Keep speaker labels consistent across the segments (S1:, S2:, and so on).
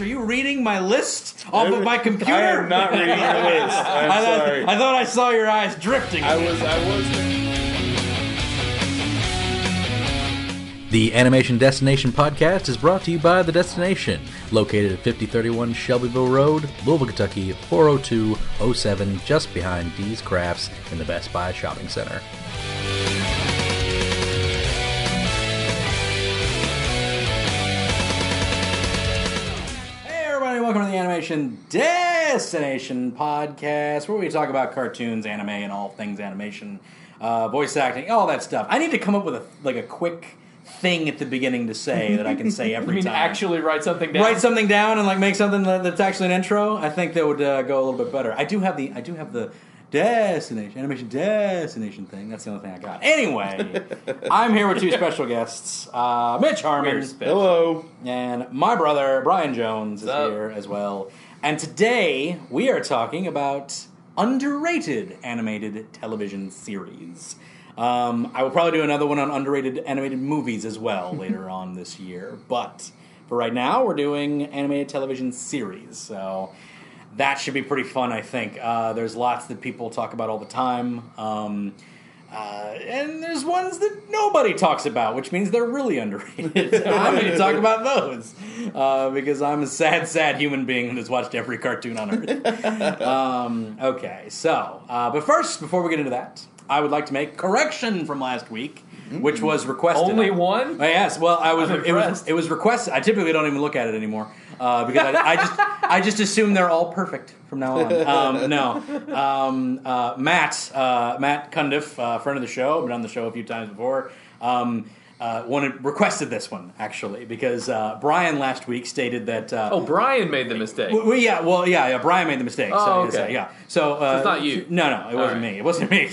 S1: Are you reading my list off of Oh, my computer?
S2: I am not reading the list. I'm
S1: I thought,
S2: sorry.
S1: I thought I saw your eyes drifting.
S2: I was. I was.
S3: The Animation Destination podcast is brought to you by The Destination, located at 5031 Shelbyville Road, Louisville, Kentucky 40207, just behind D's Crafts in the Best Buy Shopping Center.
S1: hey, everybody, welcome to the Animation Destination podcast, where we talk about cartoons, anime, and all things animation, uh, voice acting, all that stuff. I need to come up with a, like a quick thing at the beginning to say that I can say every
S4: I mean,
S1: time.
S4: actually write something down.
S1: write something down and like make something that- that's actually an intro. I think that would uh, go a little bit better. I do have the I do have the destination animation destination thing. That's the only thing I got. Anyway, I'm here with two special guests, uh, Mitch Harmon
S4: Where's Mitch?
S2: Hello.
S1: and my brother Brian Jones is
S4: What's up?
S1: here as well. And today we are talking about underrated animated television series. Um, I will probably do another one on underrated animated movies as well later on this year, but for right now we're doing animated television series. So that should be pretty fun, I think. Uh, there's lots that people talk about all the time. Um, uh, and there's ones that nobody talks about, which means they're really underrated. So I'm going to talk about those uh, because I'm a sad, sad human being that has watched every cartoon on earth. um, okay, so uh, but first, before we get into that, I would like to make correction from last week, which was requested.
S4: Only one?
S1: Oh, yes. Well, I was.
S4: I'm
S1: It was.
S4: impressed.
S1: It was requested. I typically don't even look at it anymore uh, because I, I just. I just assume they're all perfect from now on. Um, no, um, uh, Matt. Uh, Matt Cundiff, uh, friend of the show, been on the show a few times before. Um, uh, wanted requested this one actually because uh, Brian last week stated that. Uh,
S4: Oh, Brian made the mistake.
S1: well, yeah, well, yeah, yeah. Brian made the mistake. so,
S4: Oh,
S1: yes,
S4: okay.
S1: Yeah. So, uh,
S4: it's not you.
S1: No, no, it wasn't
S4: right.
S1: me. It wasn't me.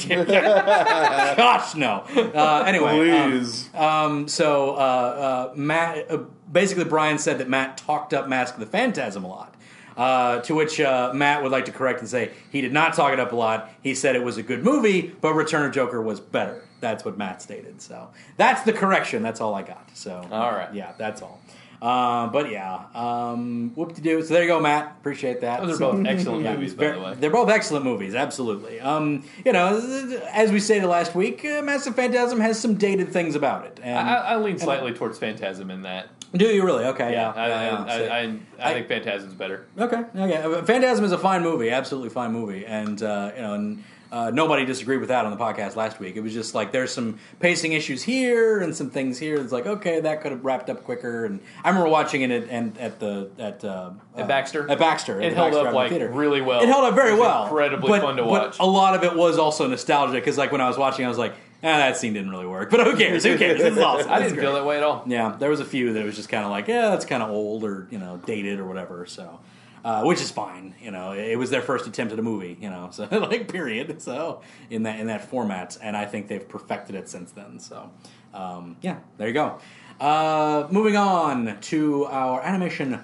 S1: Gosh, no. Uh, anyway, um,
S2: Please.
S1: um, so uh, uh, Matt, uh, basically, Brian said that Matt talked up Mask of the Phantasm a lot. Uh, to which uh, Matt would like to correct and say he did not talk it up a lot. He said it was a good movie, but Return of Joker was better. That's what Matt stated. So that's the correction. That's all I got. So
S4: All right.
S1: yeah, that's all. Uh, but yeah, um, whoop de doo. So there you go, Matt. Appreciate that.
S4: Those are
S1: So-
S4: both excellent
S1: yeah,
S4: movies, by
S1: ver-
S4: the way.
S1: They're both excellent movies, absolutely. Um, you know, th- as we stated last week, uh, Massive Phantasm has some dated things about it. And
S4: I, I lean slightly towards Phantasm in that.
S1: do you really? Okay, yeah.
S4: I,
S1: yeah, yeah,
S4: I,
S1: see.
S4: I, I, I
S1: I-
S4: think Phantasm's better.
S1: Okay, okay. Uh, Phantasm is a fine movie, absolutely fine movie, and uh, you know, and, uh, nobody disagreed with that on the podcast last week. It was just like there's some pacing issues here and some things here. It's like okay, that could have wrapped up quicker. And I remember watching it at, and at the at uh,
S4: At
S1: uh,
S4: Baxter?
S1: at Baxter. at
S4: It
S1: the
S4: held
S1: Baxter
S4: up
S1: Avenue
S4: like
S1: Theater.
S4: really well.
S1: It held up very
S4: It was
S1: well.
S4: incredibly
S1: but,
S4: fun to
S1: but
S4: watch.
S1: a lot of it was also nostalgia because like when I was watching, I was like, ah, that scene didn't really work. But who cares? Who cares? This is awesome.
S4: I
S1: This is
S4: didn't
S1: great.
S4: feel that way at all.
S1: Yeah, there was a few that was just kind of like, yeah, that's kind of old or you know dated or whatever. So, uh, which is fine. You know, it was their first attempt at a movie. You know, so like period. So in that in that format, and I think they've perfected it since then. So, um, yeah, there you go. Uh, moving on to our animation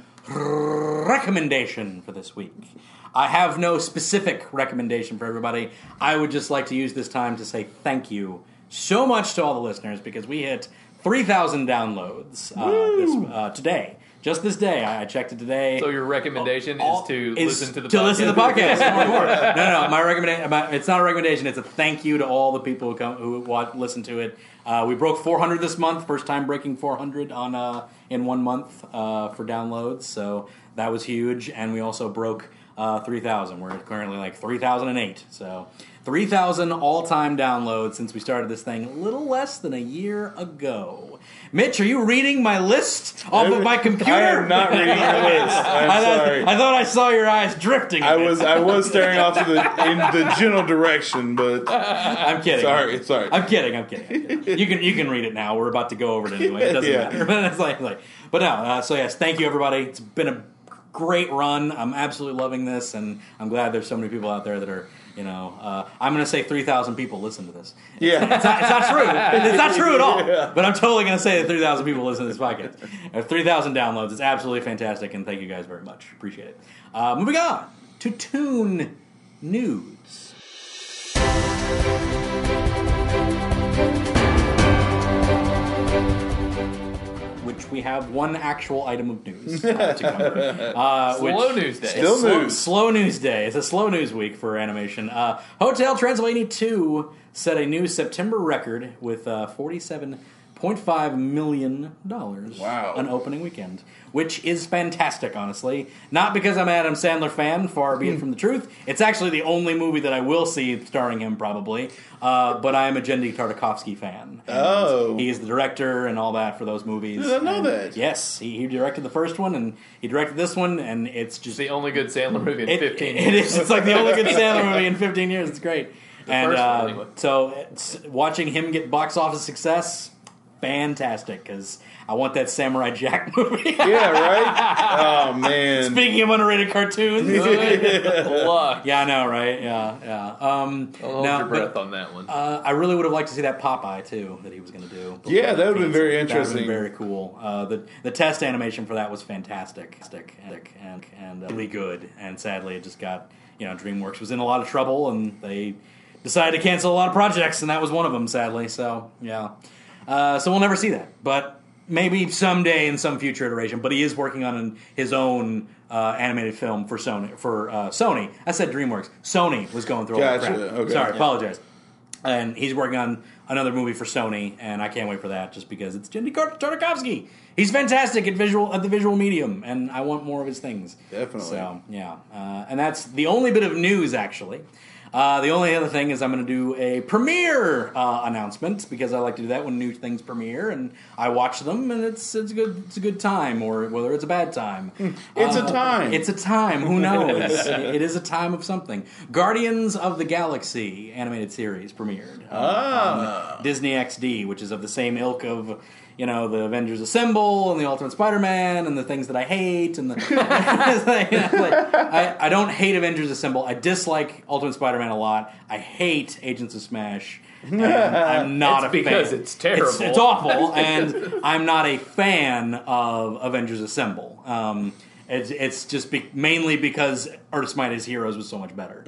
S1: recommendation for this week. I have no specific recommendation for everybody. I would just like to use this time to say thank you so much to all the listeners because we hit 3,000 downloads uh, this, uh, today. Just this day. I I checked it today.
S4: So your recommendation
S1: All-
S4: is to listen to the
S1: to
S4: podcast.
S1: listen to the podcast. That's my word. no, no, my recommendation. My, it's not a recommendation. It's a thank you to all the people who come who watch, listen to it. Uh, we broke 400 this month. First time breaking 400 on uh, in one month uh, for downloads. So that was huge. And we also broke uh, 3,000. We're currently like 3,008. So 3,000 all time downloads since we started this thing a little less than a year ago. Mitch, are you reading my list off of Oh, my computer?
S2: I am not reading the list.
S1: I
S2: I'm
S1: thought,
S2: sorry.
S1: I thought I saw your eyes drifting. a
S2: I
S1: bit.
S2: was I was staring off to the in the general direction, but
S1: I'm kidding.
S2: sorry, sorry.
S1: I'm kidding. I'm kidding. I'm kidding. you can you can read it now. We're about to go over it anyway. It doesn't
S2: Yeah.
S1: matter. But it's like, like- but no. Uh, so yes, thank you everybody. It's been a great run. I'm absolutely loving this, and I'm glad there's so many people out there that are. You know, uh, I'm going to say 3,000 people listen to this.
S2: Yeah.
S1: It's not, it's not true. It's not true at all. But I'm totally going to say that 3,000 people listen to this podcast. Uh, 3,000 downloads. It's absolutely fantastic, and thank you guys very much. Appreciate it. Uh, moving on to Tune News. Which huge. We have one actual item of news uh, to cover. Uh, which-
S4: Slow news day.
S2: Still
S1: slow,
S2: news.
S1: slow news day. It's a slow news week for animation. Uh, Hotel Transylvania 2 set a new September record with uh, $47.5 million
S2: Wow.
S1: an opening weekend, which is fantastic, honestly. Not because I'm an Adam Sandler fan, far
S2: Hmm.
S1: be it from the truth. It's actually the only movie that I will see starring him, probably. Uh, but I am a Jendy Tartakovsky fan.
S2: Oh.
S1: He is the director and all that for those movies.
S2: Did I know
S1: And
S2: that?
S1: Yes, he, he directed the first one and he directed this one, and it's just
S4: It's the only good Sandler movie in
S1: it,
S4: 15
S1: it
S4: years.
S1: is. It's like the only good Sandler movie in 15 years. It's great. and
S4: first one,
S1: uh,
S4: anyway.
S1: so it's, watching him get box office success, fantastic. Because I want that Samurai Jack movie.
S2: Yeah, right? Oh, man.
S1: Speaking of underrated cartoons,
S4: Luck.
S1: yeah, I know, right? Yeah, yeah. Um,
S4: Don't hold
S1: now,
S4: your
S1: but,
S4: breath on that one.
S1: uh, I really would have liked to see that Popeye too that he was going to do.
S2: Yeah, that would've been very
S1: That would've been
S2: interesting.
S1: very cool. Uh, the the test animation for that was fantastic, Stick- and and, and uh, really good. And sadly, it just got you know DreamWorks was in a lot of trouble, and they decided to cancel a lot of projects, and that was one of them. Sadly, so yeah, uh, so we'll never see that, but. Maybe someday in some future iteration, but he is working on an, his own uh, animated film for Sony. For uh, Sony, I said DreamWorks. Sony was going through all that
S2: Gotcha,
S1: crap.
S2: okay.
S1: Sorry,
S2: Yeah.
S1: apologize and he's working on another movie for Sony, and I can't wait for that just because it's Jenny Kar- Tartakovsky. He's fantastic at visual at the visual medium, and I want more of his things.
S2: Definitely.
S1: So yeah, uh, and that's the only bit of news actually. Uh, the only other thing is I'm going to do a premiere uh, announcement because I like to do that when new things premiere and I watch them and it's it's a good it's a good time or whether it's a bad time.
S2: It's a
S1: Uh,
S2: time.
S1: It's a time. Who knows? it is a time of something. Guardians of the Galaxy animated series premiered.
S2: Ah.
S1: Disney XD, which is of the same ilk of, you know, the Avengers Assemble and the Ultimate Spider-Man and the things that I hate and the. It's like- you know, like, I, I don't hate Avengers Assemble. I dislike Ultimate Spider-Man a lot. I hate Agents of Smash. And I'm not
S4: It's
S1: a
S4: because
S1: fan.
S4: it's terrible.
S1: It's, it's awful, and I'm not a fan of Avengers Assemble. Um, it's, it's just be, mainly because Artist Might as Heroes was so much better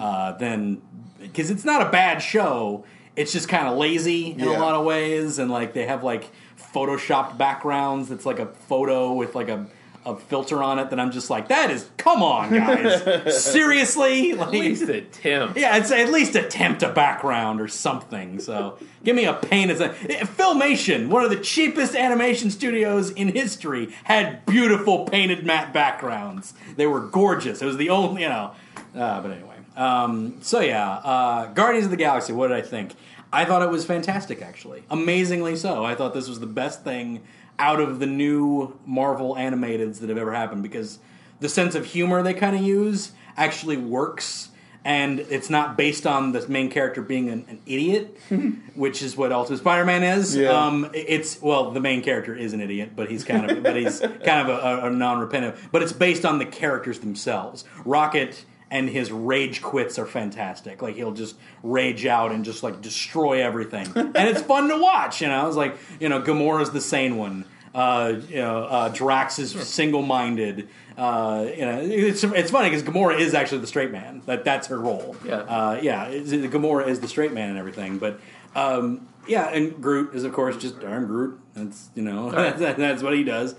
S1: uh, than because it's not a bad show. It's just kind of lazy in a
S2: Yeah.
S1: lot of ways, and like they have like photoshopped backgrounds. That's like a photo with like a a filter on it that I'm just like, that is come on, guys, seriously,
S4: At least it, Tim.
S1: yeah, it's at least attempt a background or something. So give me a pain as a eh, Filmation, one of the cheapest animation studios in history, had beautiful painted matte backgrounds. They were gorgeous. It was the only, you know. Uh, but anyway, um, so yeah, uh, Guardians of the Galaxy. What did I think? I thought it was fantastic, actually, amazingly so. I thought this was the best thing out of the new Marvel animateds that have ever happened because the sense of humor they kind of use actually works and it's not based on the main character being an, an idiot, which is what Ultimate Spider-Man is.
S2: Yeah.
S1: Um, i- it's well, the main character is an idiot, but he's kind of but he's kind of a, a, a non-repentant. But it's based on the characters themselves. Rocket and his rage quits are fantastic. Like he'll just rage out and just like destroy everything, and it's fun to watch. You know, it's like you know, Gamora's the sane one. Uh, you know, uh, Drax is single-minded. Uh, you know, it's it's funny because Gamora is actually the straight man. That that's her role.
S4: Yeah.
S1: uh, yeah. Is, is- Gamora is the straight man and everything, but um, yeah, and Groot is of course just darn Groot. That's you know that's, that's what he does.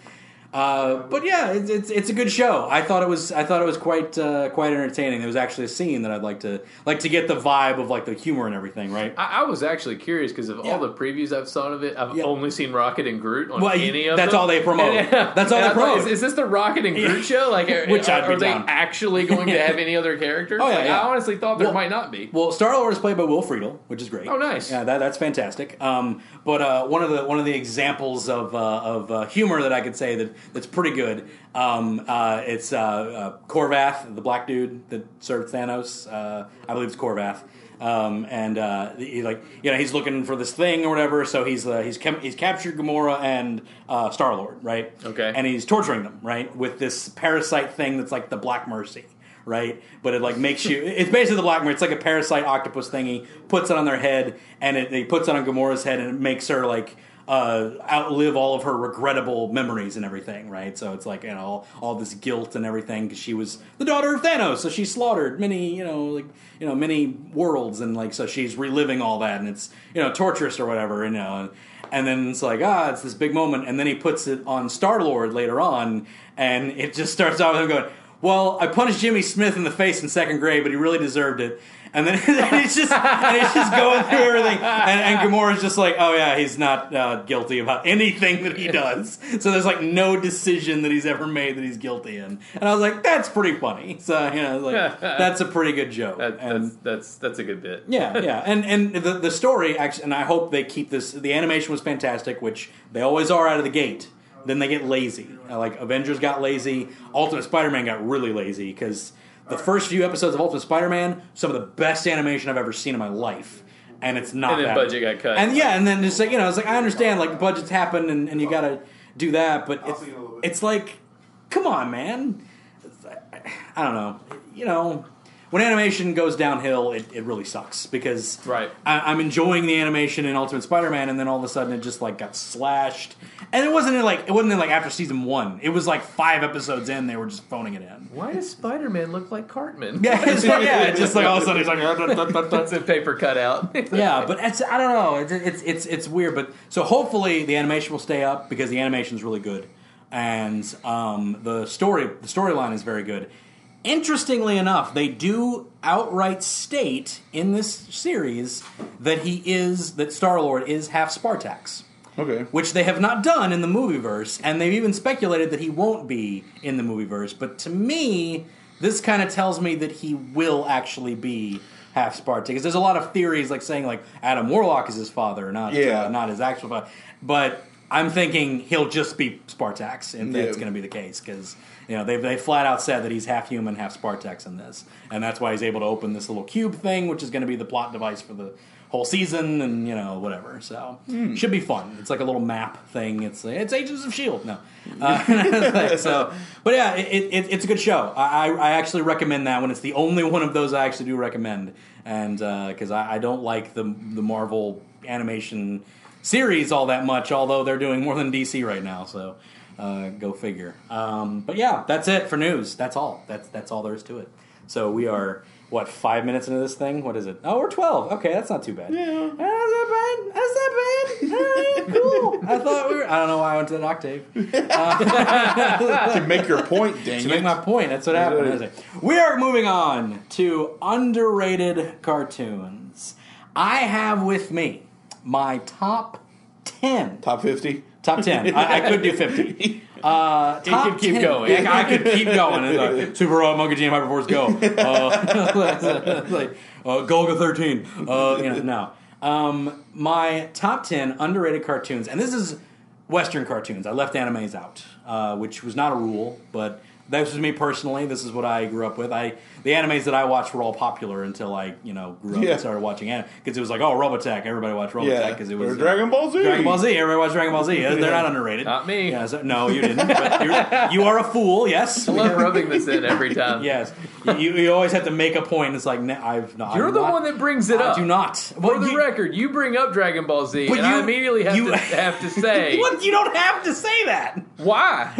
S1: Uh, but yeah, it's, it's it's a good show. I thought it was I thought it was quite uh, quite entertaining. There was actually a scene that I'd like to like to get the vibe of like the humor and everything, right?
S4: I, I was actually curious because of
S1: Yeah.
S4: all the previews I've saw of it, I've
S1: Yeah.
S4: only seen Rocket and Groot on
S1: Well, you-
S4: any of
S1: that's
S4: them.
S1: all they promote. That's all
S4: and
S1: they
S4: I thought,
S1: promote.
S4: Is, is this the Rocket and Groot show? Like, are,
S1: Which
S4: are,
S1: I'd be
S4: are they
S1: down.
S4: actually going to have any other characters?
S1: Oh, yeah,
S4: Like,
S1: yeah.
S4: I honestly thought there
S1: Well-
S4: might not be.
S1: Well, Star Lord is played by Will Friedle, which is great.
S4: Oh, nice.
S1: Yeah, that, that's fantastic. Um, but uh, one of the one of the examples of uh, of uh, humor that I could say that that's pretty good. Um, uh, it's uh, uh, Korvath, the black dude that served Thanos. Uh, I believe it's Korvath. Um, and uh, he like you know he's looking for this thing or whatever, so he's uh, he's cam- he's captured Gamora and uh, Star Lord, right?
S4: Okay.
S1: and he's torturing them, right, with this parasite thing that's like the Black Mercy, right? But it like makes you. It's basically the Black Mirror. It's like a parasite octopus thingy. Puts it on their head, and it, it puts it on Gamora's head, and it makes her like uh, outlive all of her regrettable memories and everything, right? So it's like you know all, all this guilt and everything because she was the daughter of Thanos, so she slaughtered many you know like you know many worlds, and like so she's reliving all that, and it's you know torturous or whatever, you know. and then it's like ah, it's this big moment, and then he puts it on Star Lord later on, and it just starts out with him going, "Well, I punched Jimmy Smith in the face in second grade, but he really deserved it." And then and it's just and it's just going through everything, and, and Gamora's just like, "Oh yeah, he's not uh, guilty about anything that he does." So there's like no decision that he's ever made that he's guilty in, and I was like, "That's pretty funny." So you know, like that's a pretty good joke.
S4: That,
S1: and,
S4: that's that's that's a good bit.
S1: yeah, yeah, and and the the story actually, and I hope they keep this. The animation was fantastic, which they always are out of the gate. Then they get lazy. Uh, Like Avengers got lazy. Ultimate Spider-Man got really lazy because the first few episodes of Ultimate Spider-Man, some of the best animation I've ever seen in my life, and it's not.
S4: And then
S1: that.
S4: budget got cut.
S1: And yeah, and then it's like you know, it's like I understand like the budgets happen and, and you gotta do that, but it's,
S5: see you in a little bit.
S1: it's like, come on, man. I don't know. You know, when animation goes downhill, it, it really sucks because
S4: Right.
S1: I, I'm enjoying the animation in Ultimate Spider-Man, and then all of a sudden it just like got slashed. And it wasn't in, like it wasn't in, like after season one. It was like five episodes in, they were just phoning it in.
S4: Why does Spider Man look like Cartman?
S1: Yeah, it's like, yeah, it's just like all of a sudden it's like "Ah, da, da, da, da."
S4: That's a paper cutout.
S1: yeah, but it's I don't know. It's it's it's, it's weird, but so hopefully the animation will stay up because the animation is really good, and um, the story the storyline is very good. Interestingly enough, they do outright state in this series that he is that Star Lord is half Spartax
S2: Okay.
S1: which they have not done in the movieverse, and they've even speculated that he won't be in the movieverse. But to me, this kind of tells me that he will actually be half Spartan because there's a lot of theories like saying like Adam Warlock is his father, not
S2: Yeah.
S1: uh, not his actual father. But I'm thinking he'll just be Spartax, and that's
S2: Yeah.
S1: going to be the case because you know they they flat out said that he's half human, half Spartax in this, and that's why he's able to open this little cube thing, which is going to be the plot device for the whole season, and you know whatever. So should be fun. It's like a little map thing. It's it's Agents of Shield. E No, uh, so but yeah, it, it, it's a good show. I, I I actually recommend that one. It's the only one of those I actually do recommend, and because I, I don't like the the Marvel animation series all that much, although they're doing more than DC right now. So uh, go figure. Um, but yeah, that's it for news. That's all. That's that's all there is to it. So we are what five minutes into this thing? What is it? Oh, we're twelve. Okay, that's not too bad. Yeah, that's not bad. That's not bad. Ah, cool. I thought we were. I don't know why I went to that octave.
S2: To make your point, dang
S1: To make
S2: it.
S1: my point, that's what happened. I was like, We are moving on to underrated cartoons. I have with me my top ten
S2: Top 50.
S1: Top 10. I, I could do 50. Uh, top
S4: could keep
S1: 10.
S4: going.
S1: Yeah, I could keep going. It's like, Super Raw, Monkey Jam, Hyperforce, go. Uh, like, uh, Golga 13. Uh, you know, no. Um, my top 10 underrated cartoons, and this is Western cartoons. I left animes out, uh, which was not a rule, but this was me personally. This is what I grew up with. I The animes that I watched were all popular until I, you know, grew up
S2: Yeah.
S1: and started watching anime. Because it was like, oh, Robotech. Everybody watched Robotech
S2: Yeah.
S1: because it was...
S2: Or Dragon Ball Z.
S1: Dragon Ball Z. Everybody watched Dragon Ball Z. Uh, They're not underrated.
S4: Not me.
S1: Yeah, so- no, you didn't. But you're, you are a fool. Yes.
S4: I love rubbing this in every time.
S1: Yes. You, you always have to make a point. It's like nah, I've not.
S4: You're
S1: I'm
S4: the
S1: not-
S4: one that brings it up.
S1: I do not.
S4: For
S1: Well,
S4: the
S1: you-
S4: record, you bring up Dragon Ball Z,
S1: But
S4: and I
S1: you-
S4: immediately have,
S1: you-
S4: to, have to say
S1: What? You don't have to say that.
S4: why.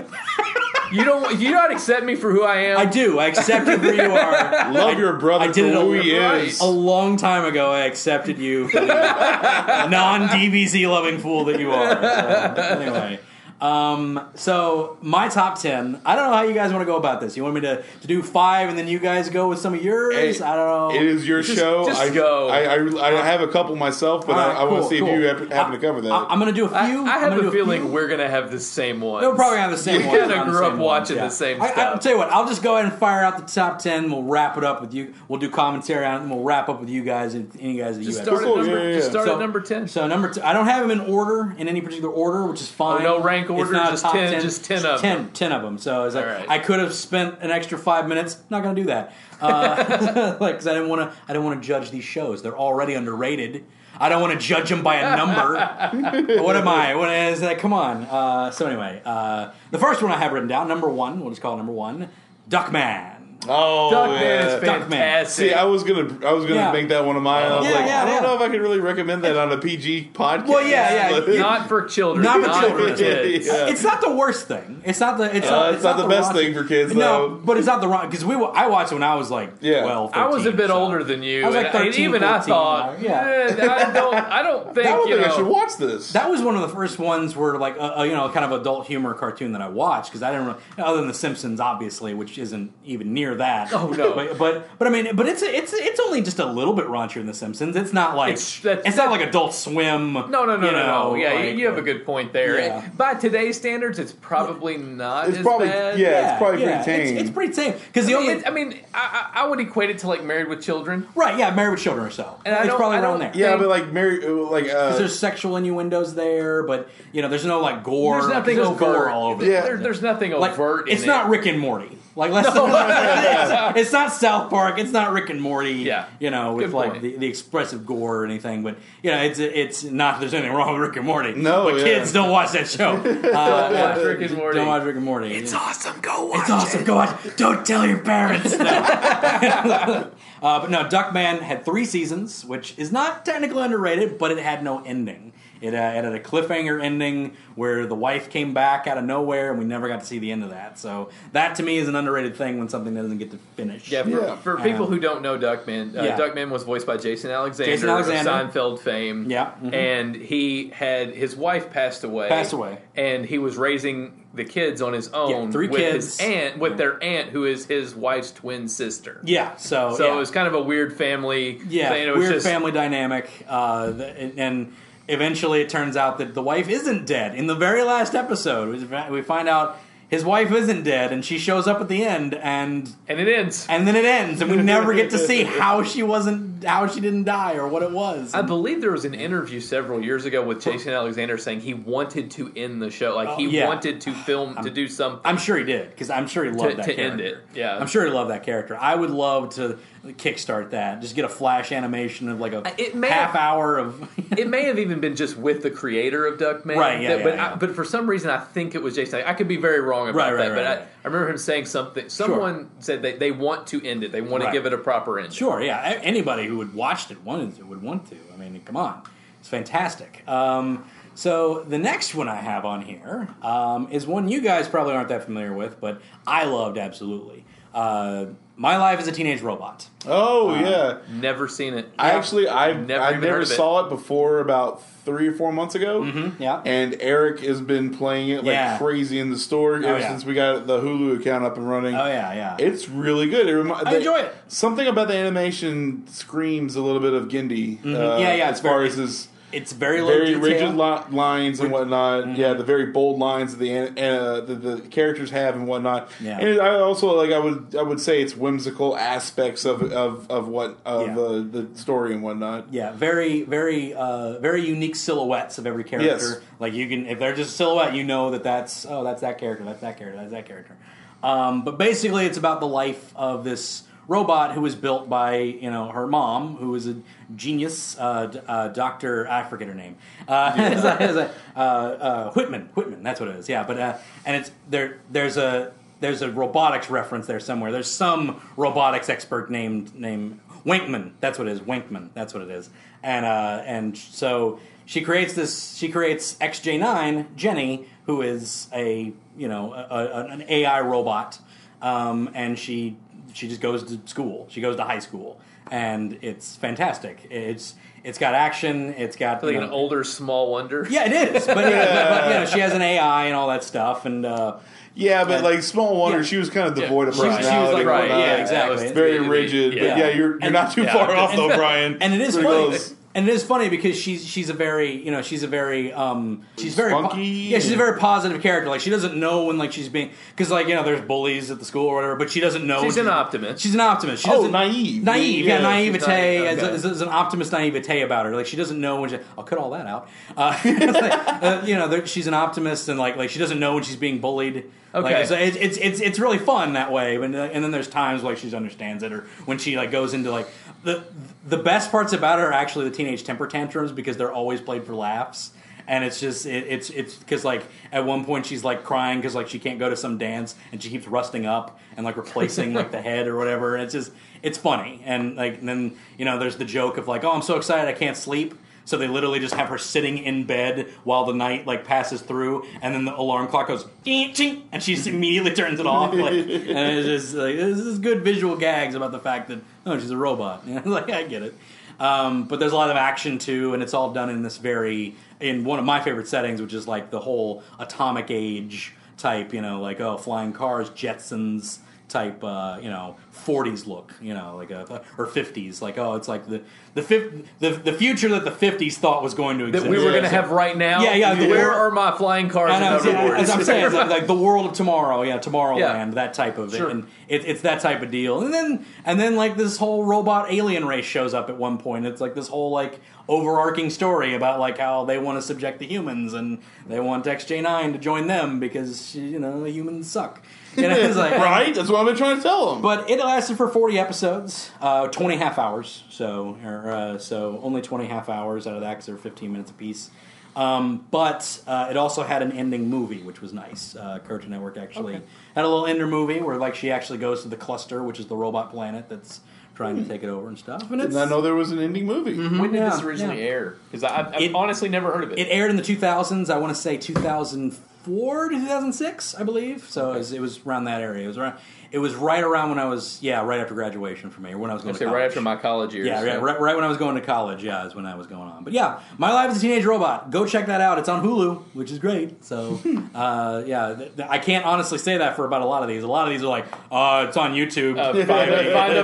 S4: you don't. You don't accept me for who I am.
S1: I do. I accepted who you are.
S2: Love your brother
S1: I did it
S2: for who he
S4: right.
S2: is.
S1: A long time ago, I accepted you, for the non-DBZ loving fool that you are. So, anyway, um, so my top ten. I don't know how you guys want to go about this. You want me to, to do five, and then you guys go with some of yours.
S2: Hey,
S1: I don't know.
S2: It is your
S4: Just-
S2: show.
S4: just
S2: I,
S4: go.
S2: I, I, I have a couple myself, but
S1: All
S2: I,
S1: right,
S2: I want
S1: cool,
S2: to see
S1: cool.
S2: if you happen, happen to cover that.
S1: I, am gonna do a few.
S4: I, I
S1: I'm
S4: have
S1: gonna do
S4: a feeling
S1: few.
S4: we're gonna have the same one.
S1: They'll probably have the same
S4: You
S1: ones,
S4: kinda
S1: on the
S4: grew up
S1: same
S4: watching
S1: ones,
S4: the same
S1: I- I, will
S4: stuff.
S1: tell you what, I'll just go ahead and fire out the top ten. We'll wrap it up with you. We'll do commentary on it, and we'll wrap up with you guys and any guys that
S4: just
S1: you
S4: start
S1: have.
S4: at
S2: Cool,
S4: number.
S2: yeah, yeah,
S4: Just
S2: yeah.
S4: start
S1: So-
S4: at number ten.
S1: So number two, I don't have them in order in any particular order, which is fine.
S4: Oh, no rank
S1: It's
S4: order,
S1: not a
S4: just
S1: top
S4: 10, just 10 of
S1: 10, 10 of them. So it's like,
S4: All right.
S1: I could have spent an extra five minutes. Not going to do that, uh, like because I didn't want to. I didn't want to judge these shows. They're already underrated. I don't want to judge them by a number. what am I? What is that? Come on. Uh, so anyway, uh, the first one I have written down, number one. We'll just call it number one. Duckman.
S2: Oh,
S4: Duckman is
S2: yeah.
S4: fantastic.
S2: See, I was gonna, I was gonna
S1: Yeah.
S2: make that one of mine. and I was
S1: Yeah,
S2: like,
S1: yeah,
S2: I don't
S1: yeah.
S2: know if I could really recommend that on a PG podcast.
S1: Well, yeah, yeah.
S2: but-
S4: not for children.
S1: Not for children.
S4: kids.
S2: Yeah.
S1: It's not the worst thing. It's not the. It's,
S2: Uh,
S1: not,
S2: it's not the best
S1: Rocky-
S2: thing for kids,
S1: No,
S2: though.
S1: but it's not the wrong because we. Were, I watched it when I was like
S2: Yeah.
S1: 12,
S4: I was a
S1: 13,
S4: bit
S1: so.
S4: older than you.
S1: I was like
S4: and- and
S1: 13,
S4: even I
S1: 14,
S4: thought,
S1: like, yeah.
S4: "Eh, I don't, I don't think
S2: I don't
S4: you
S2: think
S4: know,
S2: I should watch this.
S1: That was one of the first ones where like a, a you know kind of adult humor cartoon that I watched because I didn't really, other than The Simpsons obviously, which isn't even near that.
S4: Oh, no.
S1: but, but but I mean, but it's a, it's it's only just a little bit raunchier than The Simpsons. It's not like
S4: It's-
S1: it's,
S4: that's-
S1: not like Adult Swim.
S4: No, no, no,
S1: you
S4: no, no.
S1: know,
S4: Yeah,
S1: like-
S4: you, you have a good point there.
S1: Yeah.
S4: By today's standards, it's probably not
S2: It's
S4: as
S2: probably-
S4: bad.
S2: yeah. it's probably
S1: yeah,
S2: pretty tame.
S1: It's, it's pretty tame because the
S4: I
S1: only
S4: mean, I, mean I, I I would equate it to like Married with Children.
S1: right, yeah, Married with Children or so.
S4: And I
S1: it's
S4: don't-
S1: probably
S4: I
S1: around
S4: don't-
S1: there.
S2: yeah, but like Mary, like uh,
S1: Because there's sexual innuendos there, but you know, there's no like gore.
S4: There's
S1: like,
S4: nothing
S1: there's
S4: overt.
S1: gore all over.
S2: Yeah.
S4: There- there's nothing
S1: Like,
S4: overt. in
S1: it's
S4: it.
S1: not Rick and Morty. Like let's it's, it's not South Park. It's not Rick and Morty.
S4: Yeah.
S1: you know, with
S4: Good
S1: like
S4: point.
S1: the, the expressive gore or anything. But you know, it's it's not. There's anything wrong with Rick and Morty.
S2: No,
S1: but
S2: yeah.
S1: kids don't watch that show. Uh,
S4: Watch Rick and Morty.
S1: don't watch Rick and Morty. It's
S4: awesome. Go watch
S1: it's awesome. Go watch. Don't tell your parents. No. uh, but no, Duckman had three seasons, which is not technically underrated, but it had no ending. It, uh, it had a cliffhanger ending where the wife came back out of nowhere, and we never got to see the end of that. So that to me is an underrated thing when something doesn't get to finish.
S4: Yeah, for,
S2: Yeah.
S4: for people
S1: Um,
S4: who don't know Duckman, uh,
S1: yeah.
S4: Duckman was voiced by Jason Alexander,
S1: Jason Alexander.
S4: of Seinfeld fame.
S1: Yeah, mhm.
S4: and he had his wife passed away.
S1: Passed away.
S4: and he was raising the kids on his own.
S1: three
S4: with
S1: kids.
S4: His aunt, with
S1: Yeah.
S4: their aunt, who is his wife's twin sister.
S1: Yeah, so
S4: So
S1: yeah.
S4: it was kind of a weird family.
S1: Yeah,
S4: thing. It was
S1: weird
S4: just-
S1: family dynamic. Uh, th- and, and eventually it turns out that the wife isn't dead. In the very last episode, we- we find out his wife isn't dead, and she shows up at the end, and
S4: and it ends.
S1: and then it ends, and we never get to see how she wasn't, how she didn't die, or what it was.
S4: I believe there was an interview several years ago with Jason Alexander saying he wanted to end the show, like he
S1: Oh, yeah.
S4: wanted to film to do something.
S1: I'm sure he did because I'm sure he loved
S4: To-
S1: that
S4: to end
S1: character.
S4: it, yeah.
S1: I'm sure he loved that character. I would love to kickstart that. Just get a flash animation of like a
S4: it may
S1: half
S4: have-
S1: hour of
S4: it may have even been just with the creator of Duckman,
S1: Right, yeah,
S4: that-
S1: yeah,
S4: but
S1: yeah.
S4: I, but for some reason, I think it was Jason. I could be very wrong about
S1: Right, right,
S4: that,
S1: right,
S4: but I,
S1: right.
S4: I remember him saying something. Someone said they, they want to end it. They want
S1: Right.
S4: to give it a proper end.
S1: Sure, yeah. A- Anybody who would watched it wanted to, would want to. I mean, come on, it's fantastic. Um, so the next one I have on here um, is one you guys probably aren't that familiar with, but I loved absolutely. Uh, My life as a teenage robot.
S2: oh yeah.
S4: uh, Never seen it.
S2: I actually I
S4: Never
S2: I
S4: even heard
S2: never
S4: of it. Mm-hmm.
S2: saw it before about three or four months ago.
S1: yeah.
S2: And Eric has been playing it like
S1: Yeah. Oh,
S2: crazy in the store ever
S1: yeah.
S2: since we got the Hulu account up and running.
S1: Oh yeah, yeah.
S2: It's really good. It remi-
S1: I
S2: the-
S1: enjoy it.
S2: Something about the animation screams a little bit of Gindi. uh,
S1: Mm-hmm. Yeah, yeah, it's
S2: As far
S1: very-
S2: as his
S1: it's very low
S2: very
S1: detail. Mm-hmm.
S2: rigid li- lines and whatnot. Yeah, the very bold lines that the an- uh, the, the characters have and whatnot.
S1: Yeah.
S2: And I also like I would I would say it's whimsical aspects of of, of what of uh,
S1: Yeah.
S2: the, the story and whatnot.
S1: Yeah, very, very, uh, very unique silhouettes of every character.
S2: Yes.
S1: Like you can, if they're just a silhouette, you know that that's oh, that's that character, that's that character, that's that character. Um, but basically, it's about the life of this robot who was built by you know her mom, who is a genius uh, d- uh, doctor. I forget her name. Uh, it's a- it's a, uh, uh, Whitman, Whitman, that's what it is. Yeah, but uh, and it's there. There's a there's a robotics reference there somewhere. There's some robotics expert named named Winkman. That's what it is. Winkman. That's what it is. And uh, and so she creates this. She creates XJ9 Jenny, who is a you know a, a, an AI robot, um, and she she just goes to school. She goes to high school, and it's fantastic. It's it's got action. It's got
S4: Like
S1: you
S4: an
S1: know-
S4: older Small Wonder.
S1: yeah, it is. But, but, but, you know, she has an AI and all that stuff, and uh,
S2: Yeah, but like small wonder,
S1: Yeah.
S2: she was kind of devoid of
S4: She was-
S2: personality.
S1: she was like,
S2: and
S1: right,
S2: whatnot.
S1: yeah,
S4: that
S1: exactly.
S4: was
S1: It's
S2: Very
S4: really-
S2: rigid,
S4: yeah.
S2: but yeah, you're you're
S1: And-
S2: not too
S4: yeah.
S2: far off though,
S1: and-
S2: Brian.
S1: And it is
S2: Pretty
S1: funny.
S2: close.
S1: And it is funny because she's she's a very you know she's a very um she's very po-
S2: Spunky
S1: yeah she's a very positive character like she doesn't know when like she's being because like you know there's bullies at the school or whatever but she doesn't know
S4: She's
S1: when
S4: an optimist.
S1: she's an optimist she
S2: Oh,
S1: doesn't-
S2: naive.
S1: naive yeah,
S2: Yeah,
S1: naivete
S4: she's naive,
S1: as-
S4: okay.
S1: as- there's an optimist naivete about her. Like she doesn't know when she. I'll cut all that out. Uh, it's like, uh, you know, there- she's an optimist, and like like she doesn't know when she's being bullied. Like,
S4: Okay.
S1: it's, it's it's it's it's really fun that way. And uh, and then there's times like she understands it, or when she like goes into like the the best parts about her are actually the teenage temper tantrums because they're always played for laughs. and it's just it, it's it's because like at one point she's like crying because like she can't go to some dance and she keeps rusting up and like replacing like the head or whatever. And it's just it's funny and like and then you know there's the joke of like oh I'm so excited I can't sleep. So they literally just have her sitting in bed while the night like passes through, and then the alarm clock goes ding, ching, and she just immediately turns it off. Like, and it's just like this is good visual gags about the fact that no, she's a robot. You know, like I get it. Um, but there's a lot of action too, and it's all done in this very in one of my favorite settings, which is like the whole atomic age type. You know, like oh, flying cars, Jetsons type, uh, you know, 40s look, you know, like a or 50s, like oh, it's like the the fif- the, the future that the 50s thought was going to
S4: that
S1: exist.
S4: we were
S2: Yeah.
S4: going to have right now.
S1: Yeah, yeah, the
S4: Where
S1: war-
S4: are my flying cars
S1: And
S4: and
S1: I'm saying-
S4: hoverboards?
S1: as I'm saying, it's like, like the world of tomorrow, yeah, Tomorrowland,
S4: Yeah.
S1: that type of
S4: Sure.
S1: it, and it, it's that type of deal. And then, and then, like this whole robot alien race shows up at one point. It's like this whole like overarching story about like how they want to subject the humans and they want XJ9 to join them because you know the humans suck. You know, it's like,
S2: right? That's what I've been trying to tell them.
S1: But it lasted for 40 episodes, uh, 20 half hours. So, or, uh, so only 20 half hours out of that because they're 15 minutes apiece. Um, but uh, it also had an ending movie, which was nice. Uh, Cartoon Network actually had a little ender movie where like she actually goes to the cluster, which is the robot planet that's trying to take it over and stuff. And
S2: I did
S1: it's,
S2: not know there was an ending movie.
S4: when did
S1: Yeah,
S4: this originally
S1: yeah.
S4: air? Because I've
S1: It-
S4: honestly never heard of it.
S1: it aired in the 2000s. I want to say 2004 to 2006, I believe. So it, was, it was around that area. It was around. It was right around when I was yeah, right after graduation for me, or when I was going
S4: I'd say
S1: to
S4: right
S1: college.
S4: after my college years.
S1: Yeah, yeah right, right when I was going to college, yeah, is when that was going on. But yeah, My Life as a Teenage Robot. Go check that out. It's on Hulu, which is great. So, uh, yeah, th- th- I can't honestly say that for about a lot of these. A lot of these are like, uh, it's on YouTube.
S4: Uh, find, a, find a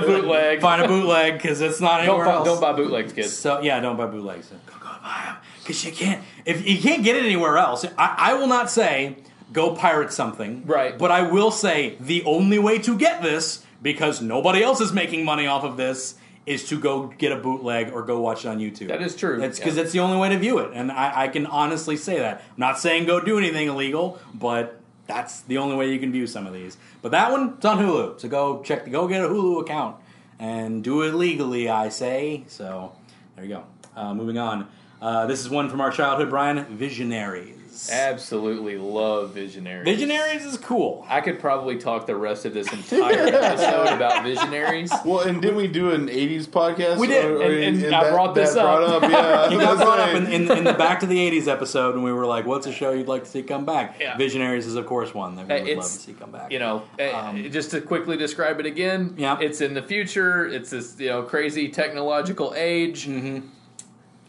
S4: bootleg.
S1: Find a bootleg because it's not
S4: don't,
S1: anywhere
S4: buy,
S1: else.
S4: don't buy bootlegs, kids.
S1: So yeah, don't buy bootlegs. Go, go buy them because you can't. If you can't get it anywhere else, I, I will not say go pirate something.
S4: Right.
S1: But I will say the only way to get this because nobody else is making money off of this is to go get a bootleg or go watch it on YouTube.
S4: That is true,
S1: That's
S4: yeah.
S1: because it's the only way to view it, and I, I can honestly say that. I'm not saying go do anything illegal, but. That's the only way you can view some of these, but that one it's on Hulu. So go check, the, go get a Hulu account and do it legally, I say. So there you go. Uh, moving on. Uh, this is one from our childhood, Brian. Visionaries.
S4: Eh. Absolutely love Visionaries.
S1: Visionaries is cool.
S4: I could probably talk the rest of this entire episode about Visionaries.
S2: Well, and didn't we do an '80s podcast?
S1: We did,
S4: and- and I brought this
S2: brought
S4: up.
S2: yeah,
S1: He got
S2: That's
S1: brought up
S2: right.
S1: in, in, in the Back to the 80s episode when we were like, what's a show you'd like to see come back?
S4: Yeah.
S1: Visionaries is, of course, one that we
S4: Uh,
S1: would love
S4: it's-
S1: to see come back.
S4: You know, eh,
S1: Um,
S4: just to quickly describe it again,
S1: Yeah.
S4: it's in the future. It's this you know crazy technological age. Mm-hmm.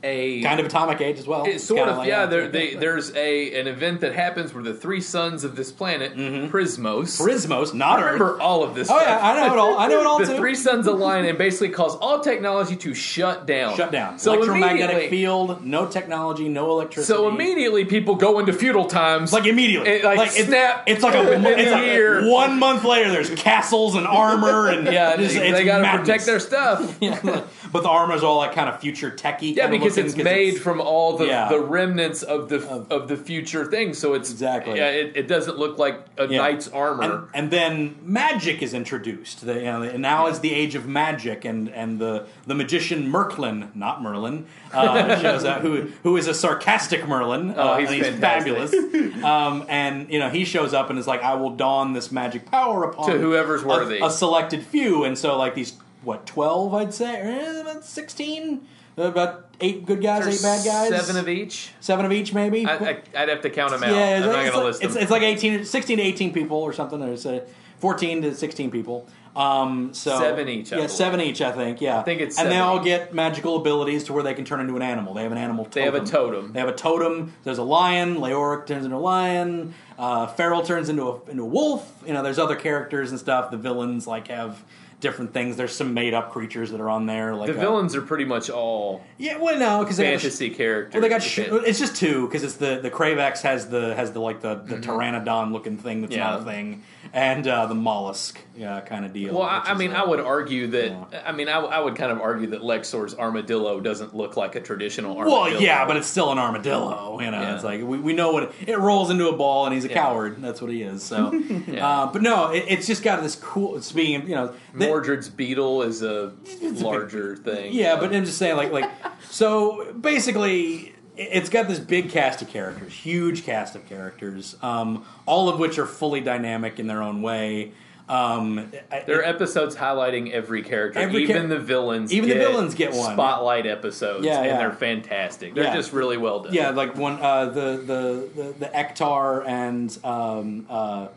S4: A
S1: kind of Atomic Age as well.
S4: It's sort
S1: kinda
S4: of
S1: like-
S4: yeah. There, they, there's a an event that happens where the three sons of this planet, Prismos.
S1: Prismos, not
S4: I
S1: Earth.
S4: remember all of this.
S1: Mm-hmm. Oh,
S4: stuff.
S1: yeah, I know it all. I know it all,
S4: the
S1: too.
S4: three sons align and basically cause all technology to shut down.
S1: Shut down.
S4: So
S1: Electromagnetic
S4: immediately,
S1: field, no technology, no electricity.
S4: So immediately, people go into feudal times.
S1: Like immediately,
S4: It, like,
S1: it's-
S4: snap
S1: It's, like a
S4: in the
S1: it's like
S4: ear.
S1: one month later. There's castles and armor, and
S4: yeah,
S1: just-
S4: they,
S1: it's
S4: got to
S1: madness.
S4: protect their stuff.
S1: Yeah, but the armor's all like kind of future techie.
S4: Yeah,
S1: kinda
S4: because
S1: looking,
S4: it's made from all the,
S1: Yeah.
S4: the remnants of the of, the future thing. So it's
S1: Exactly.
S4: Yeah, it, it doesn't look like a
S1: Yeah.
S4: knight's
S1: and,
S4: armor.
S1: and then magic is introduced. The, you know, and now is the age of magic, and, and the, the magician Merklin, not Merlin, uh, shows up, who who is a sarcastic Merlin.
S4: Oh,
S1: uh,
S4: he's
S1: and he's
S4: fantastic.
S1: fabulous. um, and you know he shows up and is like, "I will dawn this magic power upon
S4: To whoever's
S1: a-
S4: worthy.
S1: a, selected few." And so like these what twelve, I'd say, eh, about sixteen, about eight good guys, eight bad guys,
S4: Seven of each.
S1: seven of each, maybe.
S4: I, I, I'd have to count them out.
S1: Yeah,
S4: I'm
S1: it's,
S4: not
S1: like,
S4: going
S1: it's,
S4: to
S1: like,
S4: list
S1: it's,
S4: them.
S1: it's like 18, 16 to 18 people or something. Or it's uh, 14 to 16 people. Um, so
S4: Seven each, I
S1: yeah,
S4: believe.
S1: seven each, I think. Yeah, I
S4: think it's
S1: and they
S4: seven
S1: all
S4: each.
S1: get magical abilities to where they can turn into an animal. They have an animal. Totem.
S4: They have a totem.
S1: They have a totem. There's a lion. Leoric turns into a lion. Uh, Feral turns into a into a wolf. You know, there's other characters and stuff. The villains like have different things. There's some made up creatures that are on there. Like
S4: the
S1: uh,
S4: villains are pretty much all
S1: Yeah, well, no, because they have a-
S4: fantasy characters.
S1: well, they got.
S4: If
S1: Sh-
S4: it-
S1: it's just two because it's the the Cravax has the has the like the, the Pteranodon looking thing that's
S4: Mm-hmm. Yeah.
S1: not a thing, and uh, the mollusk yeah, kind of deal.
S4: well, I,
S1: which
S4: I
S1: is,
S4: mean,
S1: uh,
S4: I would argue that. I mean, I, I would kind of argue that Lexor's armadillo doesn't look like a traditional armadillo.
S1: Well, yeah, but it's still an armadillo. You know,
S4: Yeah.
S1: it's like we, we know what it, it rolls into a ball, and he's a
S4: Yeah.
S1: coward. That's what he is. So,
S4: Yeah.
S1: uh, but no, it, it's just got this cool. Speaking of you know, the-
S4: Mordred's beetle is a larger thing.
S1: Yeah, but I'm just saying, like, like so basically, it's got this big cast of characters, huge cast of characters, um, all of which are fully dynamic in their own way. Um, I-
S4: There are episodes highlighting every character,
S1: Every char-
S4: even the villains.
S1: even the villains get one.
S4: spotlight episodes,
S1: Yeah, yeah.
S4: and they're fantastic. They're
S1: Yeah.
S4: just really well done.
S1: yeah, like one uh, the, the the the Ektar and um, uh,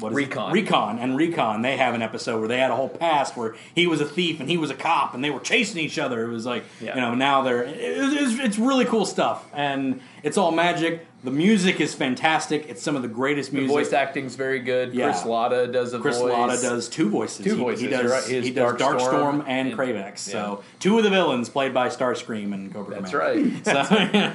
S1: what is it?
S4: Recon.
S1: Recon and Recon. They have an episode where they had a whole past where he was a thief and he was a cop and they were chasing each other. It was like
S4: Yeah.
S1: you know now they're it, it's, it's really cool stuff and it's all magic. The music is fantastic. It's some of the greatest
S4: The
S1: music.
S4: voice acting's very good.
S1: Yeah.
S4: Chris Latta does a
S1: Chris
S4: voice.
S1: Latta does two voices.
S4: Two
S1: He-
S4: voices,
S1: He, does,
S4: you're right. He
S1: he
S4: is
S1: does Darkstorm,
S4: Darkstorm
S1: and
S4: and-
S1: Cravex. So two of the villains played by Starscream and Cobra
S4: That's
S1: Commander.
S4: right.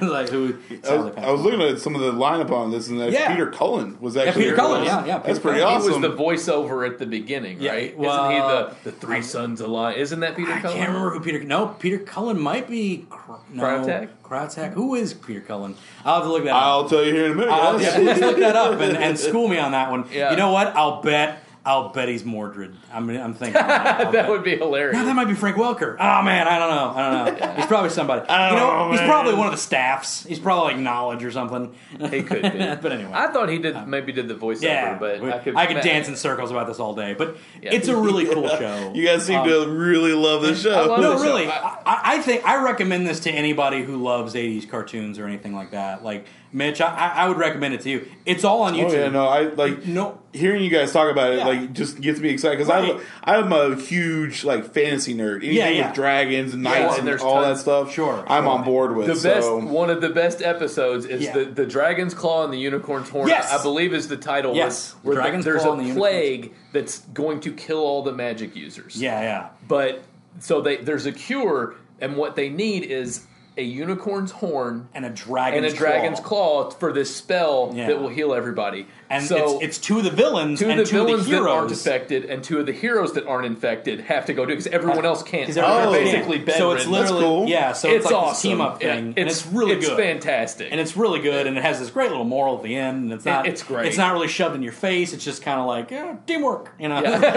S1: So like who?
S2: I was, I was looking at some of the lineup on this, and that
S1: Yeah.
S2: Peter Cullen was actually
S1: Peter
S2: there.
S1: Cullen, yeah, yeah,
S2: that's
S1: Peter
S2: pretty
S1: Cullen.
S4: He was
S2: awesome.
S4: the voiceover at the beginning,
S1: Yeah,
S4: right?
S1: well,
S4: Isn't he the, the three sons alive? Isn't that Peter
S1: I
S4: Cullen?
S1: can't remember who Peter. No, Peter Cullen might be. Cr- No,
S4: Cryotech?
S1: Cryotech. Who is Peter Cullen? I'll have to look that up.
S2: I'll tell you here in a minute.
S1: I'll, Uh, yeah,
S2: guys.
S1: please look that up and, and school me on that one.
S4: Yeah.
S1: You know what? I'll bet. I'll bet he's Mordred. I'm, I'm thinking. that I'll
S4: that
S1: bet.
S4: would be hilarious.
S1: No, that might be Frank Welker. Oh man, I don't know. I don't know. He's probably somebody. you know,
S2: Oh,
S1: he's
S2: man.
S1: probably one of the staffs. He's probably like knowledge or something.
S4: he could be.
S1: But anyway.
S4: I thought he did maybe did the voiceover,
S1: yeah,
S4: but I could
S1: dance in circles about this all day. But
S4: Yeah.
S1: it's a really cool show.
S2: You guys seem to really love this show.
S4: Uh, Oh, I love
S1: no,
S4: the
S1: really.
S4: show.
S1: I, I I think I recommend this to anybody who loves '80s cartoons or anything like that. Like Mitch, I, I I would recommend it to you. It's all on YouTube.
S2: Oh yeah, no, I like
S1: No.
S2: hearing you guys talk about it.
S1: Yeah.
S2: Like, just gets me excited because
S1: Right.
S2: I I'm a huge like fantasy nerd. Anything
S1: Yeah, yeah.
S2: with dragons and knights
S4: and
S2: and
S4: there's
S2: all
S4: tons-
S2: that stuff,
S1: Sure,
S2: I'm
S1: sure.
S2: on board with.
S4: The
S2: so.
S4: best, one of the best episodes is
S1: Yeah.
S4: the, the dragon's claw and the unicorn's horn.
S1: Yes.
S4: I believe is the title. where-
S1: Yes.
S4: where, the-
S1: Dragon's
S4: there's
S1: Claw
S4: a
S1: and the Unicorn's-
S4: plague that's going to kill all the magic users.
S1: yeah, yeah.
S4: but so they there's a cure, and what they need is a unicorn's horn
S1: And a dragon.
S4: and a dragon's claw for this spell
S1: Yeah.
S4: that will heal everybody.
S1: And
S4: so
S1: it's, it's two of the villains
S4: two of
S1: and
S4: the
S1: two
S4: villains
S1: of the
S4: that aren't
S1: heroes.
S4: infected, and two of the heroes that aren't infected have to go do because everyone else can't.
S1: 'Cause
S4: They're
S1: everyone
S2: else
S4: basically
S1: can't. So it's
S4: bedridden.
S1: literally
S2: Oh. cool.
S1: yeah. So it's,
S4: it's
S1: like this
S4: awesome.
S1: team up
S4: Yeah,
S1: thing. and it's really
S4: it's
S1: good.
S4: fantastic.
S1: and it's really good, and it has this great little moral at the end, and it's not
S4: it's great.
S1: It's not really shoved in your face. It's just kind of like eh, teamwork, you know.
S4: Yeah,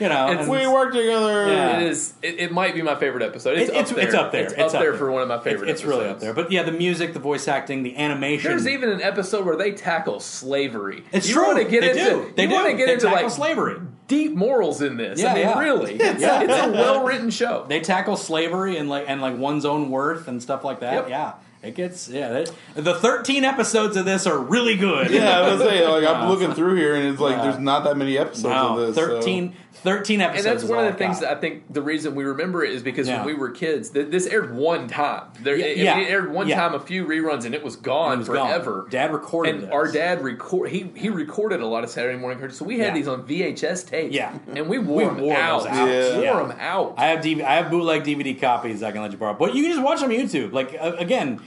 S1: You know,
S4: It's-
S1: and-
S2: we work together.
S1: Yeah.
S4: It is. It, it might be my favorite episode. It's,
S1: It-
S4: up, there.
S1: it's up there.
S4: It's,
S1: It's
S4: up,
S1: up
S4: there
S1: there.
S4: for one of my favorite.
S1: it's really
S4: episodes.
S1: up there. But yeah, the music, the voice acting, the animation.
S4: There's even an episode where they tackle slavery.
S1: it's
S4: you
S1: true.
S4: Want to get
S1: they
S4: into,
S1: do. They
S4: you
S1: do.
S4: want to get
S1: they
S4: into
S1: tackle
S4: like
S1: slavery.
S4: deep morals in this.
S1: Yeah,
S4: I mean,
S1: yeah.
S4: really, it's,
S1: Yeah.
S4: it's a well written show.
S1: They tackle slavery and like and like one's own worth and stuff like that.
S4: Yep.
S1: Yeah, it gets yeah. It, the 13 episodes of this are really good.
S2: Yeah, I was gonna say like I'm looking through here and it's like there's not that many episodes
S1: Wow,
S2: of this. so-
S1: 13, 13 Oh, episodes.
S4: and that's
S1: is
S4: one
S1: all
S4: of the
S1: I've
S4: things
S1: got.
S4: that I think the reason we remember it is because
S1: Yeah.
S4: when we were kids, th- this aired one time. There,
S1: Yeah,
S4: it,
S1: yeah,
S4: it aired one
S1: yeah.
S4: time, a few reruns, and it was gone
S1: It was gone.
S4: forever.
S1: Dad recorded
S4: and
S1: those.
S4: our dad record he he recorded a lot of Saturday morning cartoons, so we had
S1: Yeah.
S4: these on VHS tapes.
S1: Yeah.
S4: and we wore them
S1: wore
S4: out.
S1: those out.
S2: Yeah.
S4: Wore
S1: Yeah.
S4: them out.
S1: I have DV- I have bootleg DVD copies I can let you borrow, but you can just watch them on YouTube. Like uh, again,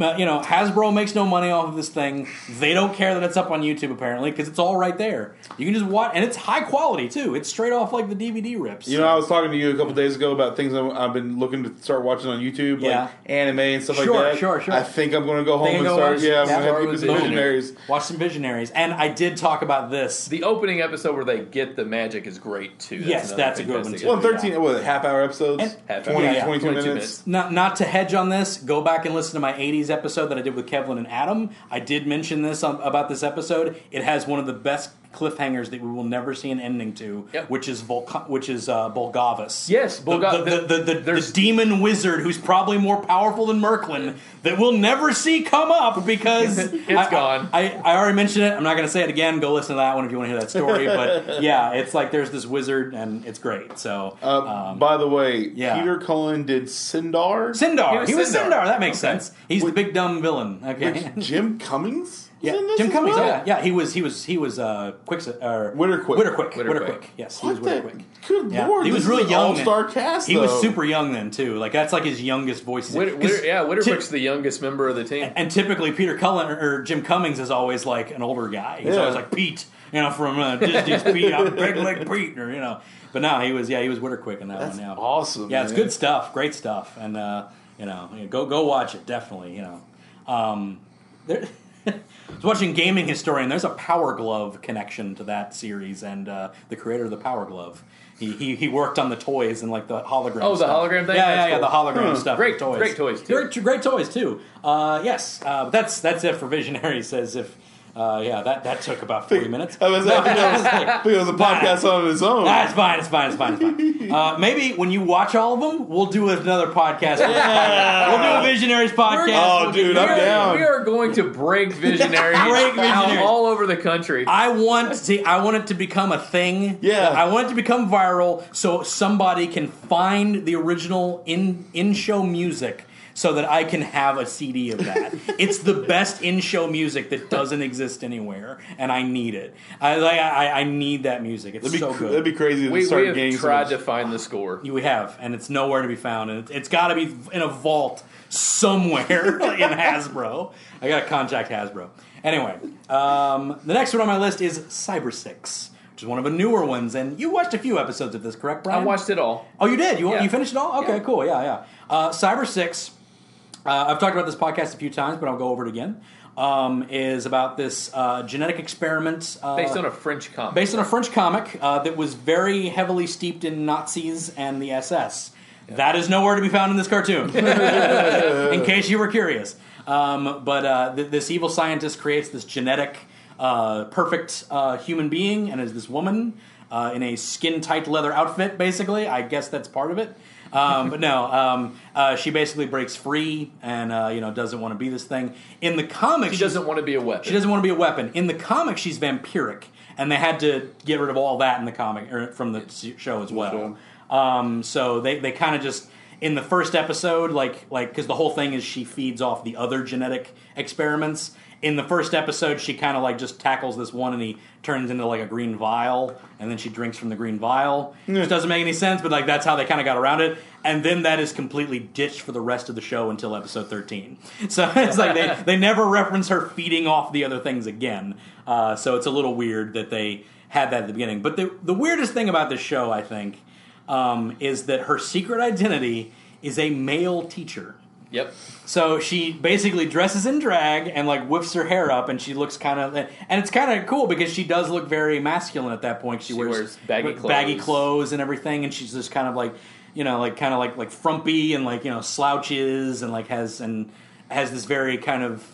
S1: uh, you know Hasbro makes no money off of this thing. They don't care that it's up on YouTube apparently because it's all right there. You can just watch, and it's high quality too. It's straight off like the DVD rips.
S2: You know, I was talking to you a couple days ago about things I'm, I've been looking to start watching on YouTube,
S1: Yeah.
S2: like anime and stuff
S1: Sure,
S2: like that.
S1: sure, sure.
S2: I think I'm going to go home
S1: Think
S2: and
S1: I'll go
S2: start.
S1: watch-
S2: yeah, I'm
S1: yeah,
S2: going to
S4: start
S2: have
S4: with
S2: to keep
S4: Visionaries.
S2: visionaries.
S1: watch some Visionaries, and I did talk about this.
S4: the opening episode where they get the magic is great too.
S1: Yes,
S4: another
S1: that's a good one,
S4: fantastic
S1: too.
S2: Well,
S4: episode.
S2: 13, what, was it, half hour episodes?
S1: And-
S4: Half hour.
S2: 20,
S1: Yeah, yeah,
S2: 22,
S4: 22 minutes.
S2: minutes.
S1: Not, not to hedge on this, go back and listen to my 80s episode that I did with Kevlin and Adam. I did mention this on, about this episode. It has one of the best cliffhangers that we will never see an ending to,
S4: Yep.
S1: which is Volca- which is uh, Bulgavis.
S4: Yes,
S1: The-
S4: Bulga-
S1: the, the, the, the, the
S4: there's-
S1: demon wizard who's probably more powerful than Merklin that we'll never see come up because it's I,
S4: gone.
S1: I, I already mentioned it. I'm not going to say it again. Go listen to that one if you want to hear that story. but yeah, it's like there's this wizard and it's great. So
S2: Uh, by the way,
S1: Um, yeah.
S2: Peter Cullen did Sindar.
S1: Sindar. He
S4: He
S1: was,
S4: was
S1: Sindar.
S4: Sindar.
S1: That makes sense. He's the big dumb villain. Okay.
S2: Which Jim Cummings? was
S1: Yeah,
S2: in this
S1: Jim
S2: as
S1: Cummings.
S2: well?
S1: Yeah, yeah, he was. He was. He was. Uh, Quicks. Uh,
S2: Winterquick.
S1: Winterquick.
S4: Winterquick.
S1: Winterquick. Yes, he was
S2: What the?
S1: Winterquick.
S2: Good
S1: Yeah.
S2: lord.
S1: he was
S2: this
S1: really
S2: is
S1: young.
S2: All star cast.
S1: He was
S2: though.
S1: super young then too. Like that's like his youngest voice. he's in.
S4: Winter,
S1: 'Cause
S4: Winter, yeah, Winterbrick's
S1: ty-
S4: the youngest member of the team.
S1: and typically Peter Cullen or Jim Cummings is always like an older guy. He's
S2: Yeah.
S1: always like Pete, you know, from uh, Disney's Pete. I'm Big Leg Pete, or you know. But no, he was. Yeah, he was Winterquick in that
S2: That's
S1: one. Yeah,
S2: awesome,
S1: Yeah, it's
S2: man.
S1: good stuff. Great stuff. And uh, you know, you know, go go watch it. Definitely. You know, um, there. I was watching Gaming Historian. There's a Power Glove connection to that series, and uh, the creator of the Power Glove, he, he he worked on the toys and like the hologram.
S4: Oh, the
S1: stuff.
S4: hologram thing?
S1: Yeah, yeah,
S4: That's
S1: yeah. The
S4: cool. Hmm.
S1: hologram stuff.
S4: Great-
S1: toys.
S4: great toys, too.
S1: Great, great toys too. Uh, yes, uh, but that's that's it for Visionary. Says if. Uh, yeah, that, that took about 40 minutes.
S2: I was, I think that was, I think that was a podcast on its own.
S1: Ah, it's fine. It's fine. It's fine. It's fine. Uh, maybe when you watch all of them, we'll do another podcast. We'll do a visionaries podcast.
S2: Oh, dude, I'm
S4: we are,
S2: down.
S4: We are going to break visionaries,
S1: Break
S4: out
S1: Visionaries.
S4: all over the country.
S1: I want to. I want it to become a thing.
S2: Yeah.
S1: I want it to become viral, so somebody can find the original in in show music. So that I can have a CD of that. it's the best in-show music that doesn't exist anywhere, and I need it. I like. I, I need that music. It's
S2: That'd be,
S1: so
S2: cr-
S1: good.
S2: that'd be crazy to
S4: we,
S2: start
S4: we
S2: getting
S4: have
S2: some-
S4: tried to find the score.
S1: We have, and it's nowhere to be found, and it's, it's got to be in a vault somewhere in Hasbro. I got to contact Hasbro. Anyway, um, the next one on my list is Cyber Six, which is one of the newer ones, and you watched a few episodes of this, correct, Brian?
S4: I watched it all.
S1: Oh, you did. You
S4: Yeah.
S1: you finished it all? Okay,
S4: Yeah.
S1: cool. Yeah, yeah. Uh, Cyber Six. Uh, I've talked about this podcast a few times, but I'll go over it again. Um, is about this uh, genetic experiment uh,
S4: Based on a French comic.
S1: based on a French comic uh, that was very heavily steeped in Nazis and the SS. That is nowhere to be found in this cartoon, in case you were curious. Um, but uh, th- this evil scientist creates this genetic, uh, perfect uh, human being, and is this woman uh, in a skin tight leather outfit, basically. I guess that's part of it. Um, but no, um, uh, she basically breaks free and uh, you know doesn't want to be this thing. In the comic,
S4: she doesn't want to be a weapon.
S1: she doesn't want to be a weapon. In the comic, she's vampiric, and they had to get rid of all that in the comic or from the s- show as well. Um, so they they kind of just in the first episode, like like because the whole thing is she feeds off the other genetic experiments. In the first episode, she kind of like just tackles this one, and he turns into like a green vial, and then she drinks from the green vial. Which doesn't make any sense, but like that's how they kind of got around it. And then that is completely ditched for the rest of the show until episode thirteen. So it's like they they never reference her feeding off the other things again. Uh, so it's a little weird that they had that at the beginning. But the the weirdest thing about this show, I think, um, is that her secret identity is a male teacher.
S4: Yep.
S1: So she basically dresses in drag and like whips her hair up, and she looks kind of, and it's kind of cool because she does look very masculine at that point. She, wears,
S4: wears baggy clothes.
S1: baggy clothes and everything, and she's just kind of like, you know, like kind of like like frumpy and like you know slouches and like has and has this very kind of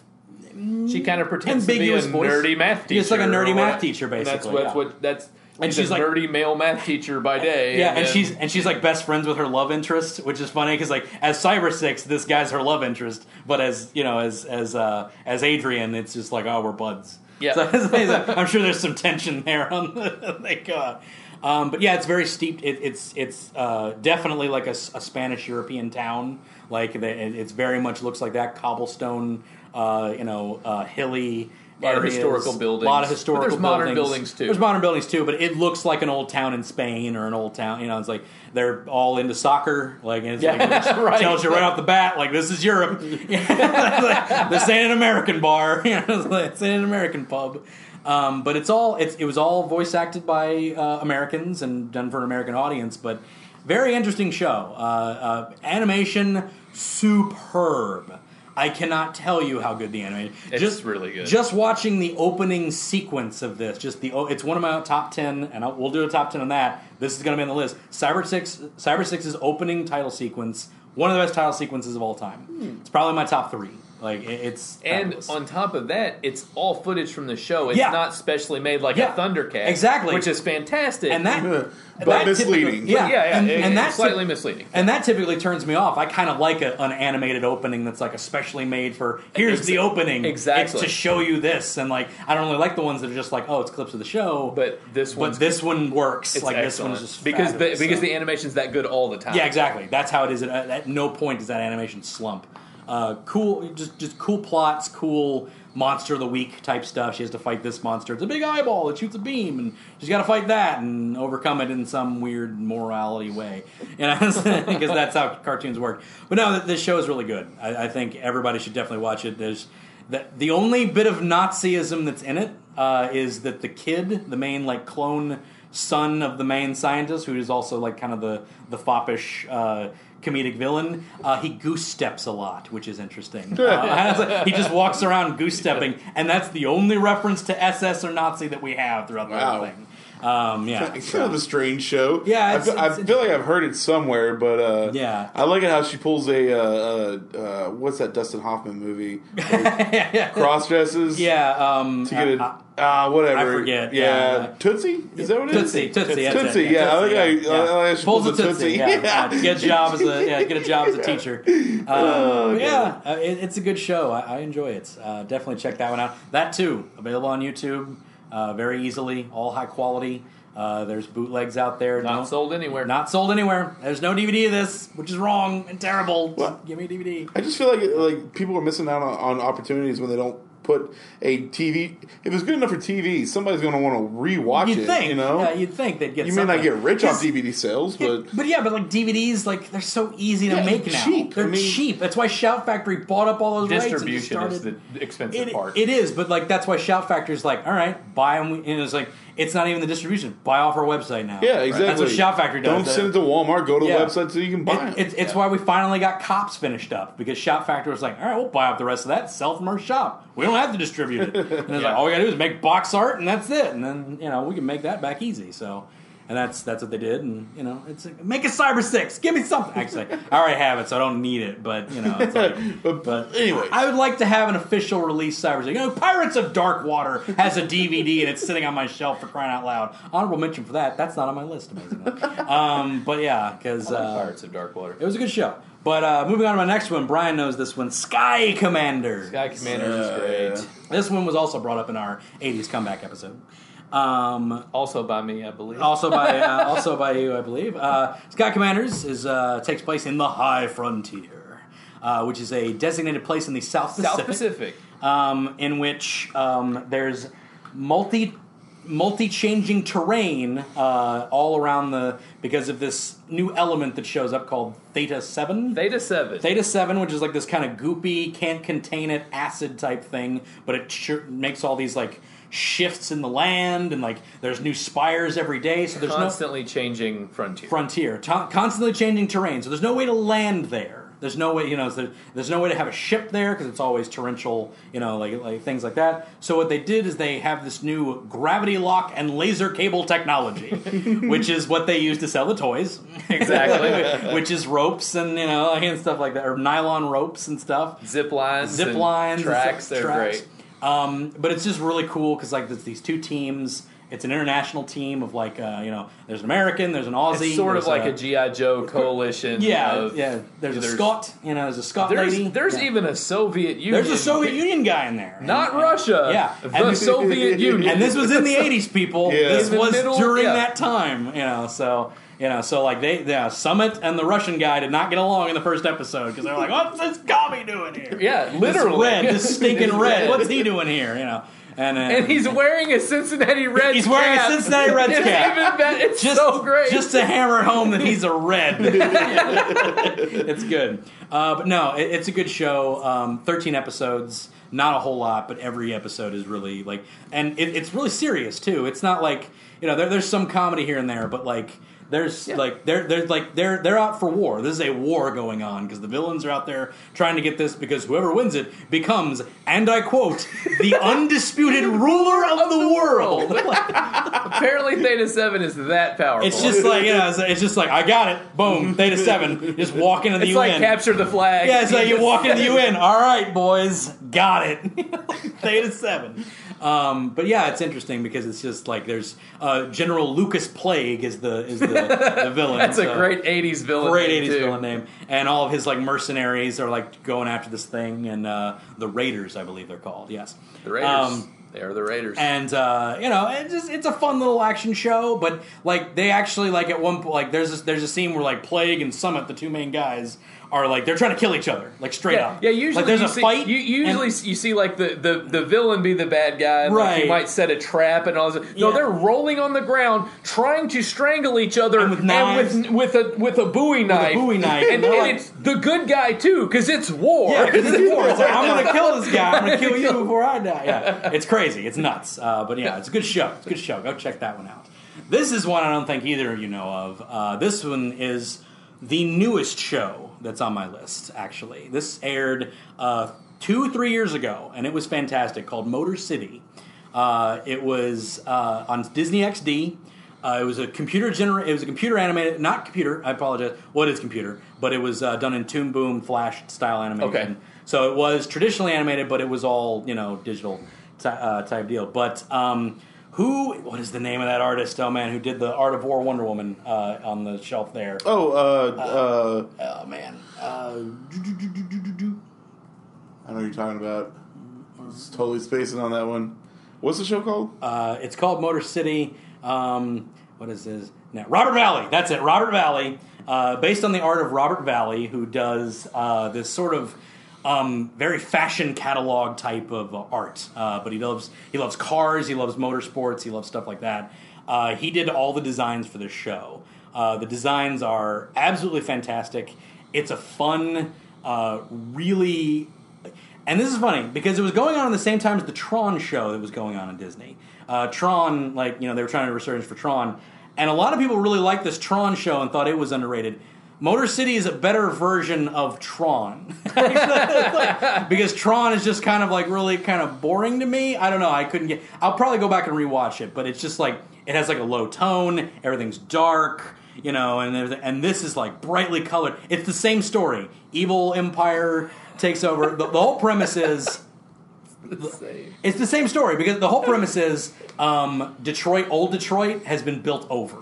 S4: She kind of pretends
S1: Ambiguous
S4: to be a
S1: voice.
S4: nerdy math teacher.
S1: Yeah, it's like a nerdy
S4: or
S1: math
S4: what-
S1: teacher,
S4: and That's
S1: basically,
S4: what,
S1: yeah.
S4: what that's.
S1: And
S4: she's,
S1: she's
S4: a
S1: like-
S4: nerdy male math teacher by day.
S1: Yeah, and
S4: then-
S1: she's and she's like best friends with her love interest, which is funny because like as Cyber Six, this guy's her love interest, but as you know, as as uh, as Adrian, it's just like oh, we're buds.
S4: Yeah.
S1: So it's like- I'm sure there's some tension there. On the, thank God. Um, but yeah, it's very steeped. It, it's it's uh, definitely like a, s- a Spanish European town. Like the, it, it's very much looks like that cobblestone, uh, you know, uh, hilly.
S4: Lot of
S1: areas,
S4: historical
S1: A lot
S4: buildings.
S1: of
S4: But
S1: historical.
S4: there's modern buildings, too.
S1: There's modern buildings too, but it looks like an old town in Spain or an old town. You know, it's like they're all into soccer. Like, and it's
S4: Yeah,
S1: like, it
S4: right.
S1: tells you right off the bat, like this is Europe. Like, this ain't an American bar. You know, it's like, this ain't an American pub. Um, but it's all it's, it was all voice acted by uh, Americans and done for an American audience. But very interesting show. Uh, uh, animation superb. I cannot tell you how good the animation.
S4: It's really good.
S1: Just watching the opening sequence of this, just the oh, it's one of my top ten, and I'll, we'll do a top ten on that. This is going to be on the list. Cyber Six, Cyber Six's opening title sequence, one of the best title sequences of all time. It's probably my top three. Like it, it's
S4: And
S1: fabulous.
S4: on top of that, it's all footage from the show. It's
S1: Yeah.
S4: not specially made like
S1: Yeah.
S4: a Thundercat,
S1: Exactly.
S4: which is fantastic.
S1: and that,
S2: But
S1: that
S2: misleading.
S1: typically- yeah,
S4: yeah, yeah,
S1: and,
S4: it-
S1: and
S4: it's
S1: that
S4: slightly
S1: typ-
S4: misleading.
S1: And that typically turns me off. I kind of like a, an animated opening that's like especially made for here's
S4: Ex-
S1: the opening. It's
S4: exactly.
S1: to show you this, and like I don't really like the ones that are just like oh it's clips of the show.
S4: But this
S1: but
S4: one's
S1: this one works.
S4: it's
S1: like
S4: excellent.
S1: this one's just
S4: because the,
S1: fabulous,
S4: because
S1: so.
S4: the animation's that good all the time.
S1: yeah exactly that's how it is. At, at no point does that animation slump. Uh, cool, just just cool plots, cool monster of the week type stuff. She has to fight this monster. It's a big eyeball. It shoots a beam, and she's got to fight that and overcome it in some weird morality way. You know, because that's how cartoons work. But no, th- this show is really good. I, I think everybody should definitely watch it. There's the, the only bit of Nazism that's in it uh, is that the kid, the main like clone son of the main scientist, who is also like kind of the the foppish uh, comedic villain. Uh, he goose steps a lot, which is interesting. Uh, I was like, he just walks around goose stepping, and that's the only reference to SS or Nazi that we have throughout the whole
S2: Wow.
S1: thing. Um, yeah,
S2: It's kind of a strange show.
S1: Yeah,
S2: I
S1: it's-
S2: feel, I
S1: it's-
S2: feel like I've heard it somewhere, but uh,
S1: Yeah.
S2: I like it how she pulls a uh, uh, uh, what's that Dustin Hoffman movie? Cross dresses.
S1: yeah. Um,
S2: to get
S1: uh,
S2: a ah whatever.
S1: I forget,
S2: Yeah,
S1: yeah.
S2: Tootsie is that what it is?
S1: Tootsie, Tootsie, that's
S2: Tootsie.
S1: it.
S2: Yeah, I like
S1: Tootsie,
S2: how- I like how she
S1: Pulls
S2: pulls
S1: a
S2: a
S1: Tootsie,
S2: Tootsie.
S1: Yeah, yeah.
S2: Yeah.
S1: Uh, get a job as a yeah, get a job as a teacher. Um, but
S2: Oh, okay.
S1: yeah, uh, it, it's a good show. I, I enjoy it. Uh, definitely check that one out. That too available on YouTube, uh, very easily, all high quality. Uh, there's bootlegs out there.
S4: Not
S1: No-
S4: sold anywhere.
S1: Not sold anywhere. There's no DVD of this, which is wrong and terrible. Just
S2: What?
S1: Give me a DVD.
S2: I just feel like like people are missing out on, on opportunities when they don't put a TV. If it's good enough for TV, somebody's going to want to rewatch
S1: You'd
S2: it.
S1: think,
S2: you know,
S1: yeah, you'd think they'd get.
S2: you may not
S1: something.
S2: get rich off
S1: Yes.
S2: DVD sales, but
S1: But yeah, but like DVDs, like they're so easy to
S2: Yeah,
S1: make
S2: they're
S1: now.
S2: cheap.
S1: They're
S2: I mean-
S1: cheap. That's why Shout Factory bought up all those
S4: Distribution
S1: rights and
S4: is
S1: just started.
S4: the expensive
S1: It,
S4: part.
S1: it is, but like that's why Shout Factory's like, all right, buy them, and it's like it's not even the distribution. Buy off our website now.
S2: yeah, exactly.
S1: That's what Shout Factory does.
S2: Don't send it to Walmart. Go to
S1: Yeah.
S2: the website so you can buy
S1: It-
S2: it.
S1: it's it's why we finally got Cops finished up because Shout Factory was like, all right, we'll buy up the rest of that, sell from our shop. We don't have to distribute it. And it's like
S4: Yeah.
S1: all we gotta do is make box art, and that's it. And then you know we can make that back easy. So. And that's that's what they did, and you know, it's like, make a Cyber Six, give me something. Actually, I already have it, so I don't need it. But you know, it's like,
S2: But-
S1: but
S2: anyway.
S1: I would like to have an official release Cyber Six. You know, Pirates of Dark Water has a DVD, and it's sitting on my shelf for crying out loud. Honorable mention for that. That's not on my list, amazingly. Um, but yeah, because uh,
S4: Pirates of Darkwater.
S1: it was a good show. But uh, moving on to my next one, Brian knows this one Sky Commander.
S4: Sky Commander
S2: Uh,
S4: is great.
S2: yeah.
S1: This one was also brought up in our 80s comeback episode. Um,
S4: Also by me, I believe.
S1: also by uh, also by you, I believe. Uh, Sky Commanders is uh, takes place in the High Frontier, uh, which is a designated place in the South Pacific,
S4: South Pacific.
S1: Um, in which um, there's multi multi changing terrain uh, all around the because of this new element that shows up called Theta Seven.
S4: Theta 7.
S1: Theta 7, which is like this kind of goopy, can't contain it acid type thing, but it sure makes all these like shifts in the land and like there's new spires every day, so there's no
S4: Constantly changing frontier.
S1: frontier, to- constantly changing terrain. So there's no way to land there. There's no way, you know, there- there's no way to have a ship there because it's always torrential, you know, like, like things like that. So what they did is they have this new gravity lock and laser cable technology, which is what they use to sell the toys.
S4: Exactly.
S1: which is ropes and you know and stuff like that, or nylon ropes and stuff
S4: Zip lines.
S1: zip
S4: and
S1: lines, and
S4: Tracks.
S1: stuff-
S4: They're
S1: tracks.
S4: great.
S1: Um, but it's just really cool because like there's these two teams. It's an international team of like uh, you know, there's an American, there's an Aussie,
S4: It's sort of
S1: there's
S4: like a GI Joe coalition.
S1: uh, yeah,
S4: of-
S1: yeah. There's, a Scot, you know, there's a Scot
S4: There's,
S1: lady.
S4: there's
S1: Yeah.
S4: even a Soviet Union.
S1: there's a Soviet Union guy in there,
S4: Not
S1: And-
S4: Russia.
S1: Yeah,
S4: The
S1: and-
S4: Soviet Union.
S1: and this was in the '80s, people.
S2: Yeah.
S1: This
S2: In the
S1: was
S4: middle-
S1: during
S4: yeah.
S1: that time, you know. So you know, so like they, the Summit and the Russian guy did not get along in the first episode because they're like, "What's this commie doing here?"
S4: Yeah,
S1: This
S4: literally.
S1: red, this stinking red. What's he doing here? You know, and uh,
S4: and he's wearing a Cincinnati Reds.
S1: He's wearing a
S4: cap.
S1: Cincinnati Reds
S4: it's
S1: cap.
S4: Even better. It's
S1: just
S4: so great.
S1: just to hammer home that he's a red. it's good, uh, but no, it, it's a good show. Um, Thirteen episodes, not a whole lot, but every episode is really like, and it, it's really serious too. It's not like you know, there, there's some comedy here and there, but like. There's
S4: Yeah.
S1: like they're they're like they're they're out for war. This is a war going on because the villains are out there trying to get this because whoever wins it becomes, and I quote, the undisputed ruler of the world.
S4: Apparently, Theta Seven is that powerful.
S1: It's just like you know, it's, it's just like I got it. Boom, Theta Seven. Just walk into the
S4: It's
S1: UN.
S4: like capture the flag.
S1: yeah, it's like you walk into the UN. All right, boys, got it. Theta Seven. Um, but yeah, it's interesting because it's just like there's uh, General Lucas Plague is the is the, the villain.
S4: That's a
S1: so-
S4: great '80s villain.
S1: Great
S4: name,
S1: 80s
S4: too.
S1: villain name. And all of his like mercenaries are like going after this thing and uh, the Raiders, I believe they're called. Yes.
S4: The Raiders.
S1: Um,
S4: they are the Raiders.
S1: and uh, you know, it's just it's a fun little action show. But like they actually like at one point like there's this, there's a scene where like Plague and Summit, the two main guys, are like they're trying to kill each other like straight
S4: yeah,
S1: up.
S4: yeah, usually
S1: like there's
S4: you
S1: a
S4: see,
S1: fight.
S4: You, usually
S1: and-
S4: you see like the, the, the villain be the bad guy, and, Like,
S1: Right.
S4: he might set a trap and all this. No,
S1: Yeah.
S4: they're rolling on the ground trying to strangle each other
S1: And with
S4: and with, with a with a Bowie knife,
S1: Bowie knife,
S4: and,
S1: and they're
S4: and
S1: like-
S4: it's the good guy too because it's war.
S1: Yeah, 'cause it's war. It's like, I'm gonna kill this guy. I'm gonna kill you before I die. Yeah, it's crazy. It's nuts. Uh, but yeah, it's a good show. It's a good show. Go check that one out. This is one I don't think either of you know of. Uh, this one is the newest show that's on my list, actually. This aired uh, two, three years ago, and it was fantastic, called Motor City. Uh, it was uh, on Disney XD. Uh, it was a computer gener- It was a computer animated, not computer. I apologize. Well, it is computer, but it was uh, done in Toon Boom Flash style animation.
S4: Okay.
S1: So it was traditionally animated, but it was all you know digital ty- uh, type deal. But um, who? What is the name of that artist? Oh man, who did the Art of War Wonder Woman uh, on the shelf there?
S2: Oh, uh, uh,
S1: Oh man. Uh,
S2: I know what you're talking about. I was totally spacing on that one. What's the show called?
S1: uh, it's called Motor City. Um, what is this? No, Robert Valley. That's it. Robert Valley. Uh, based on the art of Robert Valley, who does uh, this sort of um, very fashion catalog type of uh, art. Uh, but he loves he loves cars. He loves motorsports. He loves stuff like that. Uh, he did all the designs for this show. Uh, the designs are absolutely fantastic. It's a fun, uh, really and this is funny because it was going on at the same time as the Tron show that was going on in Disney. Uh, Tron, like you know, they were trying to resurgence for Tron, and a lot of people really liked this Tron show and thought it was underrated. Motor City is a better version of Tron because Tron is just kind of like really kind of boring to me. I don't know. I couldn't get. I'll probably go back and rewatch it, but it's just like it has like a low tone. Everything's dark, you know, and everything- and this is like brightly colored. It's the same story. Evil empire takes over. The, the whole premise is. It's the same story because the whole premise is um, Detroit, old Detroit, has been built over.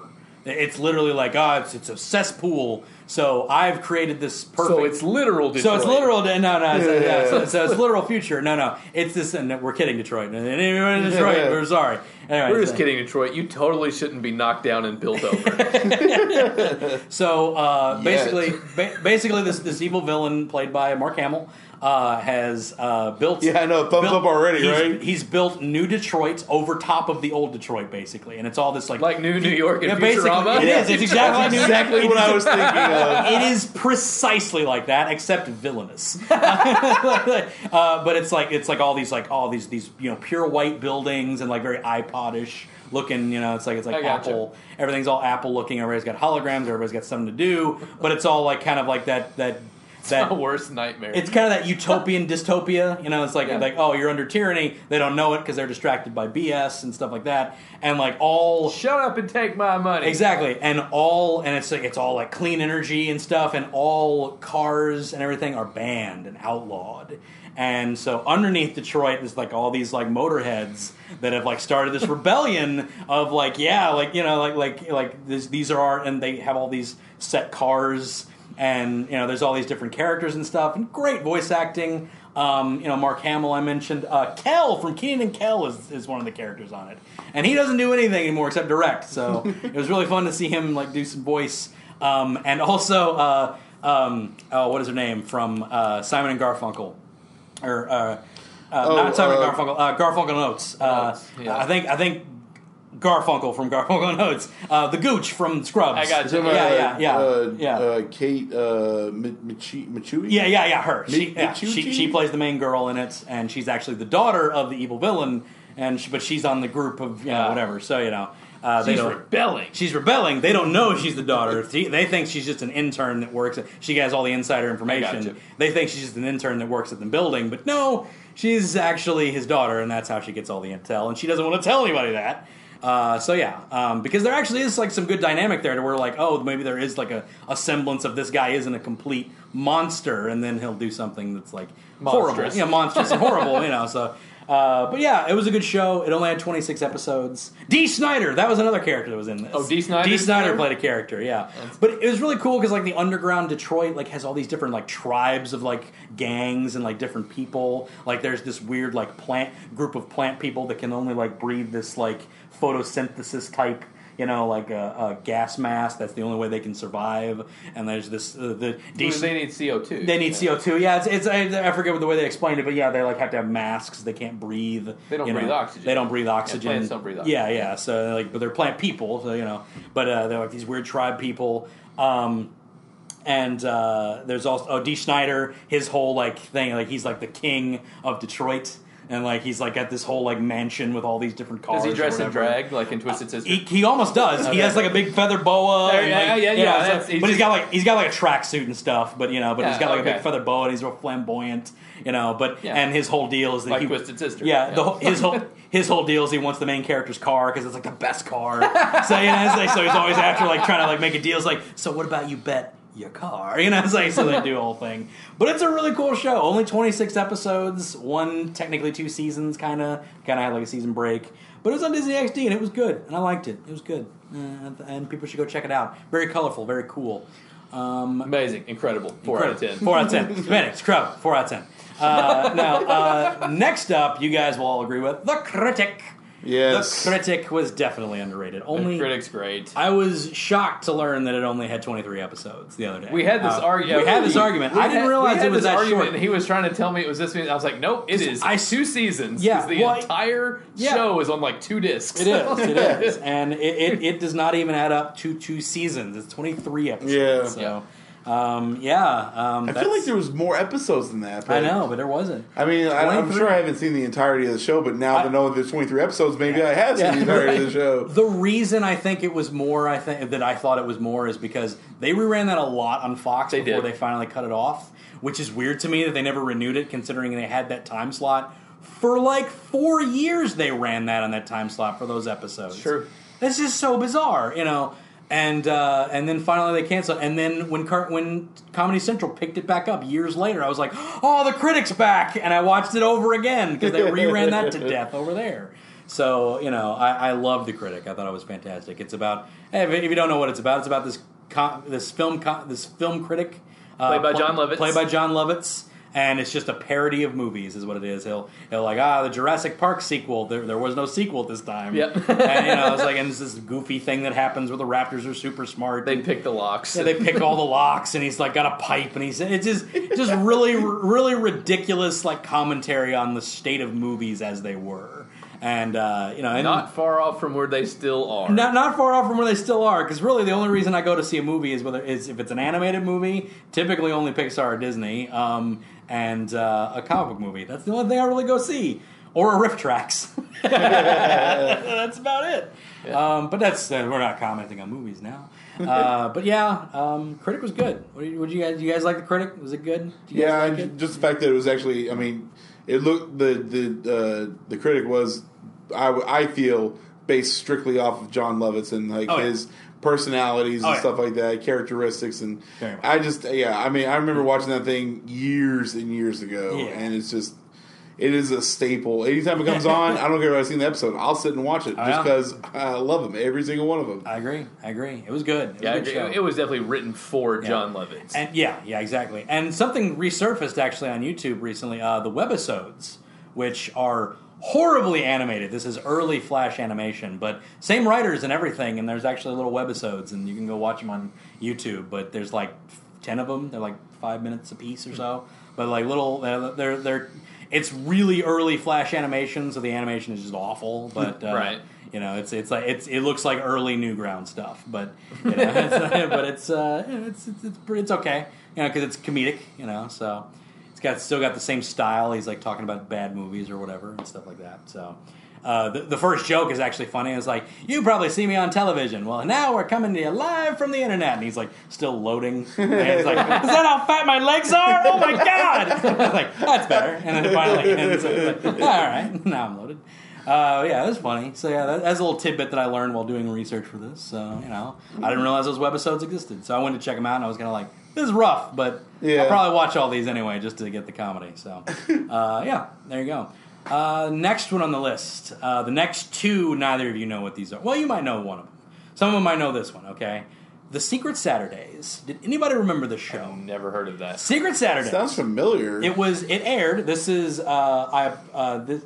S1: It's literally like, ah, it's, it's a cesspool. So I've created this perfect.
S4: So it's literal. Detroit.
S1: So it's literal. No, no. it's-
S2: Yeah.
S1: yeah, so, so it's literal future. No, no. It's this. And we're kidding, Detroit. Anyone in Detroit,
S2: Yeah.
S1: we're sorry. Anyway,
S4: We're just
S1: so-
S4: kidding, Detroit. You totally shouldn't be knocked down and built over.
S1: So uh,
S2: Yet.
S1: basically, ba- basically, this this evil villain played by Mark Hamill uh, has uh, built.
S2: Yeah, I know. Thumbs up already,
S1: he's-
S2: right?
S1: He's built new Detroit over top of the old Detroit, basically, and it's all this like
S4: like New New York and
S1: Yeah, basically,
S4: Futurama.
S1: it is. It's exactly
S2: That's
S1: New-
S2: exactly what I was thinking of.
S1: it is precisely like that, except villainous. uh, but it's like it's like all these like all these these you know pure white buildings and like very iPodish looking. You know, it's like it's
S4: I
S1: like
S4: gotcha.
S1: Apple. Everything's all Apple looking. Everybody's got holograms. Everybody's got something to do. But it's all like kind of like that that that
S4: My worst nightmare.
S1: it's kind of that utopian dystopia, you know. It's like
S4: Yeah.
S1: like oh, you're under tyranny. They don't know it because they're distracted by BS and stuff like that. And like all
S4: Shut up and take my money.
S1: Exactly, and all and it's like it's all like clean energy and stuff, and all cars and everything are banned and outlawed. And so underneath Detroit is like all these like motorheads that have like started this rebellion of like yeah like you know like like like this, these are our and they have all these set cars and you know there's all these different characters and stuff and great voice acting. Um, you know Mark Hamill I mentioned uh, Kel from Keenan and Kel is, is one of the characters on it and he doesn't do anything anymore except direct so it was really fun to see him like do some voice um, and also uh, um, oh what is her name from uh, Simon and Garfunkel or uh, uh, not Simon
S2: uh,
S1: and Garfunkel uh, Garfunkel and Oates uh,
S4: Oates, yeah.
S1: I think I think Garfunkel from Garfunkel and Oates uh, the Gooch from Scrubs
S4: I got
S2: You're
S4: you.
S2: talking
S1: Yeah,
S2: about,
S1: yeah, yeah,
S2: Uh,
S1: yeah.
S2: Uh, Kate uh, Mi- Michi- Michui?
S1: Yeah, yeah, yeah. Her. She,
S2: Mi-
S1: yeah, she,
S2: Michuchi?
S1: she plays the main girl in it, and she's actually the daughter of the evil villain. And she, but she's on the group of you know
S4: Ah.
S1: whatever. So you know, uh, they
S4: She's
S1: don't.
S4: rebelling.
S1: She's rebelling. They don't know she's the daughter. She, they think she's just an intern that works. At, she has all the insider
S4: I gotcha.
S1: information. They think she's just an intern that works at the building, but no, she's actually his daughter, and that's how she gets all the intel. And she doesn't want to tell anybody that. Uh, so yeah, um, because there actually is like some good dynamic there, to where like, oh, maybe there is like a, a semblance of this guy isn't a complete monster, and then he'll do something that's like horrible,
S4: Monstrous.
S1: yeah, monstrous and horrible, you know. So, uh, but yeah, it was a good show. It only had twenty six episodes. D. Snyder, that was another character that was in this.
S4: Oh, Dee Snider's
S1: Dee Snyder
S4: there?
S1: played a character, yeah. But it was really cool because like the underground Detroit like has all these different like tribes of like gangs and like different people. Like there's this weird like plant group of plant people that can only like breathe this like photosynthesis type. You know, like a, a gas mask. That's the only way they can survive. And there's this uh, the Dee
S4: They need CO two.
S1: they need CO two. Yeah, it's, it's I, I forget what the way they explained it, but yeah, they like have to have masks. They can't breathe.
S4: They don't
S1: you know.
S4: breathe oxygen.
S1: They don't breathe oxygen.
S4: plants don't breathe
S1: Yeah, yeah. So like, but they're plant people, so you know. But uh, they're like these weird tribe people. Um, and uh, there's also oh, D. Schneider. His whole like thing, like he's like the king of Detroit. and like he's like at this whole like mansion with all these different cars.
S4: Does he
S1: or
S4: dress in
S1: whatever. Uh,
S4: drag like in Twisted Sister?
S1: He, he almost does. He
S4: Okay.
S1: has like a big feather boa.
S4: There-
S1: and,
S4: yeah,
S1: like-
S4: yeah, yeah,
S1: so-
S4: that's- he's
S1: but he's
S4: just-
S1: got like he's got like a tracksuit and stuff. But you know, but he's
S4: Yeah,
S1: got like a
S4: okay.
S1: big feather boa and he's real flamboyant. You know, but
S4: Yeah.
S1: and his whole deal is that
S4: Like
S1: he
S4: Twisted Sister.
S1: Yeah, The
S4: Yeah.
S1: whole, his whole his whole deal is he wants the main character's car because it's like the best car. so you know, it's like, so he's always after like trying to like make a deal. It's like, so what about you bet your car? You know, it's like so they do a whole thing. But it's a really cool show. Only twenty six episodes, one technically two seasons, kind of kind of had like a season break. But it was on Disney XD and it was good, and I liked it. It was good, uh, and people should go check it out. Very colorful, very cool. Um,
S4: Amazing, incredible. Four out of ten.
S1: Four out of ten. Hispanics, crowd, four out of ten. Uh, now, uh, next up, you guys will all agree with The Critic.
S2: Yes.
S1: The Critic was definitely underrated. Only
S4: The critic's great.
S1: I was shocked to learn that it only had 23 episodes the other day.
S4: We had this
S1: Uh,
S4: argument.
S1: We had this argument. I didn't realize it was that
S4: argument,
S1: short.
S4: And he was trying to tell me it was this. many- I was like, nope, it is.
S1: I-
S4: I two seasons.
S1: Yeah,
S4: 'cause the
S1: well, I-
S4: entire
S1: yeah.
S4: show is on like two discs.
S1: It is. It is. And it, it, it does not even add up to two seasons. It's 23 episodes.
S2: Yeah.
S1: So, um, yeah. Um,
S2: I
S1: that's-
S2: feel like there was more episodes than that.
S1: I
S2: but-
S1: know, but there wasn't.
S2: I mean, I, I'm
S1: 23.
S2: sure I haven't seen the entirety of the show, but now
S1: I-
S2: to know that there's 23 episodes, maybe I have seen
S1: Yeah,
S2: the entirety
S1: right.
S2: of the show.
S1: The reason I think it was more, I think that I thought it was more, is because they reran that a lot on Fox
S4: They
S1: before
S4: did.
S1: they finally cut it off, which is weird to me that they never renewed it, considering they had that time slot for like four years. They ran that on that time slot for those episodes.
S4: Sure.
S1: this is so bizarre, you know. And uh, and then finally they canceled. And then when Car- when Comedy Central picked it back up years later, I was like, "Oh, the critic's back!" And I watched it over again because they reran that to death over there. So you know, I, I love the critic. I thought it was fantastic. It's about hey, if, if you don't know what it's about, it's about this co this film co this film critic uh,
S4: Played by
S1: pl-
S4: John Lovitz.
S1: played by John Lovitz. And it's just a parody of movies, is what it is. He'll he'll like ah the Jurassic Park sequel. There, there was no sequel this time.
S4: Yep.
S1: and you know it's like and it's this goofy thing that happens where the Raptors are super smart.
S4: They
S1: and-
S4: pick the locks.
S1: yeah, they pick all the locks, and he's like got a pipe, and he's it's just just really really ridiculous like commentary on the state of movies as they were, and uh, you know, and
S4: not far off from where they still are.
S1: not not far off from where they still are. Because really, the only reason I go to see a movie is whether is if it's an animated movie, typically only Pixar or Disney, um, and uh, a comic book movie. That's the only thing I really go see, or a riff tracks. that's about it. Um, but that's uh, we're not commenting on movies now. Uh, but yeah, um, Critic was good. What do you, what do you guys? Do you guys like the Critic? Was it good? Do you guys
S2: Yeah,
S1: like
S2: and
S1: it?
S2: ju- just the fact that it was actually, I mean, it looked, the the uh, the critic was, I, w- I feel, based strictly off of John Lovitz and like
S1: Oh, yeah.
S2: his personalities
S1: Oh,
S2: and
S1: yeah.
S2: stuff like that, characteristics. And
S1: Very much.
S2: I just, yeah, I mean, I remember watching that thing years and years ago,
S1: Yeah.
S2: and it's just, it is a staple. Anytime it comes on, I don't care if I've seen the episode, I'll sit and watch it
S1: Oh,
S2: just
S1: yeah.
S2: because I love them, every single one of them.
S1: I agree. I agree. It was good. It was
S4: Yeah,
S1: a
S4: it,
S1: good show.
S4: it was definitely written for John Lovitz.
S1: And yeah, yeah, exactly. And something resurfaced actually on YouTube recently, uh, the webisodes, which are horribly animated. This is early Flash animation, but same writers and everything. And there's actually little webisodes, and you can go watch them on YouTube. But there's like ten of them. They're like five minutes apiece or so. But like little, they're they're. they're it's really early Flash animation, so the animation is just awful. But uh,
S4: Right.
S1: you know, it's it's like it's it looks like early Newground stuff, but you know, it's, but it's uh, it's it's it's, pretty, it's okay, you know, because it's comedic, you know, so it's got still got the same style. He's like talking about bad movies or whatever and stuff like that. So uh, the, the first joke is actually funny. It's like you probably see me on television. Well, now we're coming to you live from the internet, and he's like still loading. And he's like, is that how fat my legs are? Oh my god! I was like that's better. And then finally, and it's like, all right, now I'm loaded. Uh, yeah, that's funny. So yeah, that, that's a little tidbit that I learned while doing research for this. So you know, I didn't realize those webisodes existed. So I went to check them out, and I was kind of like, "This is rough," but
S2: Yeah.
S1: I'll probably watch all these anyway just to get the comedy. So uh, yeah, there you go. Uh, next one on the list. Uh, the next two, neither of you know what these are. Well, you might know one of them. Some of them might know this one. Okay, The Secret Saturdays. Did anybody remember this show?
S4: Never heard of that.
S1: Secret Saturdays.
S2: Sounds familiar.
S1: It was. It aired. This is. Uh, I. Uh, this.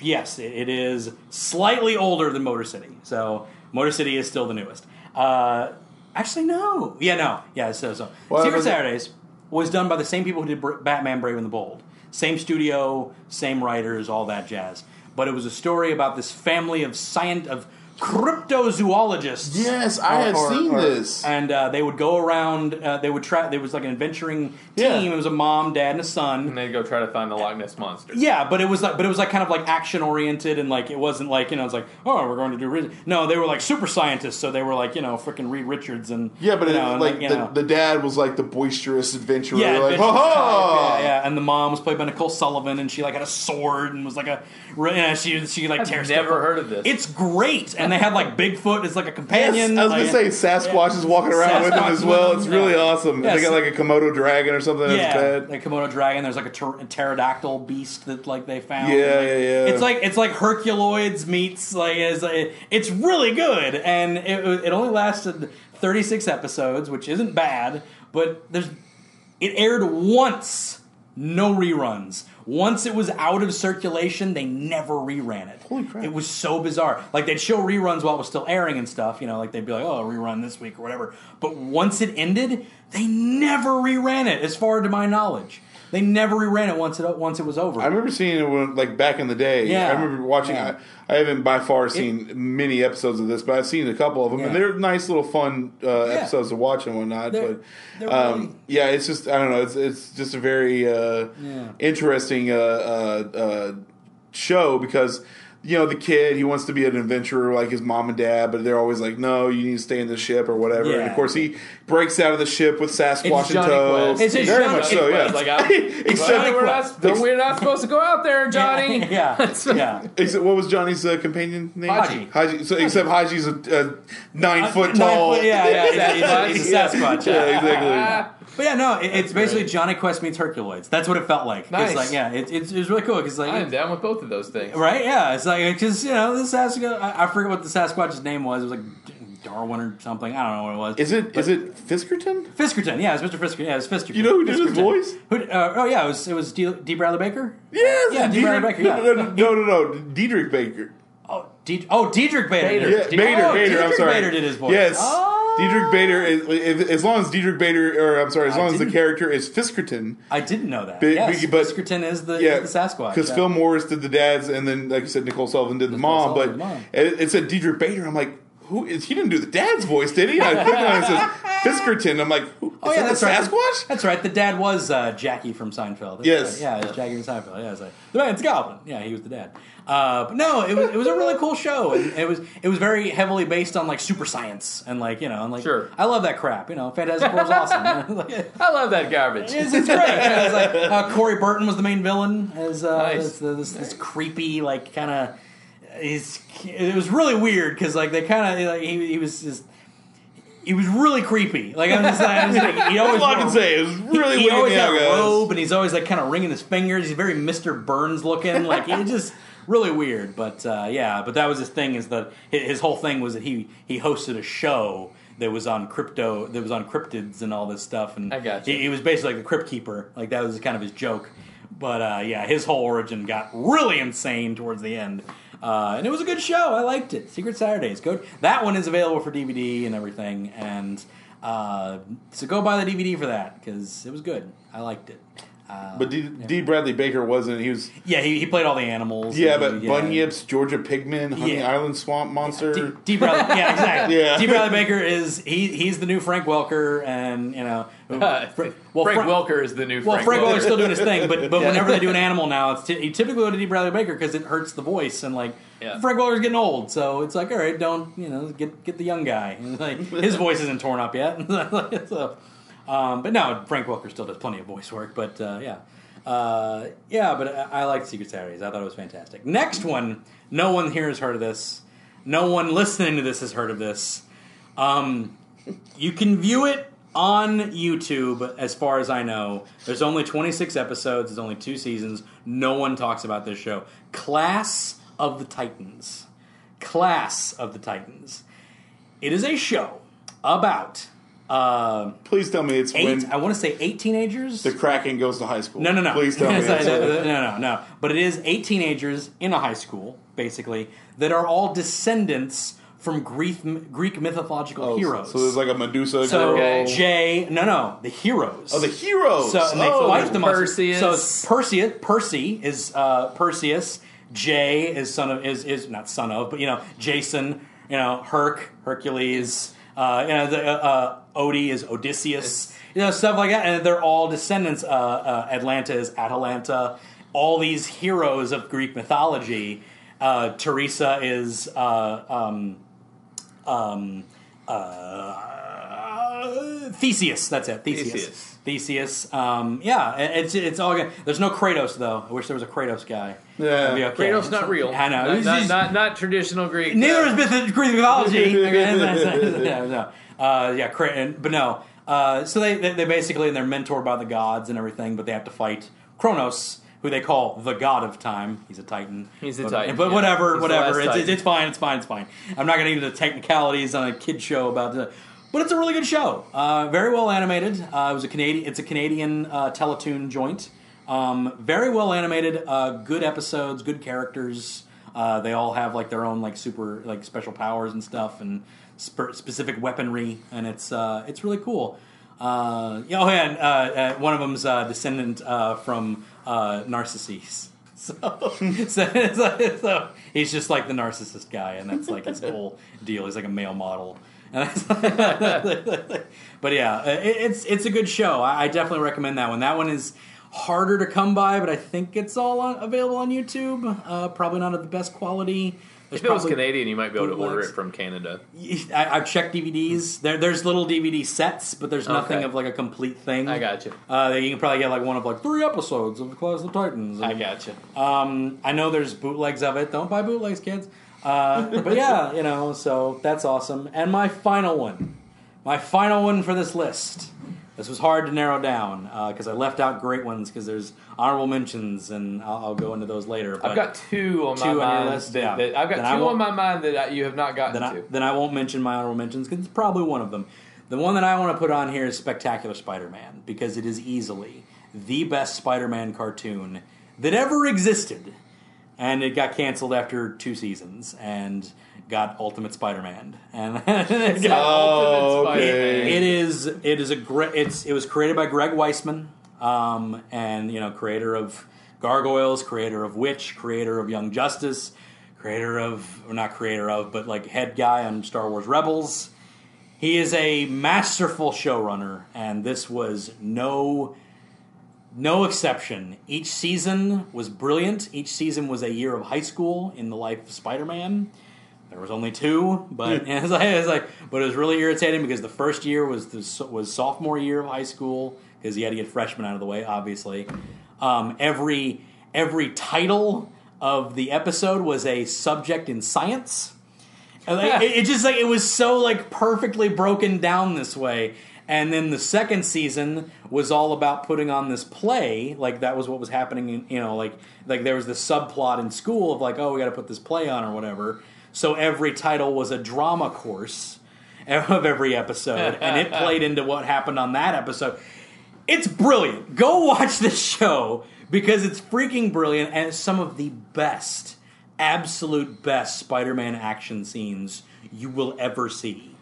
S1: Yes, it, it is slightly older than Motor City. So Motor City is still the newest. Uh, actually, no. Yeah, no. Yeah. So, so
S2: Well,
S1: Secret
S2: was it-
S1: Saturdays was done by the same people who did Br- Batman: Brave and the Bold. Same studio, same writers, all that jazz. But it was a story about this family of scient of cryptozoologists.
S2: Yes, I have seen this.
S1: And uh, they would go around. Uh, they would try. There was like an adventuring team.
S2: Yeah.
S1: It was a mom, dad, and a son.
S4: And they go try to find the Loch Ness monster.
S1: Yeah, but it was like, but it was like kind of like action oriented, and like it wasn't like you know, it's like oh, we're going to do re-. no. They were like super scientists, so they were like you know, freaking Reed Richards and
S2: Yeah, but
S1: you
S2: it,
S1: know, and,
S2: like,
S1: you
S2: the,
S1: know.
S2: the dad was like the boisterous adventurer,
S1: yeah,
S2: like
S1: adventurous
S2: ha ha.
S1: type, yeah, yeah, and the mom was played by Nicole Sullivan, and she like had a sword and was like a, you know, she she like
S4: I've
S1: tears.
S4: never
S1: stuff up.
S4: heard of this.
S1: It's great, and they had like Bigfoot as like a
S2: Yes,
S1: companion.
S2: I was gonna
S1: like-
S2: say Sasquatch is walking around with him
S1: Sasquatch
S2: as well.
S1: with him,
S2: It's really
S1: yeah.
S2: awesome. And
S1: Yes.
S2: They got like a Komodo dragon or something in his
S1: Yeah,
S2: bed.
S1: the Komodo dragon. There's like a, pter- a pterodactyl beast that like they found.
S2: Yeah,
S1: And, like,
S2: yeah, yeah.
S1: It's like it's like Herculoids meets like it's, like- it's really good, and it, it only lasted 36 episodes, which isn't bad. But there's it aired once, no reruns. Once it was out of circulation, they never reran it.
S2: Holy crap.
S1: It was so bizarre. Like they'd show reruns while it was still airing and stuff, you know, like they'd be like, "Oh, rerun this week or whatever." But once it ended, they never reran it as far to my knowledge. They never reran it once it once it was over.
S2: I remember seeing it when, like back in the day.
S1: Yeah.
S2: I remember watching.
S1: Yeah.
S2: I, I haven't by far seen many episodes of this, but I've seen a couple of them, and
S1: Yeah.
S2: they're nice little fun uh, episodes to watch and whatnot.
S1: They're-
S2: but
S1: they're
S2: um,
S1: really-
S2: yeah, it's just I don't know. It's it's just a very uh, interesting uh, uh, uh, show because. You know the kid; he wants to be an adventurer like his mom and dad, but they're always like, "No, you need to stay in the ship or whatever." And
S1: Yeah.
S2: of course, he breaks out of the ship with Sasquatch
S4: It's
S2: and
S4: Johnny
S2: Toad.
S4: Quest. It's
S1: a
S2: very
S1: Johnny
S2: much so, yeah.
S1: Quest,
S4: like, I'm-
S2: Except
S4: we're, not, we're not supposed to go out there, Johnny.
S1: yeah, yeah.
S2: Except, what was Johnny's uh, companion name?
S1: Haji.
S2: Haji. So, except Haji's a, a nine foot
S1: Nine
S2: tall.
S1: foot- yeah, yeah, he's a- he's a
S2: Yeah.
S1: Sasquatch, yeah.
S2: Yeah, exactly.
S1: But yeah, no, it, it's basically Johnny Quest meets Herculoids. That's what it felt like.
S4: Nice.
S1: It's like yeah, it, it's it's really cool because like
S4: I am down with both of those things.
S1: Right? Yeah. It's like because you know the Sasquatch. I, I forget what the Sasquatch's name was. It was like Darwin or something. I don't know what it was.
S2: Is it is it Fiskerton?
S1: Fiskerton? Yeah, it was Mr. Fiskerton. Yeah, it was Fiskerton.
S2: You know who did his
S1: Fiskerton.
S2: voice?
S1: Who, uh, oh yeah, it was it was D. D. Bradley Baker.
S2: Yes.
S1: Yeah, Diedrich Baker, yeah.
S2: No, no, no, no, no, Diedrich Baker.
S1: Oh, D- oh, Diedrich Bader.
S4: Bader.
S1: did
S2: Yeah,
S1: it.
S4: Diedrich-
S2: Bader.
S1: oh,
S2: Bader. I'm
S1: Diedrich
S2: sorry.
S1: Bader did his voice.
S2: Yes.
S1: Oh.
S2: Dietrich Bader. Is, if, as long as Diedrich Bader, or I'm sorry, as
S1: I
S2: long as the
S1: didn't-
S2: character is Fiskerton.
S1: I didn't know that.
S2: Big-
S1: yes,
S2: big- but-
S1: Fiskerton is the,
S2: Yeah,
S1: is the Sasquatch.
S2: Because
S1: yeah.
S2: Phil Morris did the dads, and then like you said, Nicole Sullivan did the mom.
S1: Sullivan,
S2: But
S1: mom.
S2: It, it said Diedrich Bader. I'm like, who is he? Didn't do the dad's voice, did he? And I clicked on it, it says Fiskerton. I'm like, who, is
S1: Oh yeah,
S2: that
S1: that's
S2: the
S1: right.
S2: Sasquatch?
S1: That's right. The dad was uh, Jackie from Seinfeld. That's
S2: Yes.
S1: right. yeah, it was Jackie from Seinfeld. Yeah, it's like the man's goblin. Yeah, he was the dad. Uh, but no, it was it was a really cool show, and it was it was very heavily based on like super science and like you know and like
S4: Sure.
S1: I love that crap. You know, Fantastic Four is awesome. Like,
S4: I love that garbage.
S1: it's, it's great. Yeah, it's like uh, Corey Burton was the main villain as uh, this,
S4: Nice.
S1: this, this creepy like kind of. He's, it was really weird because like they kind of like, he, he was just he was really creepy like I'm just, I'm just like he always
S2: That's all I
S1: wore-
S2: can say. It was really
S1: he
S2: weird.
S1: always
S2: now,
S1: had a
S2: guys.
S1: robe, and he's always like kind of wringing his fingers. He's very Mister Burns looking, like he just really weird. But uh, yeah, but that was his thing. Is that hi- his whole thing was that he he hosted a show that was on crypto, that was on cryptids and all this stuff. And
S4: I gotcha.
S1: he, he was basically like the crypt keeper. Like that was kind of his joke. But uh, yeah, his whole origin got really insane towards the end. Uh, and it was a good show. I liked it. Secret Saturdays. Go. That one is available for DVD and everything. And uh, so go buy the DVD for that because it was good. I liked it. Uh,
S2: But D, D. Bradley Baker wasn't. He was.
S1: yeah, he, he played all the animals.
S2: Yeah,
S1: and
S2: but
S1: he-
S2: Bunyips, Georgia Pigman, Honey
S1: Yeah.
S2: Island Swamp Monster.
S1: D, D. Bradley, yeah, exactly.
S2: Yeah.
S1: D. Bradley Baker is he, he's the new Frank Welker, and you know, who- Fra- well,
S4: Uh, Frank
S1: Fra-
S4: Welker is the new
S1: Well, Frank
S4: Frank, Welker.
S1: Welker's still doing his thing, but but whenever they do an animal now, it's ty- you typically go to D. Bradley Baker because it hurts the voice, and like
S4: Yeah.
S1: Frank Welker's getting old, so it's like all right, don't you know get get the young guy. And, like his voice isn't torn up yet, so, um, but no, Frank Welker still does plenty of voice work, but uh, yeah. Uh, yeah, but I, I liked Secret Saturdays. I thought it was fantastic. Next one, no one here has heard of this. No one listening to this has heard of this. Um, you can view it on YouTube, as far as I know. There's only 26 episodes, there's only two seasons. No one talks about this show. Class of the Titans. Class of the Titans. It is a show about uh,
S2: Please tell me it's
S1: eight,
S2: when
S1: I want to say eight teenagers.
S2: the Kraken goes to high school.
S1: No, no, no.
S2: Please tell me.
S1: Sorry,
S2: it's-
S1: no, no, no, no. But it is eight teenagers in a high school, basically, that are all descendants from Greek, Greek mythological
S2: Oh,
S1: heroes.
S2: So there's like a Medusa
S1: So
S2: girl.
S4: Okay.
S1: Jay, no, no, the heroes.
S2: Oh, the heroes.
S1: So and they
S2: oh,
S1: fight the monster.
S4: Perseus.
S1: So it's Perseus, Percy is uh, Perseus. Jay is son of is is not son of, but you know Jason. You know, Herc, Hercules. Uh, you know, the, uh, uh, Odie is Odysseus. You know, stuff like that, and they're all descendants. Uh, uh, Atlanta is Atalanta. All these heroes of Greek mythology. Uh, Teresa is. Uh, um, um, uh, Theseus. That's it. Theseus.
S4: Theseus.
S1: Theseus. Um, yeah, it- it's it's all good. There's no Kratos though. I wish there was a Kratos guy.
S2: Yeah.
S1: That'd be okay.
S4: Kratos not real.
S1: I know.
S4: Not,
S1: He's-
S4: not,
S1: he's-
S4: not- not traditional Greek.
S1: Neither
S4: uh,
S1: is myth- Greek mythology. yeah, no. Uh, yeah, Kra- and- but no. Uh, so they, they they basically and they're mentored by the gods and everything, but they have to fight Kronos, who they call the god of time. He's a titan.
S4: He's a
S1: But- uh,
S4: titan,
S1: But
S4: yeah.
S1: whatever,
S4: He's the last
S1: whatever. It's, it's,
S4: titan.
S1: it's fine. It's fine. It's fine. I'm not going to get into the technicalities on a kid show about the. But it's a really good show. Uh, very well animated. Uh, it was a Canadian. It's a Canadian uh, Teletoon joint. Um, very well animated. Uh, good episodes. Good characters. Uh, they all have like their own like super like special powers and stuff and sp- specific weaponry, and it's uh, it's really cool. Uh, yeah, oh, yeah, and, uh, uh, one of them's uh, descendant uh, from uh, Narcissus. So, so, so, so he's just like the narcissist guy, and that's like his whole deal. He's like a male model, and that's but yeah, uh, it, it's it's a good show. I, I definitely recommend that one. That one is harder to come by, but I think it's all on, available on YouTube. Uh, probably not of the best quality. There's
S4: If it was
S1: probably-
S4: Canadian, you might be able to order
S1: bootlegs.
S4: it from Canada.
S1: I, I've checked DVDs. There, there's little DVD sets, but there's nothing
S4: Okay.
S1: of like a complete thing.
S4: I got you.
S1: Uh, you can probably get like one of like three episodes of the Clash of the Titans.
S4: I
S1: and-
S4: got you.
S1: um, I know there's bootlegs of it. Don't buy bootlegs, kids. Uh, but yeah, you know, so that's awesome. And my final one, my final one for this list. This was hard to narrow down because I left out great ones because there's honorable mentions, and I'll, I'll go into those later. But
S4: I've got two on
S1: Two
S4: my
S1: on your
S4: mind.
S1: list?
S4: that,
S1: Yeah.
S4: that- I've got
S1: Then I
S4: two on
S1: won't-
S4: my mind that I, you have not gotten
S1: then I,
S4: to.
S1: then I won't mention my honorable mentions because it's probably one of them. The one that I want to put on here is Spectacular Spider Man because it is easily the best Spider Man cartoon that ever existed. And it got canceled after two seasons and got Ultimate Spider Man. And it got-
S2: Oh,
S4: Ultimate
S2: okay.
S1: it is it is a great it's it was created by Greg Weisman, um, and you know creator of Gargoyles, creator of Witch, creator of Young Justice, creator of or not creator of but like head guy on Star Wars Rebels. He is a masterful showrunner, and this was no no exception. Each season was brilliant. Each season was a year of high school in the life of Spider-Man. There was only two, but and it's like, it's like, but it was really irritating because the first year was the, so- was sophomore year of high school because you had to get freshmen out of the way, obviously. Um, every every title of the episode was a subject in science. And, like, it, it just like it was so like perfectly broken down this way. And then the second season was all about putting on this play. Like that was what was happening. In, you know, like like there was this subplot in school of like, oh, we got to put this play on or whatever. So every title was a drama course of every episode, and it played into what happened on that episode. It's brilliant. Go watch this show because it's freaking brilliant and it's some of the best, absolute best Spider Man action scenes you will ever see.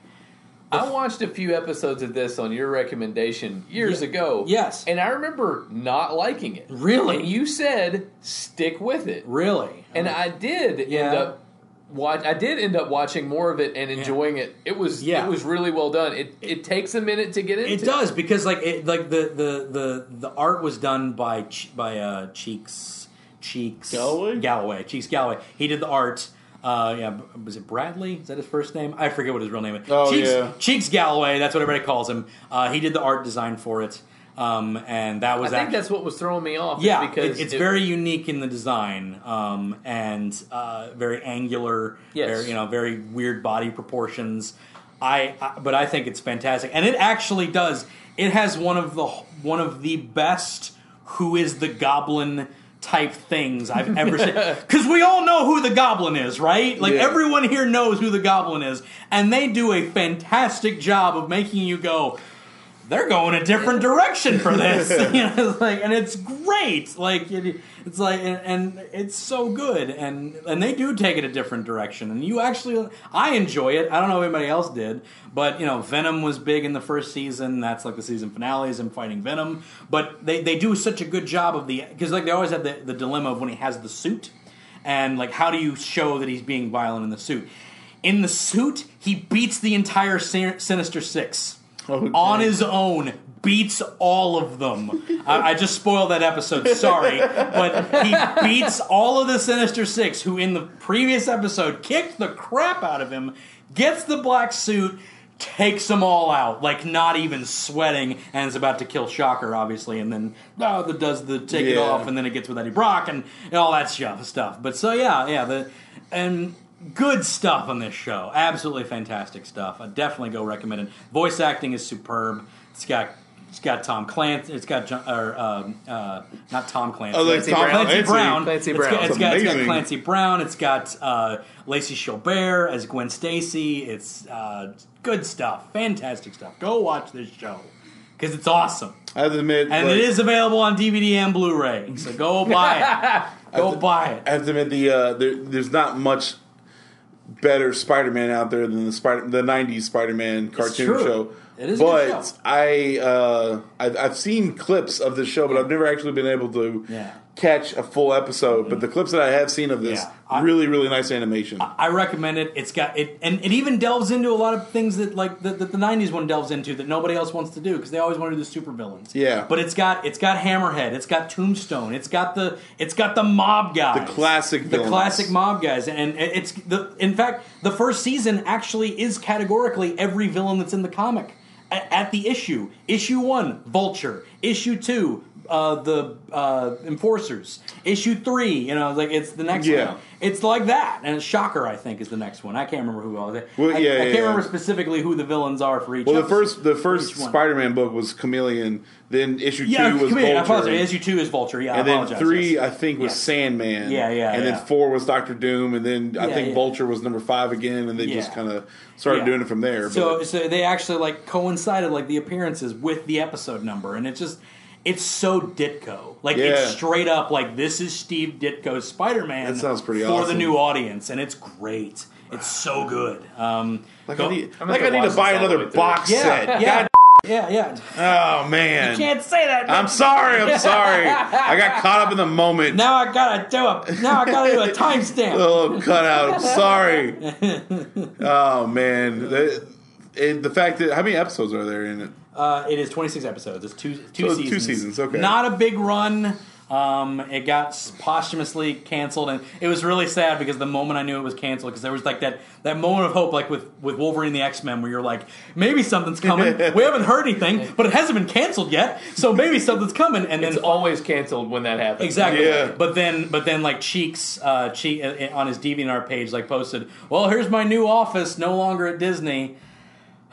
S4: I watched a few episodes of this on your recommendation years
S1: Ye-
S4: ago.
S1: yes.
S4: And I remember not liking it.
S1: Really?
S4: And you said stick with it.
S1: Really?
S4: And I did
S1: Yeah.
S4: end up watch I did end up watching more of it and enjoying it. It was
S1: Yeah.
S4: it was really well done. It it takes a minute to get into.
S1: It does because like it like the the the the art was done by Ch- by uh Cheeks Cheeks
S2: Galloway?
S1: Galloway Cheeks Galloway. He did the art. Uh, yeah, b- was it Bradley? Is that his first name? I forget what his real name is.
S2: Oh,
S1: Cheeks,
S2: yeah.
S1: Cheeks Galloway. That's what everybody calls him. Uh, he did the art design for it, um, and that
S4: I
S1: was
S4: think
S1: act-
S4: that's what was throwing me off. is
S1: yeah,
S4: because
S1: it- it's
S4: it-
S1: very unique in the design um, and uh, very angular.
S4: Yes.
S1: very, you know, very weird body proportions. I, I but I think it's fantastic, and it actually does. It has one of the one of the best who is the goblin type things I've ever seen. Because we all know who the goblin is, right? Like
S2: Yeah.
S1: everyone here knows who the goblin is, and they do a fantastic job of making you go they're going a different direction for this. you know, it's like, and it's great. Like, it, it's like, and, and it's so good. And and they do take it a different direction. And you actually, I enjoy it. I don't know if anybody else did, but you know, Venom was big in the first season. That's like the season finale is him fighting Venom. But they they do such a good job of the because like they always have the, the dilemma of when he has the suit and like how do you show that he's being violent in the suit In the suit, he beats the entire Sin- Sinister Six
S2: Okay.
S1: on his own. Beats all of them. I, I just spoiled that episode. Sorry, but he beats all of the Sinister Six, who in the previous episode kicked the crap out of him. Gets the black suit, takes them all out, like not even sweating, and is about to kill Shocker, obviously. And then oh, the does the take it
S2: Yeah.
S1: off, and then it gets with Eddie Brock and, and all that stuff. Stuff. But so yeah, yeah. The and good stuff on this show. Absolutely fantastic stuff. I definitely go recommend it. Voice acting is superb. It's got it's got Tom Clancy. It's got John, or um, uh, not Tom Clancy.
S2: Oh, like
S4: Clancy
S2: Tom
S4: Brown.
S1: Clancy, Brown.
S4: Clancy
S1: It's
S4: Brown.
S1: got-
S2: That's
S1: it's got, it's got
S2: amazing.
S1: Clancy Brown. It's got uh, Lacey Chabert as Gwen Stacy. It's uh, good stuff. Fantastic stuff. Go watch this show because it's awesome.
S2: I have to admit,
S1: And
S2: like,
S1: it is available on DVD and Blu-ray. So go buy it. go buy it.
S2: I have to admit the uh, there, there's not much better Spider-Man out there than the Spider the '90s Spider-Man cartoon
S1: true.
S2: show.
S1: It is a
S2: but
S1: good show.
S2: I uh, I've, I've seen clips of this show, but I've never actually been able to
S1: Yeah. Mm-hmm.
S2: catch a full episode. But the clips that I have seen of this,
S1: Yeah. I-
S2: really really nice animation.
S1: I recommend it. It's got it, and it even delves into a lot of things that like that, that the '90s one delves into that nobody else wants to do because they always want to do the supervillains.
S2: Yeah.
S1: but it's got it's got Hammerhead, it's got Tombstone, it's got the it's got the mob guys,
S2: The classic
S1: the
S2: villains.
S1: classic mob guys, and it- it's the in fact the first season actually is categorically every villain that's in the comic A- at the issue. Issue one, Vulture. Issue two. Uh, the uh, enforcers issue three you know like it's the next
S2: Yeah.
S1: one it's like that, and Shocker, I think, is the next one. I can't remember who all. Well,
S2: Well,
S1: I,
S2: yeah,
S1: I
S2: yeah,
S1: can't
S2: yeah.
S1: remember specifically who the villains are for each.
S2: well, the
S1: episode,
S2: first the
S1: for
S2: first
S1: each one.
S2: Spider-Man book was Chameleon. Then issue
S1: yeah,
S2: two was
S1: come here, I
S2: Vulture.
S1: apologize. Issue two is Vulture. Yeah,
S2: and
S1: I
S2: then
S1: apologize.
S2: three,
S1: yes.
S2: I think, was
S1: Yes.
S2: Sandman.
S1: Yeah, yeah,
S2: And
S1: yeah.
S2: then four was Doctor Doom, and then I
S1: Yeah,
S2: think
S1: yeah.
S2: Vulture was number five again, and they
S1: Yeah.
S2: just kind of started
S1: Yeah.
S2: doing it from there.
S1: So,
S2: but
S1: so they actually like coincided like the appearances with the episode number, and it's just it's so Ditko. Like
S2: Yeah.
S1: it's straight up like this is Steve Ditko's Spider Man.
S2: That sounds pretty
S1: for the
S2: awesome.
S1: new audience, and it's great. It's so good. Um,
S2: like,
S1: go-
S2: I need,
S4: I'm gonna
S2: like I
S4: have to
S2: need to
S4: watch
S2: buy
S4: this all the way
S2: another
S4: through.
S2: box set.
S1: yeah, yeah, yeah, yeah.
S2: God- oh man,
S1: Can't say that. man.
S2: I'm sorry. I'm sorry. I got caught up in the moment.
S1: Now I gotta do a now I gotta do a timestamp.
S2: Oh, cut out. I'm sorry. oh man, That- it- the fact that how many episodes are there in it?
S1: Uh, it is 26 episodes. It's two two
S2: So it's
S1: seasons.
S2: Oh, two seasons, okay.
S1: Not a big run. Um, it got s- posthumously canceled, and it was really sad because the moment I knew it was canceled, because there was like that that moment of hope, like with with Wolverine and the X Men, where you're like, maybe something's coming. we haven't heard anything, but it hasn't been canceled yet, so maybe something's coming. And then
S4: It's always canceled when that happens.
S1: Exactly.
S2: Yeah.
S1: But then, but then, like Cheeks, uh, Cheek uh, on his DeviantArt page, like posted, "Well, here's my new office, no longer at Disney."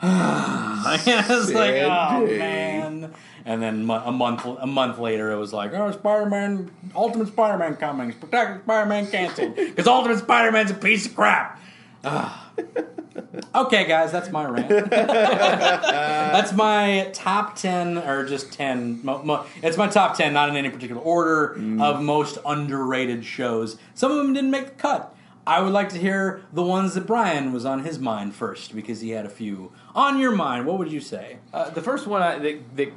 S1: it's like, oh
S2: Sad day.
S1: man. And then mo- a month, a month later, it was like, "Oh, Spider-Man, Ultimate Spider-Man coming, Spectacular Spider-Man canceled because Ultimate Spider-Man's a piece of crap." Ah. okay, guys, that's my rant. That's my top ten, or just ten. Mo- mo- it's my top ten, not in any particular order, of most underrated shows. Some of them didn't make the cut. I would like to hear the ones that Brian was on his mind first, because he had a few on your mind. What would you say?
S4: Uh, the first one I, that, that,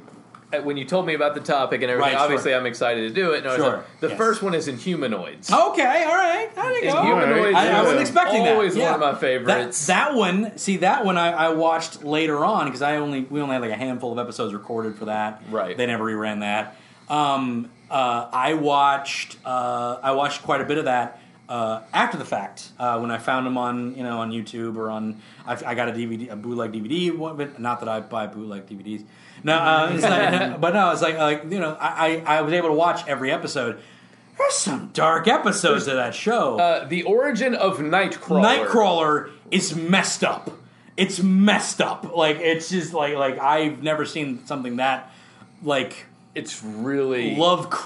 S4: uh, when you told me about the topic and everything,
S1: Right, sure.
S4: obviously I'm excited to do it. And I was
S1: Sure,
S4: like, the
S1: yes.
S4: first one is Inhumanoids.
S1: Okay, all right, there you go.
S4: Inhumanoids
S1: I, I
S4: is
S1: wasn't expecting that.
S4: always
S1: Yeah.
S4: one of my
S1: That,
S4: favorites.
S1: that one, see, that one I, I watched later on because I only we only had like a handful of episodes recorded for that.
S4: Right.
S1: They never reran that. Um, uh, I watched uh, I watched quite a bit of that uh, after the fact uh, when I found them on you know on YouTube or on I, I got a DVD a bootleg DVD one, but not that I buy bootleg DVDs. No, uh, it's not, but no, it's like like you know I, I I was able to watch every episode. There's some dark episodes of that show.
S4: uh, the origin of Nightcrawler.
S1: Nightcrawler is messed up. It's messed up. Like it's just like like I've never seen something that like
S4: It's really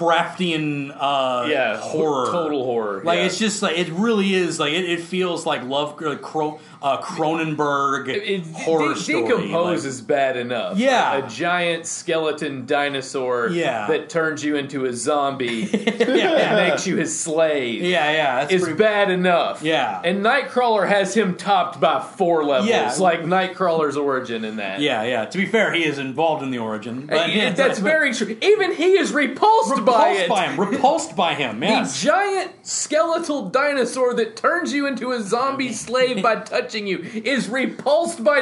S1: Lovecraftian uh
S4: Yeah,
S1: horror.
S4: total horror,
S1: Like
S4: yeah.
S1: it's just like it really is like it, it feels like Love like Cro- uh, Cronenberg
S4: it,
S1: horror
S4: de-
S1: story.
S4: Decompose
S1: like-
S4: is bad enough.
S1: Yeah.
S4: a giant skeleton dinosaur.
S1: Yeah.
S4: that turns you into a zombie
S1: yeah,
S4: and makes you his slave.
S1: yeah, yeah. That's
S4: is
S1: pretty-
S4: bad enough.
S1: Yeah.
S4: And Nightcrawler has him topped by four levels.
S1: Yeah.
S4: Like Nightcrawler's origin in that.
S1: Yeah, yeah. To be fair, he is involved in the origin. But
S4: It- that's very true. Even he is repulsed, by
S1: repulsed
S4: it.
S1: by him. Repulsed by him.
S4: The
S1: Yes.
S4: giant skeletal dinosaur that turns you into a zombie slave by touching you is repulsed by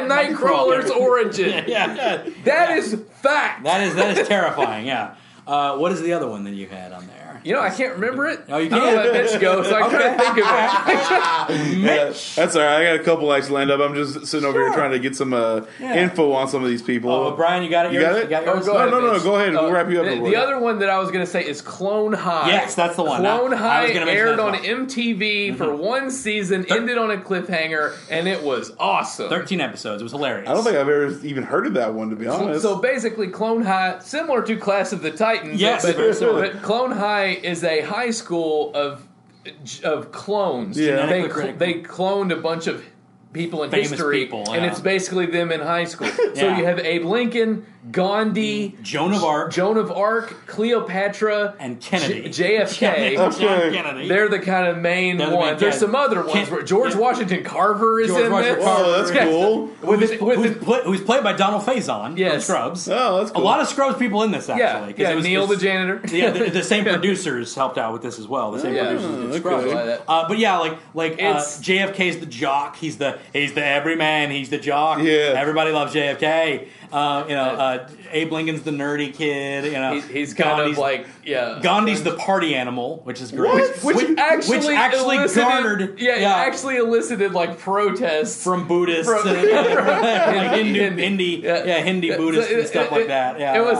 S4: Nightcrawler's origin.
S1: yeah, yeah.
S4: That is fact.
S1: That is that is terrifying. Yeah. Uh, what is the other one that you had on there?
S4: you know, I can't remember it.
S1: No, you
S4: I
S1: can't.
S4: let Mitch go, so I couldn't think of it.
S2: Yeah, that's all right. I got a couple acts lined up. I'm just sitting over here
S1: Sure.
S2: trying to get some uh,
S1: Yeah.
S2: info on some of these people.
S1: Oh, Brian, you got it.
S2: You
S1: yours?
S2: got it?
S1: You got
S4: Oh,
S1: yours?
S4: go
S2: no,
S4: ahead,
S2: no, no,
S4: Mitch.
S2: Go ahead.
S4: Uh,
S2: we'll wrap you up.
S4: The,
S2: in a
S4: the
S2: little
S4: other one that I was going to say is Clone High.
S1: Yes, that's the one.
S4: Clone
S1: I- I
S4: High
S1: was gonna mention
S4: aired
S1: that
S4: on
S1: as well. Mm-hmm.
S4: MTV for one season, ended on a cliffhanger, and it was awesome.
S1: Thirteen episodes. It was hilarious.
S2: I don't think I've ever even heard of that one, to be honest.
S4: So basically, Clone High, similar to Class of the Titans,
S1: Yes,
S4: but,
S1: very
S2: similar.
S4: but Clone High is a high school of of clones.
S2: Yeah.
S4: They,
S1: Genetically critical.
S4: they cloned a bunch of people in
S1: Famous
S4: history,
S1: people,
S4: and
S1: yeah.
S4: it's basically them in high school. So
S1: Yeah. Mm-hmm.
S4: you have Abe Lincoln, Gandhi,
S1: Joan of Arc
S4: Joan of Arc, Cleopatra,
S1: and Kennedy.
S4: J- JFK.
S1: John
S2: Okay.
S1: Kennedy.
S4: They're the kind of main
S1: They're the
S4: ones.
S1: main
S4: There's
S1: guys.
S4: some other ones
S1: Ken-
S4: where George
S1: yeah.
S4: Washington Carver is
S1: George
S4: in
S1: Washington
S4: this.
S1: Carver.
S2: oh, that's
S4: Yes.
S2: cool.
S1: with
S4: with-
S1: who's,
S4: with-
S1: who's pla- who's played by Donald Faison from
S4: Yes.
S1: Scrubs.
S2: Oh, that's
S1: A
S2: cool.
S1: lot of Scrubs people in this actually. 'cause
S4: Yeah,
S1: it was-
S4: Neil the
S1: it's-
S4: janitor.
S1: yeah, the, the same producers helped out with this as well. The same
S4: Yeah.
S1: producers did
S2: Oh, okay.
S1: Scrubs.
S4: Like that.
S1: Uh, but yeah, like like uh,
S4: It's-
S1: JFK's the jock. He's the he's the everyman. He's the jock.
S2: Yeah.
S1: everybody loves JFK. Uh, you know, uh, Abe Lincoln's the nerdy kid. You know,
S4: He's, he's kind
S1: Gandhi's-
S4: of like yeah.
S1: Gandhi's the party animal, which is great.
S2: What?
S4: which, actually
S1: which actually
S4: elicited,
S1: garnered
S4: yeah, it actually elicited like protests
S1: from Buddhists
S4: From-
S1: and like Hindu,
S4: Hindi.
S1: Hindi, yeah,
S4: Yeah.
S1: Hindi
S4: So
S1: Buddhists
S4: it-
S1: and stuff
S4: it-
S1: like that. Yeah,
S4: it was.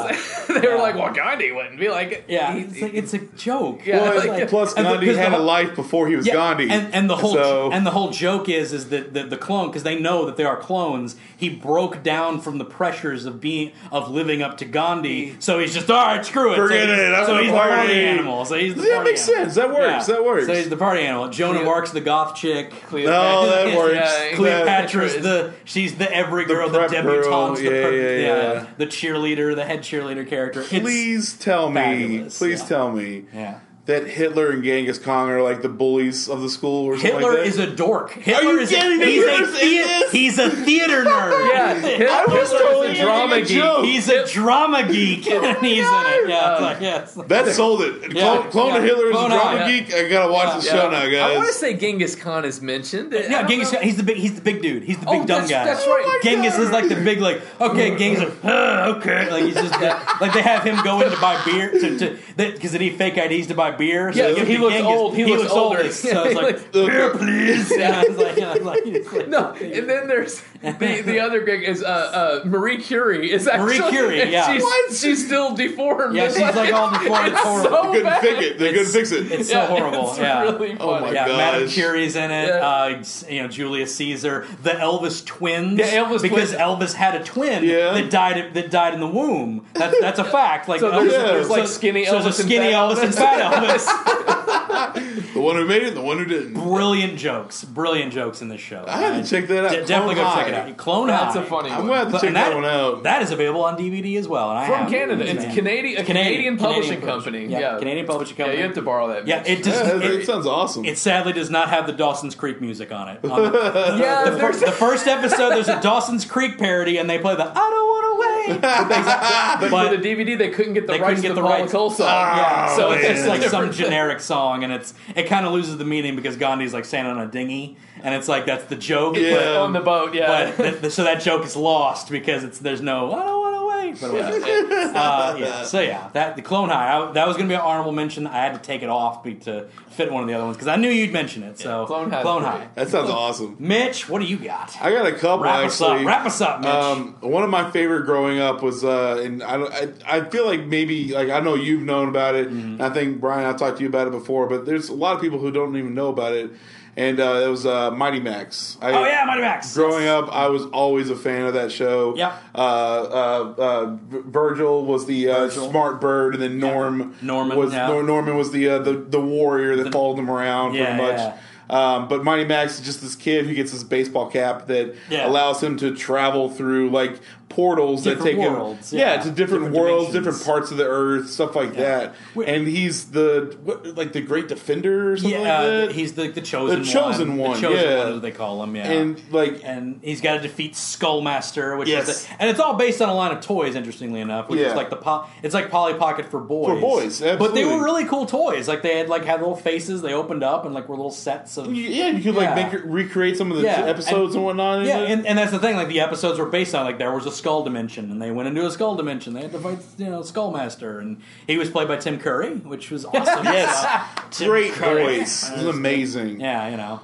S1: yeah.
S4: they were
S1: Yeah.
S4: like, "Well, Gandhi wouldn't be like it."
S1: Yeah,
S4: He-
S1: it's, like, it's a joke.
S4: Yeah.
S1: Well,
S2: Plus-
S1: it's
S4: like-
S2: plus,
S1: and the-
S2: Gandhi
S1: 'cause the
S2: had a
S1: whole-
S2: life before he was
S1: yeah,
S2: Gandhi,
S1: and, and the whole
S2: So,
S1: and the whole joke is is that the, the clone because they know that they are clones. He broke down from the pressures of being of living up to Gandhi, so he's just all right. Screw it,
S2: Forget
S1: so he's-
S2: it, I'm
S1: so
S2: the
S1: he's
S2: party."
S1: the party animal. So he's the
S2: That
S1: party
S2: makes
S1: animal.
S2: sense. That works. That works.
S1: So he's the party animal. Joan of
S4: Cleo-
S1: Arc's the goth chick.
S2: no, that works.
S4: Yeah,
S2: That-
S1: Cleopatra's the she's the every girl, the,
S2: prep girl,
S1: debutante, the,
S2: yeah,
S1: per-
S2: yeah, yeah.
S1: the cheerleader, the head cheerleader character. It's-
S2: Please tell me.
S1: fabulous,
S2: Please
S1: yeah.
S2: tell me.
S1: yeah.
S2: that Hitler and Genghis Khan are like the bullies of the school or something
S1: Hitler
S2: like that.
S1: is a dork. Hitler
S2: you
S1: is
S2: kidding me?
S1: he's
S2: You're
S1: a
S2: saying
S1: thea-
S2: this?
S1: he's a theater nerd.
S4: Yeah, Hitler,
S2: I was
S4: Hitler
S2: totally
S4: is a
S2: making a
S4: drama
S2: joke.
S4: geek.
S1: He's a drama geek and he's in it. Yeah, it's like, yeah, it's like-
S2: that sold it.
S1: Yeah.
S2: Clone, clone of
S1: Yeah.
S2: Hitler is
S1: Clone
S2: a drama
S1: out,
S2: geek. I gotta watch the
S1: Yeah.
S2: show now,
S4: I want to
S2: guys.
S4: say Genghis Khan is mentioned. I
S1: yeah,
S4: don't
S1: Genghis.
S4: know.
S1: He's the big. He's the big dude. He's the
S4: Oh,
S1: big dumb
S4: that's-
S1: guy.
S4: that's right. Oh my
S1: Genghis
S2: God.
S1: is like the big like. Okay, Genghis. Like, "Ugh, okay, like he's just that, like they have him go in to buy beer to to because they need fake IDs to buy beer. So
S4: Yeah,
S1: they give
S4: he
S1: it to
S4: looks
S1: Genghis.
S4: old, he looks older.
S1: older. So it's like
S2: Look,
S1: beer, please. Yeah, it's like, yeah, it's like, it's like-
S4: No, and then there's the the other gig is uh, uh, Marie Curie is actually
S1: Marie Curie,
S4: and
S1: yeah.
S4: she's,
S2: What?
S4: she's still deformed.
S1: Yeah, she's like all deformed.
S4: It's
S1: It's horrible.
S4: so
S2: They couldn't
S4: bad.
S2: fix it. They couldn't
S1: It's-
S2: fix it.
S1: It's so horrible.
S4: It's
S1: yeah.
S4: really
S2: Oh my
S4: funny.
S1: yeah,
S2: gosh.
S1: Madame Curie's in it.
S4: Yeah.
S1: Uh, you know, Julius Caesar, the Elvis twins.
S4: Yeah, Elvis
S1: because
S4: twins.
S1: Elvis had a twin
S2: Yeah.
S1: that died that died in the womb. That's that's a fact. Like
S4: So
S1: Elvis,
S4: there's, there's
S2: Yeah.
S4: like skinny
S1: so
S4: Elvis,
S1: there's a skinny
S4: and
S1: Elvis
S4: fat
S1: and fat Elvis.
S2: The one who made it, and the one who didn't.
S1: brilliant jokes, brilliant jokes in this show.
S2: I had to check that out.
S1: De- definitely
S2: Clone
S1: go check
S2: High.
S1: it out. Clone
S4: That's
S1: High.
S4: a funny
S2: I'm
S4: one.
S2: gonna have to check
S1: And
S2: that, one out.
S1: That is available on DVD as well, and I
S4: from
S1: have
S4: Canada.
S1: it.
S4: It's
S1: Yeah.
S4: Canadian, a Canadian, publishing company.
S1: Yeah,
S4: Yeah,
S1: Canadian publishing
S4: Yeah,
S1: company.
S4: you have to borrow that.
S1: Yeah, it
S4: Mitch.
S2: yeah,
S1: does.
S2: that,
S1: it-
S2: that sounds awesome.
S1: It sadly does not have the Dawson's Creek music on it. On the,
S4: yeah.
S1: the, fir-
S4: There's,
S1: the first episode, there's a Dawson's Creek parody, and they play the "I don't want to wait,"
S4: but
S1: but-
S4: for the DVD, they couldn't get the
S1: They
S4: rights
S1: couldn't get
S4: to
S1: the
S4: the Paula
S1: rights.
S4: Cole song.
S2: Ah,
S4: so
S1: it's
S4: it's
S2: man.
S1: just like some
S4: different.
S1: generic song, and it's it kind of loses the meaning because Gandhi's like standing on a dinghy, and it's like that's the joke.
S2: Yeah.
S1: but-
S4: on the boat. Yeah,
S1: But, th- th- so that joke is lost because it's there's no I don't want to wait. But whatever. uh, yeah. So yeah, that the Clone High I, that was gonna be an honorable mention. I had to take it off be, to fit one of the other ones because I knew you'd mention it. So
S4: Clone High's
S1: Clone
S4: pretty.
S1: High.
S2: that sounds awesome.
S1: Mitch, what do you got?
S2: I got a couple
S1: Wrap us
S2: actually.
S1: up. Wrap us up, Mitch.
S2: Um, one of my favorite growing up was, uh, and I, don't- I, I feel like maybe like I know you've known about it.
S1: Mm-hmm.
S2: And I think Brian, I've talked to you about it before, but there's a lot of people who don't even know about it. And uh, it was uh, Mighty Max. I,
S1: oh yeah, Mighty Max.
S2: Growing
S1: Yes.
S2: up, I was always a fan of that show.
S1: Yeah.
S2: Uh, uh, uh, V- Virgil was the uh,
S1: Virgil.
S2: smart bird, and then Norm
S1: Norman,
S2: was
S1: yeah.
S2: Nor- Norman was the uh, the the warrior that followed him around
S1: Yeah,
S2: pretty much.
S1: yeah.
S2: Um, but Mighty Max is just this kid who gets this baseball cap that
S1: Yeah.
S2: allows him to travel through like portals that
S1: Different
S2: take him-
S1: worlds,
S2: yeah.
S1: yeah.
S2: to different,
S1: Different
S2: worlds,
S1: dimensions.
S2: different parts of the earth, stuff like that.
S1: Wait.
S2: And he's the what, like the great defender or something
S1: Yeah, uh,
S2: like that.
S1: he's the the chosen,
S2: The chosen one,
S1: The chosen
S2: yeah.
S1: one, is what they call him. Yeah,
S2: and like
S1: and he's got to defeat Skullmaster, which
S2: Yes.
S1: is the, and it's all based on a line of toys, interestingly enough, which
S2: Yeah.
S1: is like the po- it's like Polly Pocket for boys,
S2: For boys,
S1: But they
S2: absolutely.
S1: were really cool toys. Like they had like had little faces. They opened up and like were little sets of.
S2: you- yeah, you could like
S1: Yeah.
S2: make it, recreate some of the
S1: Yeah,
S2: episodes and,
S1: and-
S2: whatnot. in
S1: Yeah,
S2: it.
S1: and, and that's the thing. Like the episodes were based on like there was a skull dimension, and they went into a skull dimension. They had to fight, you know, Skullmaster, and he was played by Tim Curry, which was awesome. yes,
S2: great voice, It was amazing.
S1: Yeah, you know.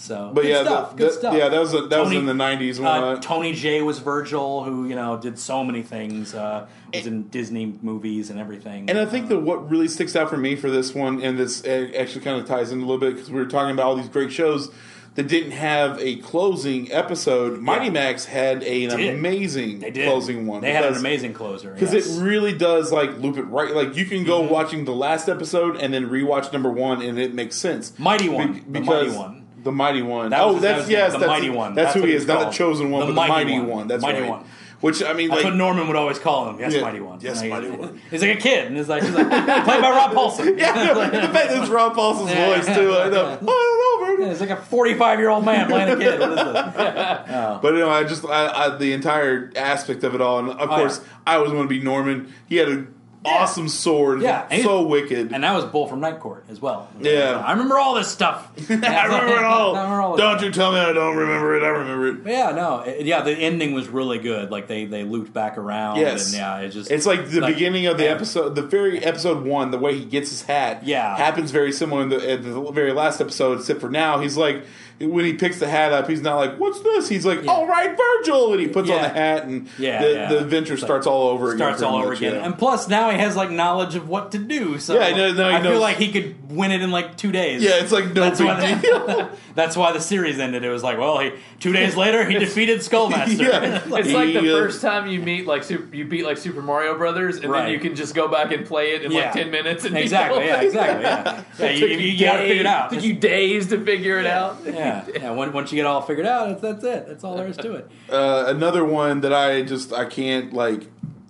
S1: So,
S2: But
S1: good
S2: yeah,
S1: stuff.
S2: that,
S1: good
S2: that-
S1: stuff.
S2: yeah, that was a, that was
S1: Tony-
S2: in the nineties.
S1: Uh, Tony J was Virgil, who you know did so many things. Uh, was in Disney movies and everything.
S2: And I think that what really sticks out for me for this one, and this uh, actually kind of ties in a little bit because we were talking about all these great shows that didn't have a closing episode. Mighty Max had a- an
S1: Did.
S2: amazing
S1: they did
S2: closing one.
S1: They had an
S2: because-
S1: amazing closer
S2: because
S1: yes. Mm-hmm.
S2: it really does like loop it right. Like you can go watching the last episode and then rewatch number one, and it makes sense.
S1: Mighty One.
S2: Be-
S1: The
S2: because
S1: Mighty One.
S2: the mighty one.
S1: That
S2: oh,
S1: was- that
S2: that's
S1: was the-
S2: yes,
S1: the
S2: that's
S1: Mighty One.
S2: That's,
S1: That's
S2: who
S1: what
S2: he
S1: it's
S2: is, not the
S1: called.
S2: chosen one,
S1: The
S2: but
S1: Mighty
S2: the mighty one.
S1: One.
S2: That's
S1: Mighty
S2: right.
S1: One.
S2: Which I mean,
S1: That's
S2: like
S1: what Norman would always call him. Yes,
S2: Yeah.
S1: Mighty One.
S2: Yes,
S1: And I-
S2: Mighty One.
S1: He's like a kid, and he's like, he's like played by Rob Paulson.
S2: Yeah, I know. the fact that it's Rob Paulson's
S1: Yeah.
S2: voice too. I know. I don't know,
S1: Yeah,
S2: Vernon.
S1: It's like a forty-five-year-old man playing a kid. What is this?
S2: But you know, I just I, I, the entire aspect of it all, and of
S1: yeah.
S2: course, I always want to be Norman. He had an awesome sword.
S1: Yeah, and
S2: so
S1: he's-
S2: wicked.
S1: And that was Bull from Night Court as well.
S2: Yeah.
S1: I remember all this stuff.
S2: I remember it all.
S1: I remember all of
S2: Don't you tell me I don't remember it. I remember it.
S1: But yeah, no, it- yeah. The ending was really good. Like they they looped back around.
S2: Yes.
S1: and yeah. It just
S2: It's like the
S1: like-
S2: beginning of the
S1: yeah.
S2: episode, the very episode one, the way he gets his hat.
S1: Yeah.
S2: happens very similar in the, in the very last episode. Except for now, he's like when he picks the hat up, he's not like "What's this?" He's like "All right, Virgil," and he puts on
S1: Yeah.
S2: the hat, and
S1: Yeah,
S2: the,
S1: yeah.
S2: the adventure
S1: It's like-
S2: starts all over. again.
S1: starts
S2: pretty
S1: all over
S2: much,
S1: again.
S2: yeah.
S1: And plus, now he has like knowledge of what to do. So
S2: Yeah, no, no, he
S1: I feel
S2: knows-
S1: like he could win it in like two days.
S2: Yeah, it's like no
S1: That's why,
S2: big deal.
S1: the, that's why the series ended. It was like, well, he, two days later he defeated Skullmaster.
S2: Yeah.
S4: It's like the
S2: He, uh,
S4: first time you meet like super, you beat like Super Mario Brothers, and
S1: Right.
S4: then you can just go back and play it in
S1: Yeah.
S4: like ten minutes. And be
S1: exactly,
S4: done.
S1: yeah, exactly, yeah. yeah you, you, you gotta figure it out.
S4: Took you days to figure it out.
S1: yeah, yeah. Once, once you get all figured out, it's, that's it. That's all there is to it.
S2: uh, another one that I just I can't like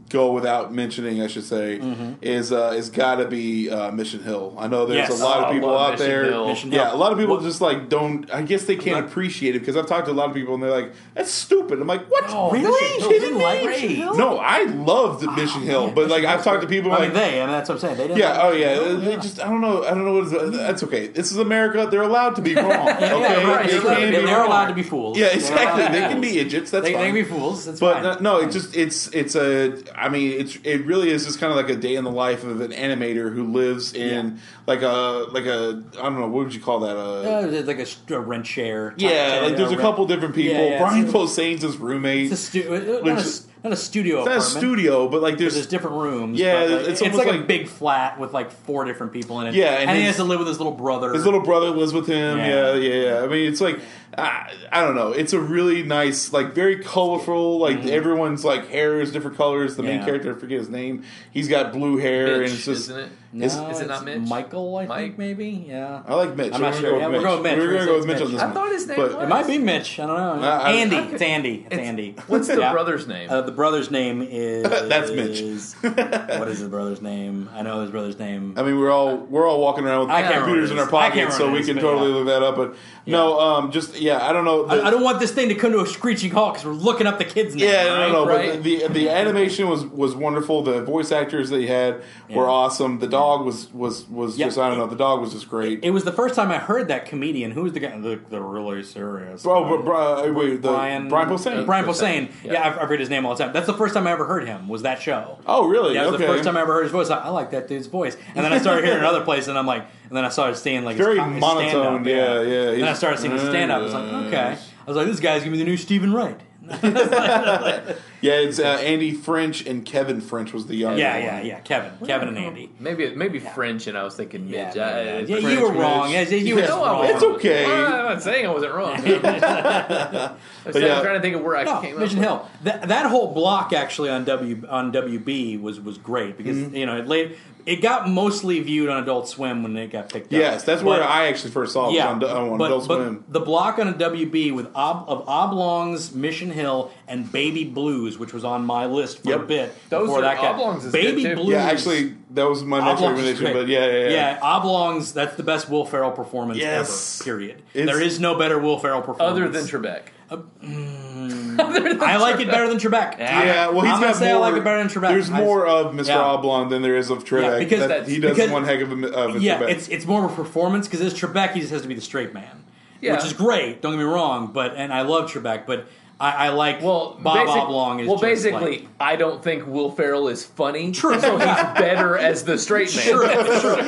S2: go without mentioning. I should say
S1: Mm-hmm.
S2: is uh, is gotta be uh, Mission Hill. I know there's
S1: Yes.
S2: a lot
S1: Oh,
S2: of
S1: I
S2: people
S4: love
S2: out
S4: Mission
S2: there.
S4: Hill.
S1: Mission
S2: yeah,
S1: Hill.
S2: a lot of people
S1: Well-
S2: just like don't. I guess they can't
S1: Look.
S2: appreciate it because I've talked to a lot of people and they're like, "That's stupid." I'm like, "What?
S1: Oh,
S2: really?
S1: Mission Hill.
S2: Kidding
S1: You didn't
S2: me?"
S1: like Mission Hill? Ah,
S2: No, I loved the Mission Hill, but like I've talked to people
S1: I
S2: like
S1: mean, they. I mean, that's what I'm saying. They didn't
S2: yeah.
S1: like-
S2: Oh, yeah. They just. I don't know. I don't know what is. That's okay. This is America. They're allowed to be wrong. Okay.
S1: Yeah, right.
S2: They
S1: They're,
S2: can
S1: allowed-
S2: be
S1: they're
S2: wrong.
S1: allowed to be fools.
S2: Yeah,
S1: They're
S2: exactly.
S1: allowed to
S2: They
S1: be
S2: can
S1: fools.
S2: be idiots. That's
S1: They,
S2: fine.
S1: they can be fools. That's
S2: but
S1: fine.
S2: no, no, it's just it's it's a. I mean, it's it really is just kind of like a day in the life of an animator who lives in like a like a I don't know what would you call that a.
S1: Uh, it's like a, sh- a rent share. type
S2: yeah,
S1: thing,
S2: like there's a
S1: rent-
S2: couple different people.
S1: Yeah, yeah,
S2: Brian
S1: it's-
S2: Posehn's his roommate.
S1: It's a,
S2: It's
S1: stu- uh, not, a, s- not a studio.
S2: not a
S1: apartment.
S2: studio, but like
S1: There's
S2: there's
S1: different rooms.
S2: Yeah,
S1: but, like,
S2: it's
S1: it's,
S2: almost
S1: like, a
S2: like-
S1: big flat with like four different people in it.
S2: Yeah, and
S1: and, he has
S2: his-
S1: to live with his little brother.
S2: His little brother lives with him.
S1: Yeah.
S2: Yeah, yeah, yeah. I mean, it's like I, I don't know. It's a really nice, like very colorful. Like everyone's like hair is different colors. The main
S1: Mm-hmm. Yeah.
S2: character, I forget his name. He's got blue hair, and
S4: Mitch,
S2: it's just.
S4: isn't it?
S1: no,
S2: is-
S4: is it
S1: Uh, it's
S4: not Mitch?
S1: Michael? I
S4: Mike?
S1: think maybe. Yeah,
S2: I like Mitch.
S1: I'm not
S2: We're
S1: sure.
S2: gonna
S1: Yeah,
S2: go
S1: we're going Mitch.
S2: We're gonna go with
S1: We're
S2: Mitch on
S1: gonna
S2: this
S1: say
S4: I
S2: one.
S4: thought his name
S2: But-
S4: was.
S1: it might be Mitch. I don't know.
S2: Uh, I- I-
S1: Andy.
S2: I
S1: it's Andy. It's, Andy.
S4: What's the
S1: Yeah.
S4: brother's name?
S1: Uh, the brother's name is
S2: That's Mitch.
S1: what is the brother's name? I know his brother's name.
S2: I mean, we're all we're all walking around with
S1: I can't
S2: computers
S1: remember
S2: in our
S1: his- I can't
S2: pockets, so
S1: remember
S2: we
S1: his,
S2: can
S1: but
S2: totally
S1: yeah.
S2: live that up. But no, um, just yeah, I don't know. The-
S1: I, I don't want this thing to come to a screeching halt because we're looking up the kids' names.
S2: Yeah, no,
S4: Right,
S2: no, no. But
S4: right.
S2: the the animation was was wonderful. The voice actors they had were
S1: Yeah.
S2: awesome. The dog was was was
S1: Yeah.
S2: just I don't know. The dog was just great.
S1: It was the first time I heard that comedian. Who was the guy? The, the really serious.
S2: Bro,
S1: guy.
S2: bro, bro, Oh, wait, the, Brian
S1: Brian
S2: Brian Posehn.
S1: Brian
S4: Posehn,
S1: Posehn.
S4: yeah.
S1: Yeah, I've, I've read his name all the time. That's the first time I ever heard him. Was that show?
S2: Oh, really?
S1: Yeah, it was
S2: okay.
S1: the first time I ever heard his voice. I, I like that dude's voice. And then I started hearing another place, and I'm like, and then I started seeing like his
S2: Very
S1: co- his
S2: monotone,
S1: stand-up,
S2: yeah, yeah.
S1: And then I
S2: He's-
S1: started seeing his stand up. I was like, okay. I was like, this guy's gonna be the new Stephen Wright.
S2: yeah, it's uh, Andy French and Kevin French was the younger
S1: Yeah,
S2: one.
S1: yeah, yeah. Kevin, Kevin, and Andy.
S4: Maybe maybe French, and I was thinking Midge.
S1: yeah,
S4: I-
S1: yeah.
S4: it's
S1: Yeah,
S4: uh, French.
S1: you were wrong. Yeah, you were
S2: Yeah.
S1: just
S4: No, I
S1: wrong.
S4: wasn't.
S2: It's okay.
S4: Well, I'm not saying I wasn't wrong. I was
S2: But yeah.
S4: trying to think of where I
S1: No,
S4: came up.
S1: Oh, Mission
S4: with-
S1: Hill. That, that whole block actually on W on WB was was great because
S2: Mm-hmm.
S1: you know it laid, it got mostly viewed on Adult Swim when it got picked up.
S2: Yes, that's where
S1: But-
S2: I actually first saw it. was
S1: yeah,
S2: on, on
S1: but,
S2: Adult
S1: but
S2: Swim.
S1: the block on a WB with ob, of Oblong's Mission Hill, and Baby Blues, which was on my list for a
S2: Yep.
S1: bit
S4: Those
S1: before
S4: are-
S1: that. got-
S4: Oblongs is
S1: Baby
S4: good, too.
S1: Blues.
S2: Yeah, actually, that was my next
S1: Oblongs is
S2: recommendation.
S1: great.
S2: But yeah, yeah, yeah.
S1: Oblongs. That's the best Will Ferrell performance
S2: Yes.
S1: ever. Period.
S2: It's-
S1: there is no better Will Ferrell performance.
S4: Other than Trebek. Other than
S1: I like it
S4: Trebek.
S1: better than Trebek.
S4: Yeah.
S1: I'm-
S2: Yeah, well, he's
S1: I'm
S2: got
S1: gonna say I
S2: more.
S1: like it better than Trebek.
S2: There's
S1: I-
S2: more of Mr.
S1: Yeah.
S2: Oblong than there is of Trebek.
S1: Yeah, because
S2: That-
S1: that's-
S2: he does
S1: because-
S2: one heck of a of a
S1: Yeah,
S2: Trebek.
S1: it's it's more of a performance because as Trebek, he just has to be the straight man,
S4: Yeah.
S1: which is great. Don't get me wrong, but and I love Trebek, but I, I like
S4: Well,
S1: Bob
S4: basic-
S1: Oblong is
S4: well,
S1: just
S4: basically,
S1: like-
S4: I don't think Will Ferrell is funny.
S1: True.
S4: so he's better as the straight man.
S1: Sure, sure. But, this
S2: trying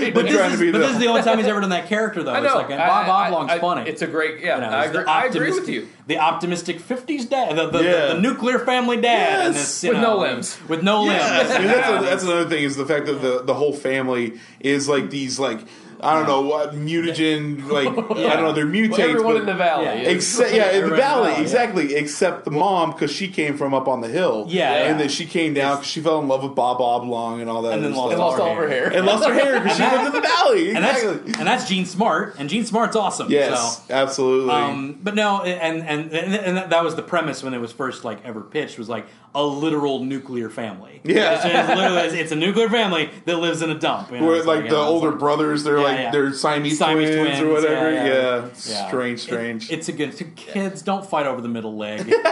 S2: to
S1: is,
S2: be
S1: but
S2: the-
S1: this is the only time he's ever done that character, though.
S4: I
S1: It's
S4: know.
S1: like, and
S4: I-
S1: Bob
S4: I-
S1: Oblong's
S4: I-
S1: funny.
S4: It's a great. Yeah,
S1: You know,
S4: I,
S1: it's the
S4: agree, I agree with
S1: optimistic-
S4: you.
S1: The optimistic '50s dad, the, the,
S2: Yeah.
S1: the, the nuclear family dad, in
S2: Yes.
S1: this, you
S4: With
S1: know,
S4: no limbs.
S1: with no
S2: Yes.
S1: limbs.
S2: And that's, a, that's another thing is the fact that the, the whole family is like these like I don't know what mutagen like I don't know they're mutates.
S4: Well, everyone
S2: but-
S4: in the valley.
S1: Yeah.
S4: is-
S2: Except yeah, in the
S1: Everyone in the
S2: valley,
S1: valley, yeah.
S2: exactly. Except the mom because she came from up on the hill.
S1: Yeah,
S2: and
S1: yeah.
S2: then she came down because she fell in love with Bob Oblong and all that.
S1: And then
S2: other
S1: lost
S4: and lost
S2: stuff.
S4: all of her
S1: hair.
S4: hair.
S2: and lost her hair because she
S1: And that-
S2: lived in the valley.
S1: and that's
S2: Exactly.
S1: and that's Gene Smart, and Gene Smart's awesome.
S2: yes,
S1: So.
S2: absolutely.
S1: Um, but no, and and and and that was the premise when it was first like ever pitched was like a literal nuclear family.
S2: Yeah.
S1: it's, it's literally it's, it's a nuclear family that lives in a dump. you know,
S2: Where
S1: it's
S2: like
S1: you
S2: the
S1: know, it's
S2: older
S1: like- uh,
S2: brothers, they're
S1: Yeah,
S2: like
S1: yeah.
S2: they're Siamese,
S1: Siamese
S2: twins,
S1: twins,
S2: or whatever.
S1: yeah,
S2: Yeah,
S1: yeah. Yeah.
S2: strange, strange.
S1: It's a good to kids. Don't fight over the middle leg.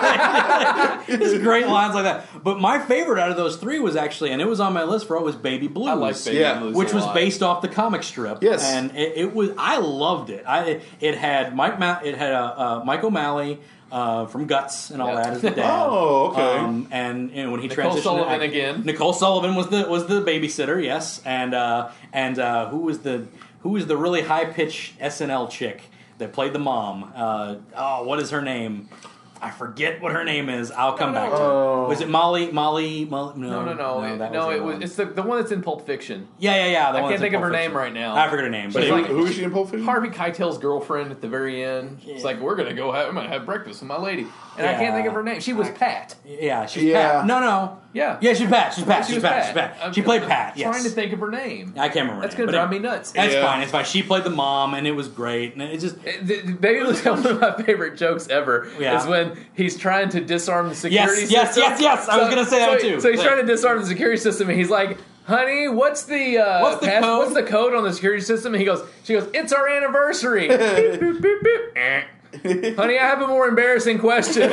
S1: There's great lines like that. But my favorite out of those three was actually, and it was on my list for it was Baby Blues.
S4: I like Baby
S2: Yeah.
S4: Blues
S1: which
S4: a
S1: was
S4: lot.
S1: based off the comic strip.
S2: Yes.
S1: and it, it was I loved it. I it had Mike Ma- it had uh, uh, Mike O'Malley uh, from Guts and all
S4: Yeah.
S1: that as the dad.
S2: Oh, okay.
S1: Um, and you know, when he
S4: Nicole
S1: transitioned
S4: Sullivan
S1: to act-
S4: again.
S1: Nicole Sullivan was the was the babysitter. Yes, and uh, and uh, who was the who was the really high pitched SNL chick that played the mom? Uh, oh, what is her name? I forget what her name is. I'll come back to it.
S2: Oh.
S1: Was it Molly? Molly? Molly no,
S4: No, no, no,
S1: that
S4: it-
S1: the
S4: no.
S1: other
S4: It was
S1: one.
S4: it's the the one that's in Pulp Fiction.
S1: Yeah, yeah, yeah. The one
S4: I can't
S1: that's in
S4: think of
S1: Pulp
S4: her name
S1: Fiction.
S4: right now.
S1: I forget her name, but
S2: But
S1: it,
S2: who-
S4: like-
S2: who is she in Pulp Fiction?
S4: Harvey Keitel's girlfriend at the very end. It's like we're gonna go. Have, I'm gonna have breakfast with my lady, and I
S1: Yeah.
S4: can't think of her name. She was Pat.
S1: yeah, she's
S2: Yeah.
S1: Pat. No, no,
S4: Yeah.
S1: yeah, she's Pat. She's Pat.
S4: She
S1: She's
S4: was
S1: Pat. She's Pat.
S4: I'm-
S1: She played
S4: I'm
S1: Pat. Yes.
S4: Trying to think of her name.
S1: I can't remember.
S4: That's
S1: her
S4: gonna
S1: name,
S4: drive
S1: but
S4: me
S1: it-
S4: nuts.
S1: That's
S2: Yeah.
S1: fine. It's fine. She played the mom, and it was great. And it just
S4: It- th- th- Baby Blues one of my favorite jokes ever
S1: Yeah.
S4: is when he's trying to disarm the security
S1: Yes,
S4: system.
S1: yes, yes, yes. I was gonna say that
S4: so he-
S1: too.
S4: So he's
S1: Yeah.
S4: trying to disarm the security system, and he's like, "Honey, what's the uh,
S1: What's the code?"
S4: what's the code on the security system?" And he goes, "She goes, it's our anniversary." Beep, beep, beep, beep. Eh. Honey, I have a more embarrassing question.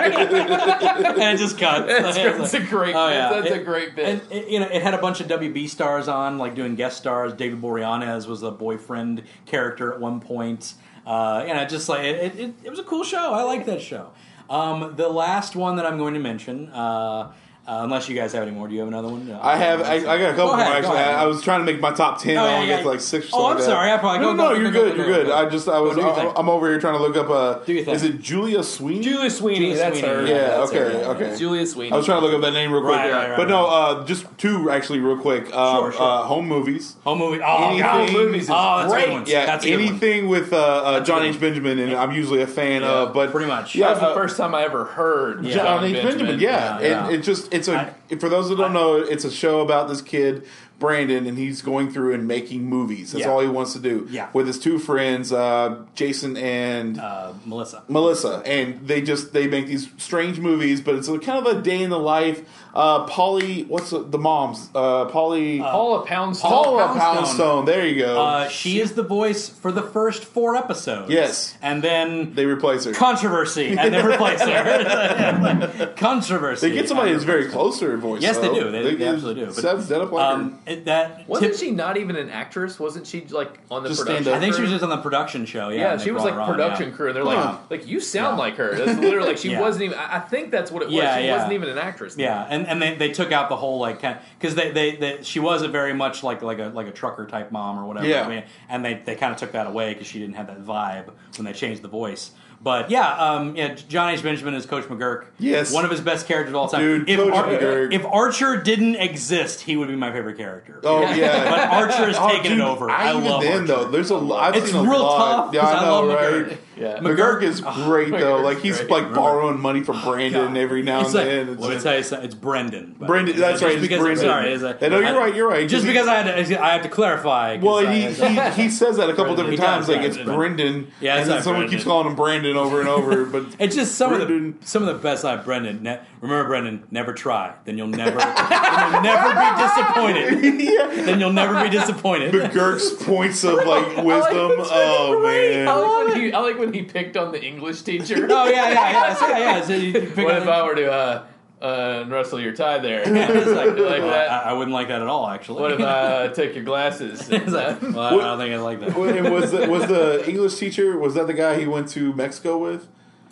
S1: and it just cuts.
S4: That's-
S1: It's
S4: that's
S1: like-
S4: a great bit. That's a great bit.
S1: And oh, it, you know, it had a bunch of WB stars on, like doing guest stars. David Boreanaz was the boyfriend character at one point. Uh, you know, just like it, it, it, it was a cool show. I like that show. Um, the last one that I'm going to mention, uh, uh, unless you guys have any more, do you have another one? No.
S2: I have. I, I got a couple
S1: Go ahead,
S2: more
S1: go
S2: actually.
S1: ahead.
S2: I, I was trying to make my top ten.
S1: Oh,
S2: I
S1: yeah,
S2: only
S1: yeah.
S2: get to like six.
S1: Oh,
S2: Or something
S1: I'm
S2: like that.
S1: sorry. I probably- go,
S2: no, no.
S1: go, go, go,
S2: you're good.
S1: go,
S2: you're
S1: go,
S2: good.
S1: go.
S2: I just I was.
S1: do your
S2: I,
S1: thing.
S2: I'm over here trying to look up a.
S1: Do your thing.
S2: Is it Julia Sweeney?
S4: Julia Sweeney,
S1: Julia
S4: that's
S1: Sweeney,
S4: her.
S1: yeah,
S4: that's
S2: okay,
S4: her.
S2: okay.
S4: It's Julia Sweeney.
S2: I was trying to look up that name real quick.
S1: Right, right, right,
S2: but no, uh, just two actually, real quick. Um,
S1: Sure, sure.
S2: Uh, home movies.
S1: Home movie. Oh,
S2: Anything-
S1: God.
S2: Home movies is
S1: oh, that's a good
S4: great.
S1: one.
S2: Yeah,
S1: that's a good one.
S2: anything with uh, uh, John
S1: good
S2: H.
S1: one.
S2: Benjamin, and I'm usually a fan
S4: Yeah,
S2: of. But
S1: pretty much.
S2: yeah,
S4: that was the
S2: uh,
S4: first time I ever heard
S1: Yeah.
S2: John
S4: John
S2: H. Benjamin, yeah.
S1: Yeah, yeah.
S2: And it just it's a for those that don't know, it's a show about this kid Brandon, and he's going through and making movies. That's
S1: Yeah.
S2: all he wants to do.
S1: Yeah.
S2: with his two friends, uh, Jason and.
S1: Uh, Melissa.
S2: Melissa, and they just they make these strange movies, but it's a, kind of a day in the life. Uh, Polly, what's the, the mom's? Uh, Polly,
S4: Paula Poundstone.
S2: Paula
S1: Poundstone.
S2: Poundstone. There you go.
S1: Uh, she is the voice for the first four episodes.
S2: Yes.
S1: And then
S2: they replace her.
S1: controversy and they replace her. controversy.
S2: They get somebody that's very close to her voice.
S1: Yes, they do.
S2: though.
S1: They- they absolutely do. But,
S2: Set, set up like her.
S1: Um, it- that
S4: Wasn't
S1: tip-
S4: she not even an actress? Wasn't she like on the
S2: Just
S4: production?
S2: stand up.
S1: I think she was
S4: crew?
S1: just on the production show. Yeah,
S4: yeah,
S1: and they
S4: she was
S1: brought
S4: like
S1: her on,
S4: production
S1: yeah.
S4: crew, and they're
S2: Huh.
S4: like, like you sound
S1: Yeah.
S4: like her. That's literally like she
S1: Yeah.
S4: wasn't even. I I think that's what it was.
S1: Yeah,
S4: she
S1: yeah.
S4: wasn't even an actress.
S1: Yeah, and, and they, they took out the whole like kind because they, they, they she was a very much like like a like a trucker type mom or whatever.
S2: Yeah.
S1: I mean, and they, they kind of took that away because she didn't have that vibe when they changed the voice. But yeah, um, yeah, John H. Benjamin is Coach McGurk.
S2: Yes.
S1: one of his best characters of all time.
S2: Dude,
S1: if,
S2: Coach McGurk.
S1: if Archer didn't exist, he would be my favorite character.
S2: Oh yeah.
S1: But Archer has
S2: Oh,
S1: taken
S2: dude,
S1: it over. I,
S2: even
S1: love
S2: then
S1: Archer.
S2: though, there's a lot. I've
S1: It's
S2: seen a
S1: real
S2: lot.
S1: tough,
S2: Yeah,
S1: 'cause
S2: I
S1: I
S2: know,
S1: love
S2: right?
S1: McGurk.
S4: Yeah.
S2: McGurk is great though.
S4: McGurk's
S2: like he's
S4: great.
S2: like borrowing money from Brandon
S1: God.
S2: every now
S1: It's
S2: and
S1: like,
S2: then. It's
S1: let me
S2: just-
S1: tell you something. It's Brendan. by the
S2: Brendan-
S1: way.
S2: that's
S1: Just
S2: right, it's
S1: because-
S2: Brendan.
S1: sorry, it's like-
S2: I know, you're
S1: I-
S2: right, you're right,
S1: Just
S2: 'cause
S1: because I had to, I had to clarify. 'cause
S2: well,
S1: I-
S2: he, he he says that a couple
S1: Brendan.
S2: different
S1: He does,
S2: times. Like
S1: right,
S2: it's
S1: Brendan.
S2: Brendan.
S1: Yeah, it's
S2: and then
S1: not
S2: someone
S1: Brendan.
S2: keeps calling him Brandon over and over. But
S1: It's just some of
S2: Brendan.
S1: the some of the best I Brendan. Ne- remember, Brendan, never try. Then you'll never then you'll never be disappointed.
S2: yeah,
S1: Then you'll never be disappointed.
S2: McGurk's points of like wisdom.
S4: it's
S2: oh man,
S4: I like, when he, I like when he picked on the English teacher.
S1: oh yeah, yeah, yeah, yeah. yeah. So you pick
S4: what
S1: up-
S4: if I were to uh, uh, wrestle your tie there?
S1: It's like,
S4: like that?
S1: I, I wouldn't like that at all, actually.
S4: What if I uh, took your glasses? uh,
S1: It's like, well, I don't think I like that.
S2: Well, and was the, was the English teacher? Was that the guy he went to Mexico with?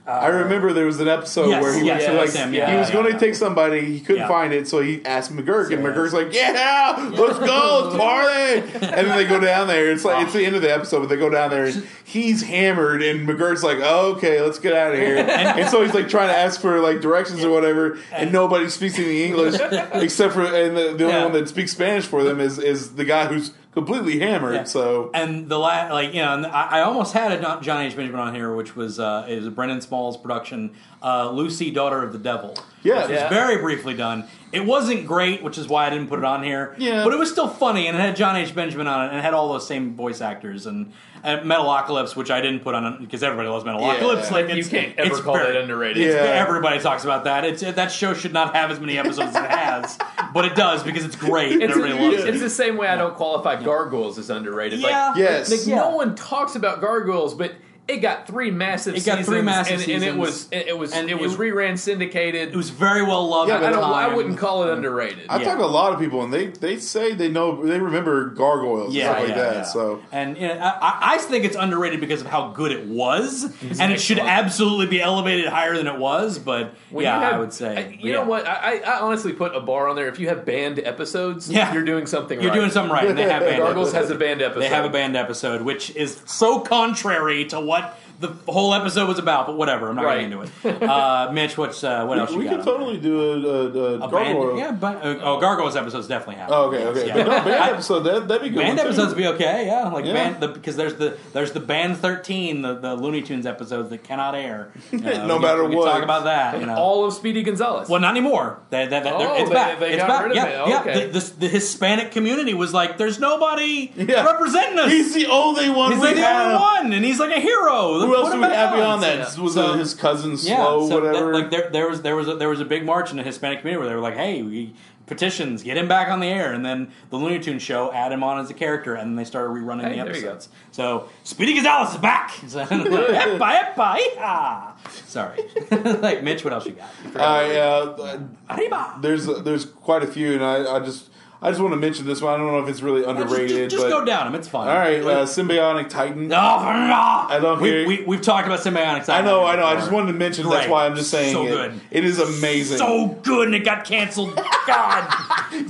S2: I remember there was an episode
S1: Yes,
S2: where he
S1: yes,
S2: went to
S4: yes,
S2: like
S4: Sam,
S2: he
S4: yeah,
S2: was
S4: yeah,
S2: going
S1: yeah.
S2: to take somebody he couldn't
S1: Yeah.
S2: find it, so he asked McGurk, and
S1: Yes.
S2: McGurk's like, "Yeah, let's go, let's party!" And then they go down there. It's like it's the end of the episode, but they go down there and he's hammered, and McGurk's like, "Okay, let's get out of here." And so he's like trying to ask for like directions or whatever, and nobody speaks any English except for and the, the only
S1: Yeah.
S2: one that speaks Spanish for them is is the guy who's completely hammered.
S1: Yeah.
S2: So
S1: and the last, like you know, and I, I almost had a Don- John H. Benjamin on here, which was uh, it was a Brendan Small's production, uh, Lucy, Daughter of the Devil.
S2: Yeah.
S1: which was
S4: Yeah.
S1: very briefly done. It wasn't great, which is why I didn't put it on here.
S2: Yeah.
S1: but it was still funny, and it had John H. Benjamin on it, and it had all those same voice actors and. Uh, Metalocalypse, which I didn't put on because everybody loves Metalocalypse.
S2: Yeah.
S1: Like
S4: you
S1: it's-
S4: can't ever
S1: it's
S4: call
S1: very-
S4: that underrated.
S2: Yeah.
S1: it's- everybody talks about that. It's that show should not have as many episodes as it has, but it does because it's great and
S4: It's,
S1: everybody loves
S4: it's,
S1: it.
S4: the same way I don't qualify Gargoyles as underrated.
S1: Yeah.
S4: Like,
S2: Yes.
S4: like,
S1: Yeah.
S4: no one talks about Gargoyles, but it got three massive.
S1: It got three
S4: seasons,
S1: massive
S4: and,
S1: seasons.
S4: and it was and it was
S1: And
S4: it was
S1: it-
S4: reran syndicated.
S1: It was very well loved
S2: Yeah,
S1: at
S4: I,
S1: the
S4: don't,
S1: time.
S4: I wouldn't call it underrated.
S2: I
S1: Yeah.
S2: talk to a lot of people, and they, they say they know they remember gargoyles
S1: yeah,
S2: and stuff like
S1: yeah,
S2: that.
S1: yeah.
S2: So
S1: and you know, I, I think it's underrated because of how good it was, and it should absolutely be elevated higher than it was. But
S4: When
S1: yeah,
S4: you have-
S1: I would say
S4: I- you
S1: yeah.
S4: know what? I, I I honestly put a bar on there. If you have banned episodes,
S1: Yeah.
S4: you're doing something.
S1: You're
S4: right.
S1: doing something right, and they have band
S4: Gargoyles
S1: episodes.
S4: has a banned episode.
S1: They have a band episode, which is so contrary to what the whole episode was about. But whatever, I'm not
S4: Right.
S1: going into it. Uh, Mitch, what's uh, what else
S2: we,
S1: you
S2: could
S1: got? on
S2: totally do a, a, a,
S1: there? a band,
S2: gargoyle.
S1: yeah, but uh, oh, Gargoyles episodes definitely happen.
S2: Oh, okay, okay.
S1: Yeah.
S2: But no, band episode that that'd be good.
S1: Band
S2: one, too.
S1: episodes would be okay, yeah. Like
S2: Yeah.
S1: band the, because there's the there's the band thirteen, the, the Looney Tunes episodes that cannot air. You know, we can-
S2: matter
S1: we can
S2: what.
S1: talk about that. You know,
S4: all of Speedy Gonzalez.
S1: well, not anymore. That that, that
S4: Oh,
S1: it's
S4: they-
S1: back.
S4: they
S1: it's
S4: got
S1: back.
S4: rid of
S1: yeah,
S4: it.
S1: yeah.
S4: Okay.
S1: The, this- the Hispanic community was like, there's nobody
S2: Yeah.
S1: representing us.
S2: He's the only one
S1: He's
S2: we
S1: like the
S2: have.
S1: only one, and he's like a hero.
S2: Who else do we have
S1: on
S2: beyond that?
S4: Yeah.
S2: Was
S1: So-
S2: it his cousin
S1: Yeah,
S2: Slow,
S1: so
S2: whatever?
S1: That, like there, there was there was a, there was a big march in the Hispanic community where they were like, "Hey, we, petitions, get him back on the air." And then the Looney Tunes show add him on as a character, and they started rerunning
S4: Hey,
S1: the
S4: there you go.
S1: episodes. So Speedy Gonzalez is back. So, epa, epa, yeehaw. Sorry, like Mitch, what else you got?
S2: I, uh,
S1: Arriba.
S2: there's there's quite a few, and I, I just I just want to mention this one. I don't know if it's really
S1: Just- just
S2: underrated.
S1: just
S2: but,
S1: go down him. It's fine.
S2: All right, uh, symbiotic titan.
S1: No, I
S2: love
S1: we,
S2: hearing-
S1: we, We've talked about symbiotics.
S2: I know, I know. I just wanted to mention. That's
S1: Great.
S2: why I'm just saying
S1: So
S2: it.
S1: good.
S2: It is amazing.
S1: So good, and it got canceled. God.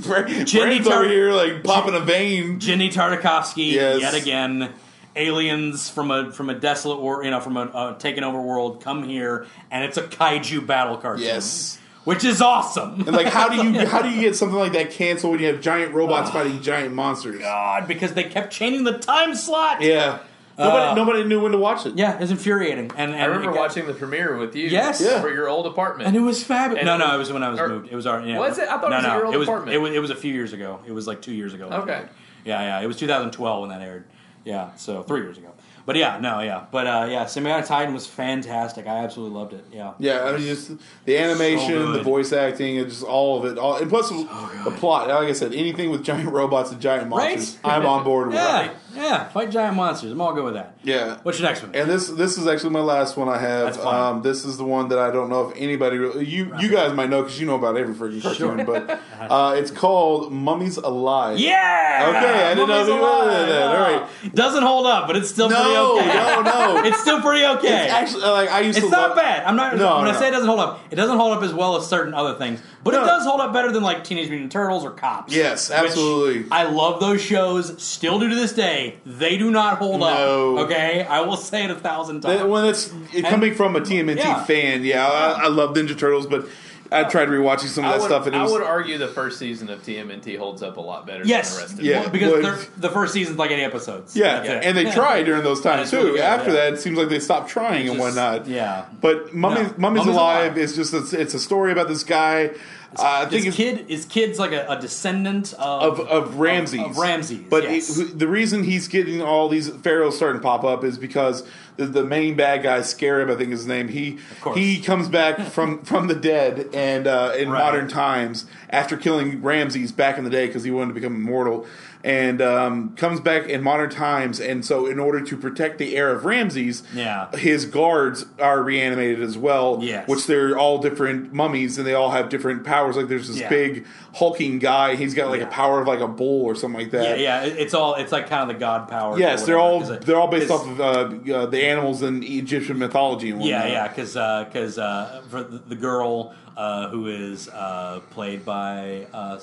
S2: Brandon's
S1: Jenny
S2: over
S1: Tur-
S2: here like popping a vein.
S1: Jenny Tartakovsky
S2: Yes.
S1: yet again. Aliens from a from a desolate war, you know, from a uh, taken over world come here, and it's a kaiju battle cartoon.
S2: Yes.
S1: which is awesome.
S2: And like, how do you how do you get something like that canceled when you have giant robots fighting giant monsters?
S1: God, because they kept changing the time slot.
S2: Yeah, nobody nobody knew when to watch it.
S1: Uh, Yeah, it's infuriating. And, and
S4: I remember
S1: it got-
S4: watching the premiere with you.
S1: Yes.
S2: Yeah.
S4: for your old apartment.
S1: and it was fabulous.
S4: And
S1: No,
S4: it
S1: no,
S4: was-
S1: it was when I was
S4: or-
S1: moved. It was already. Yeah.
S4: Was it? I thought it
S1: no,
S4: was
S1: no,
S4: at your old
S1: it was,
S4: apartment.
S1: It was. It was a few years ago. It was like two years ago. when it
S4: Okay.
S1: aired. Yeah, yeah. It was 2012 when that aired. Yeah, so three years ago. But yeah, no, yeah, but uh, yeah, Symbiotic Titan was fantastic. I absolutely loved it. Yeah.
S2: Yeah, I mean, just the animation,
S1: So good.
S2: the voice acting, and just all of it. All and plus the plot. Like I said, anything with giant robots and giant
S1: Right?
S2: monsters, I'm on board with.
S1: Yeah, yeah. Fight giant monsters. I'm all good with that.
S2: Yeah.
S1: What's your next one?
S2: And this this is actually my last one I
S1: That's
S2: have.
S1: fine.
S2: Um, this is the one that I don't know if anybody really, you you guys might know because you know about every freaking cartoon, but uh, it's called Mummies Alive.
S1: yeah.
S2: Okay, I didn't know
S1: Mummy's
S2: we
S1: Alive.
S2: wanted that. All right.
S1: Doesn't hold up, but it's still
S2: No,
S1: pretty okay.
S2: no, no.
S1: It's still pretty okay.
S2: It's actually uh, like I used
S1: It's
S2: to.
S1: not
S2: love-
S1: bad. I'm not.
S2: No,
S1: when I
S2: no.
S1: say it doesn't hold up, it doesn't hold up as well as certain other things, but it
S2: No.
S1: does hold up better than like Teenage Mutant Turtles or Cops.
S2: Yes,
S1: which
S2: absolutely.
S1: I love those shows. Still do to this day. They do not hold
S2: No.
S1: up. Okay, I will say it a thousand times.
S2: That- when it's it,
S1: And-
S2: coming from a TMNT
S1: Yeah.
S2: fan, yeah, I, I love Ninja Turtles, but I tried rewatching some of
S4: I
S2: that
S4: would,
S2: stuff, and it
S4: I
S2: was
S4: would argue the first season of TMNT holds up a lot better
S1: Yes.
S4: than the rest of
S2: Yeah.
S4: it.
S1: Well, because
S2: but-
S1: they're- the first season's like eight episodes.
S2: yeah.
S1: That's it.
S2: And they tried during those times
S1: That's really
S2: too.
S1: good,
S2: After
S1: yeah.
S2: that, it seems like they stopped trying and
S1: Just-
S2: whatnot.
S1: Yeah.
S2: But Mummy,
S1: No.
S2: Mummy's,
S1: Mummy's
S2: Alive,
S1: Alive.
S2: is just it's, it's a story about this guy. Uh, I think
S1: His
S2: it's
S1: kid is kid's like a, a descendant of
S2: of uh, of Ramses.
S1: of Ramses,
S2: But
S1: yes.
S2: it- the reason he's getting all these pharaohs starting to pop up is because the, the main bad guy, Scarab, I think is his name. He
S1: course.
S2: he comes back from from the dead and uh, in
S1: Right.
S2: modern times after killing Ramses back in the day because he wanted to become immortal. And um, comes back in modern times, and so in order to protect the heir of Ramses,
S1: Yeah.
S2: his guards are reanimated as well.
S1: Yes.
S2: which they're all different mummies, and they all have different powers. Like there's this
S1: Yeah.
S2: big hulking guy; he's got like
S1: Yeah.
S2: a power of like a bull or something like that.
S1: yeah, yeah. it- It's all it's like kind of the god power.
S2: Yes, they're all they're all based off of uh, uh, the animals in Egyptian mythology and
S1: Yeah,
S2: whatnot.
S1: yeah, because because uh, for the, the girl uh, who is uh, played by uh,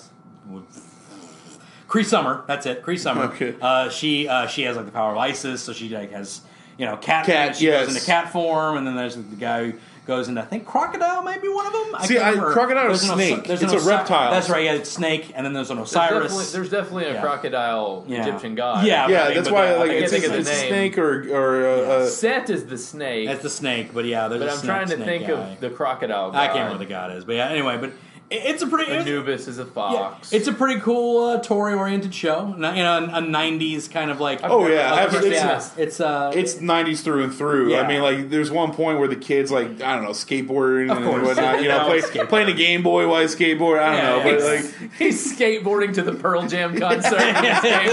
S1: Cree Summer, that's it, Cree Summer.
S2: Okay.
S1: Uh, she uh, she has like the power of Isis, so she like has you know cat.
S2: Cat,
S1: she
S2: yes.
S1: goes into cat form, and then there's the guy who goes into I think crocodile, maybe one of them.
S2: See,
S1: can't
S2: I-
S1: remember.
S2: crocodile or
S1: There's an Osi-
S2: snake?
S1: there's an
S2: It's a
S1: Osi-
S2: reptile.
S1: That's right. Yeah, it's snake, and then there's an
S4: There's
S1: Osiris.
S4: definitely, there's definitely a
S1: Yeah.
S4: crocodile
S1: Yeah.
S4: Egyptian god.
S1: Yeah.
S2: yeah.
S1: Right,
S2: That's
S1: but
S2: why
S1: the- I
S2: like
S1: can't
S2: it's,
S1: think of
S2: it's
S1: the
S2: a
S4: name.
S2: snake or or uh, uh,
S4: Set is the snake,
S1: that's the snake, but yeah, there's.
S4: but
S1: a
S4: I'm
S1: snake-
S4: trying to
S1: snake
S4: think
S1: guy.
S4: of the crocodile. God.
S1: I can't remember what the god is, but yeah. Anyway, but it- it's a pretty. it's-
S4: Anubis is a
S1: Yeah,
S4: fox.
S1: it's a pretty cool uh, Tory-oriented show. N- You know, a, a '90s kind of like.
S2: Oh, yeah,
S1: Uh,
S2: I've-
S1: it's,
S4: it's-
S1: it's, uh,
S2: it's nineties through and through. I
S1: Yeah.
S2: mean, like there's one point where the kids like I don't know skateboarding
S1: Of
S2: and
S1: course.
S2: whatnot. You know,
S1: No,
S2: play,
S1: skateboarding.
S2: playing a Game Boy while I skateboard. I
S1: Yeah,
S2: don't know,
S1: yeah.
S2: but like
S4: He's skateboarding to the Pearl Jam concert.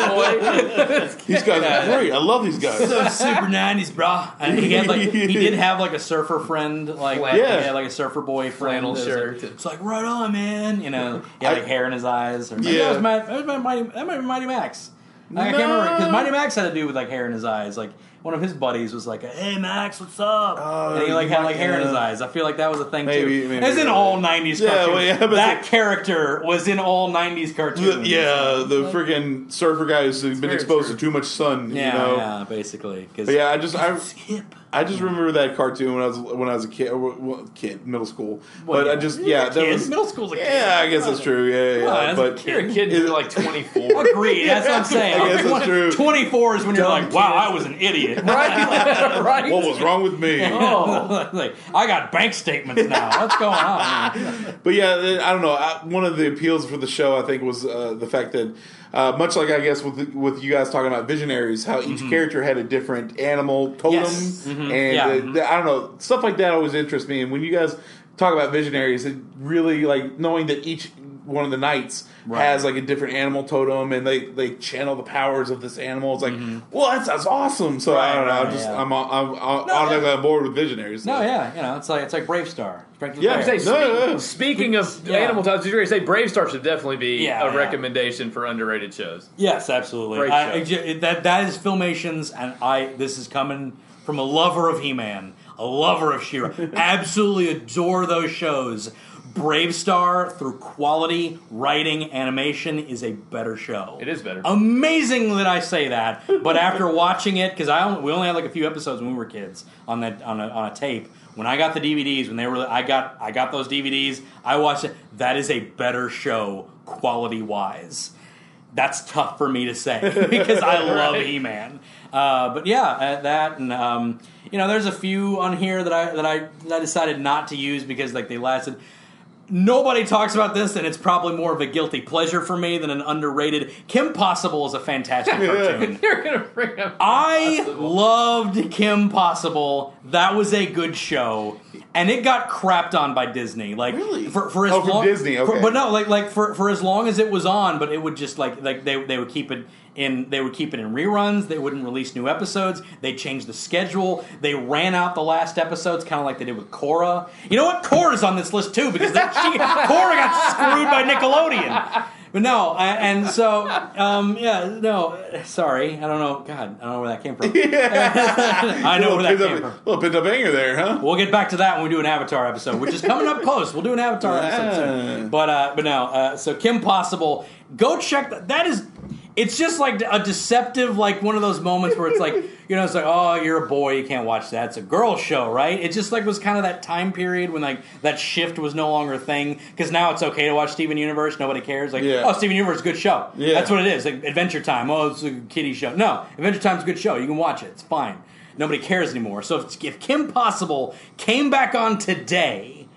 S4: Skateboard.
S2: these guys are great. I love these guys.
S1: so super '90s, brah. And he had like he did have like a surfer friend, like
S4: Flannel.
S2: Yeah.
S1: yeah, like a surfer boy friend.
S4: Flannel
S1: It was
S4: shirt.
S1: Like, it's like right on, man. You know, he had
S2: I-
S1: like hair in his eyes. Or
S2: Yeah.
S1: yeah, that was, my, that was my Mighty, that might be Mighty Max. I, I can't remember because
S2: No.
S1: Mighty Max had a dude with like hair in his eyes. Like one of his buddies was like, "Hey Max, what's up?"
S2: Oh,
S1: and he like had like hair in his
S2: yeah.
S1: eyes. I feel like that was a thing
S2: Maybe-
S1: too.
S2: maybe
S1: As in
S2: you're
S1: all
S2: right.
S1: '90s
S2: Yeah,
S1: cartoons,
S2: well, yeah, but
S1: that
S2: the-
S1: character was in all '90s
S2: The-
S1: cartoons.
S2: yeah, the freaking surfer guys who've been
S4: very
S2: exposed
S4: true.
S2: to too much sun.
S1: yeah,
S2: you know?
S1: yeah, basically. Because
S2: But yeah, I just I
S1: it's hip.
S2: I just remember that cartoon when I was when I was a kid, well, kid middle school.
S1: Well,
S2: but
S1: yeah.
S2: I just
S1: You're a
S2: yeah, that
S1: kid.
S2: was
S1: middle school's a kid.
S2: yeah. I guess that's true. Yeah,
S1: Well,
S2: yeah. yeah.
S1: as a
S2: But
S1: kid,
S4: You're a kid. You're like 24.
S1: Agreed. That's what I'm saying.
S2: I guess that's true.
S1: 24 is when you're
S4: Dumb
S1: like, wow,
S4: kid.
S1: I was an idiot.
S4: right. right.
S2: what was wrong with me?
S1: Oh, like, I got bank statements now. What's going on?
S2: But yeah, I don't know. I, one of the appeals for the show, I think, was uh, the fact that, uh, much like I guess with with you guys talking about visionaries, how each character had a different animal totem,
S1: Mm-hmm. Yes. Mhm.
S2: and
S1: Yeah.
S2: uh, th- I don't know stuff like that always interests me. And when you guys talk about visionaries, it really like knowing that each one of the knights
S1: Right.
S2: has like a different animal totem, and they they channel the powers of this animal. It's like, well, that's, that's awesome. So I
S1: Mm-hmm. Right,
S2: don't know.
S1: right,
S2: I'm just
S1: yeah.
S2: I'm, I'm, I'm automatically on board with visionaries.
S1: No, yeah, you know, it's like it's like Brave Star. Strength of the
S2: Yeah,
S1: Bear.
S4: Say,
S2: No, no, no.
S4: speak- Speaking of
S1: Yeah.
S4: animal types, you say Brave Star should definitely be
S1: Yeah,
S4: a
S1: yeah.
S4: recommendation for underrated shows.
S1: Yes, absolutely.
S4: Great
S1: I, I
S4: show.
S1: ju- that that is filmations, and I this is coming from a lover of He-Man, a lover of She-Ra. Absolutely adore those shows. Brave Star through quality writing animation is a better show.
S4: It is better.
S1: Amazing that I say that, but after watching it, because I only, we only had like a few episodes when we were kids on that on a, on a tape. When I got the DVDs, when they were I got I got those DVDs. I watched it. That is a better show quality wise that's tough for me to say because I love
S4: Right.
S1: E-Man. Uh, but yeah, uh, that and um, you know, there's a few on here that I that I that I decided not to use because like they lasted. Nobody talks about this, and it's probably more of a guilty pleasure for me than an underrated. Kim Possible is a fantastic cartoon.
S4: You're gonna bring up.
S1: I
S4: Possible.
S1: loved Kim Possible. That was a good show, and it got crapped on by Disney. Like
S2: Really?
S1: for, for as
S2: Oh, from
S1: long,
S2: Disney,
S1: for-
S2: okay.
S1: but no, like like for, for as long as it was on, but it would just like like they they would keep it in they would keep it in reruns. They wouldn't release new episodes. They changed the schedule. They ran out the last episodes, kind of like they did with Cora. You know what? Cora's on this list too because that, she, Cora got screwed by Nickelodeon. But no, I, and so um, yeah, no, sorry, I don't know. God, I don't know where that came from. I know where that Mm-hmm. came
S2: Little pent
S1: from.
S2: up- little pent up anger there, huh?
S1: We'll get back to that when we do an Avatar episode, which is coming up close. We'll do an Avatar episode soon. But uh, but no, uh, so Kim Possible, go check that. That is, It's just like a deceptive, like one of those moments where it's like, you know, it's like, oh, you're a boy, you can't watch that. It's a girl show, right? It just like was kind of that time period when like that shift was no longer a thing because now it's okay to watch Steven Universe. Nobody cares. Like,
S2: Yeah.
S1: oh, Steven Universe, is a good show.
S2: Yeah.
S1: That's what it is. Like Adventure Time. Oh, it's a kiddie show. No, Adventure Time's a good show. You can watch it. It's fine. Nobody cares anymore. So if, if Kim Possible came back on today,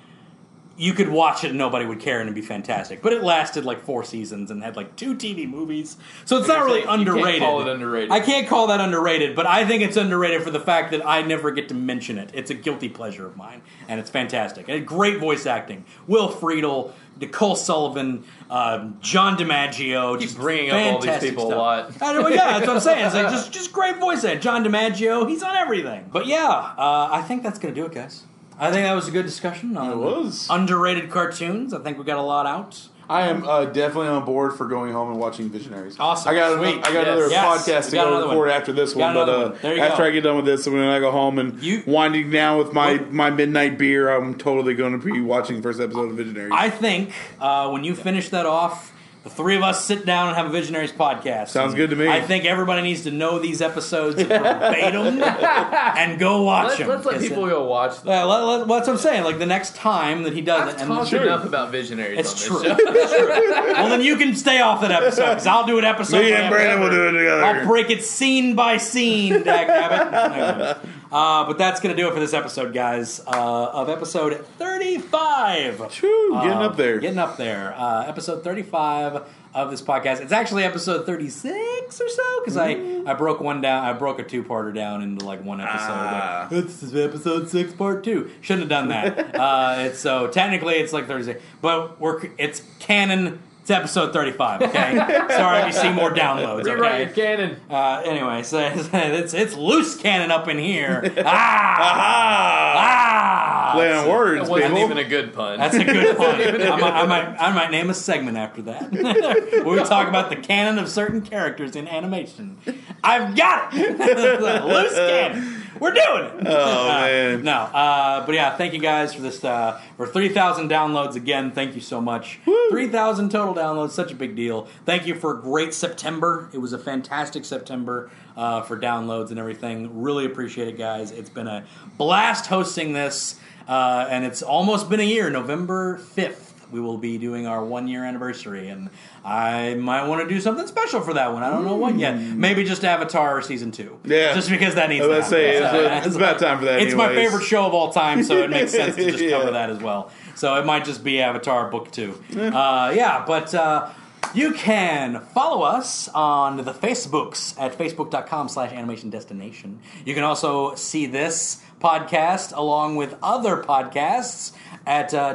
S1: you could watch it and nobody would care and it'd be fantastic. But it lasted like four seasons and had like two TV movies. So it's not
S4: I
S1: really
S4: said, you can't
S1: underrated.
S4: call it underrated.
S1: I can't call that underrated, but I think it's underrated for the fact that I never get to mention it. It's a guilty pleasure of mine, and it's fantastic. And great voice acting. Will Friedle, Nicole Sullivan, um, John DiMaggio.
S4: Keep
S1: just
S4: bringing up all these
S1: fantastic
S4: people a
S1: stuff.
S4: lot.
S1: I know, yeah, that's what I'm saying. It's like just, just great voice acting. John DiMaggio, he's on everything. But yeah, uh, I think that's going to do it, guys. I think that was a good discussion on
S2: It was.
S1: underrated cartoons. I think we got a lot out.
S2: I am uh, definitely on board for going home and watching Visionaries.
S1: Awesome.
S2: I got
S1: Sweet.
S2: I got another
S1: Yes. Yes.
S2: podcast to
S1: We got
S2: go
S1: another
S2: record
S1: one.
S2: after this
S1: We got
S2: one, but
S1: another
S2: uh,
S1: one. There you
S2: after
S1: go.
S2: I get done with this, when I go home and
S1: You-
S2: winding down with my,
S1: Look-
S2: my midnight beer, I'm totally going to be watching the first episode of Visionaries.
S1: I think uh, when you finish that off, the three of us sit down and have a Visionaries podcast.
S2: Sounds
S1: And
S2: good to me.
S1: I think everybody needs to know these episodes verbatim and go watch
S4: Let's,
S1: them.
S4: let's let people go watch them.
S1: Yeah, let- let- well, that's what I'm saying. Like the next time that he does
S4: I've
S1: it, and
S4: talked
S2: Sure.
S4: enough about visionaries. on
S1: it's
S4: this
S1: true.
S4: show.
S1: It's true. Well, then you can stay off that episode because I'll do an episode.
S2: Me
S1: by
S2: and Brandon will
S1: episode.
S2: do it together.
S1: I'll break it scene by scene, Dag Nabbit. Uh, but that's going to do it for this episode, guys, uh, of episode 35.
S2: Phew, getting
S1: Uh,
S2: up there.
S1: Getting up there. Uh, episode 35 of this podcast. It's actually episode 36 or so because I, I broke one down. I broke a two parter down into like one episode.
S2: Ah.
S1: Like, this is episode 6, part 2. Shouldn't have done that. uh, it's, so technically it's like 36. But we're it's canon. It's episode 35, okay? Sorry if you see more downloads, okay?
S4: Rewrite your canon.
S1: Uh, anyway, so it's it's loose cannon up in here. ah, ah,
S2: Playing on words,
S4: That wasn't
S2: people.
S4: even a good pun.
S1: That's a good pun. I might, I, might, I might name a segment after that. Where we talk about the canon of certain characters in animation. I've got it. loose cannon. We're doing it.
S2: Oh,
S1: Uh,
S2: man.
S1: No, uh, but yeah, thank you guys for this uh, for three thousand downloads again. Thank you so much. Three thousand total downloads, such a big deal. Thank you for a great September. It was a fantastic September uh, for downloads and everything. Really appreciate it, guys. It's been a blast hosting this, uh, and it's almost been a year. November fifth. We will be doing our one year anniversary, and I might want to do something special for that one. I don't know what yet. Maybe just Avatar season two.
S2: Mm. Yeah.
S1: Just because that needs
S2: I
S1: to
S2: was
S1: happen.
S2: gonna say, it's-
S1: So,
S2: it's about time for that
S1: It's my
S2: anyways.
S1: favorite show of all time, so it makes sense to just
S2: Yeah.
S1: cover that as well. So it might just be Avatar Book 2. uh, yeah, but uh, you can follow us on the Facebooks at facebook.com slash animation destination. You can also see this podcast along with other podcasts at uh,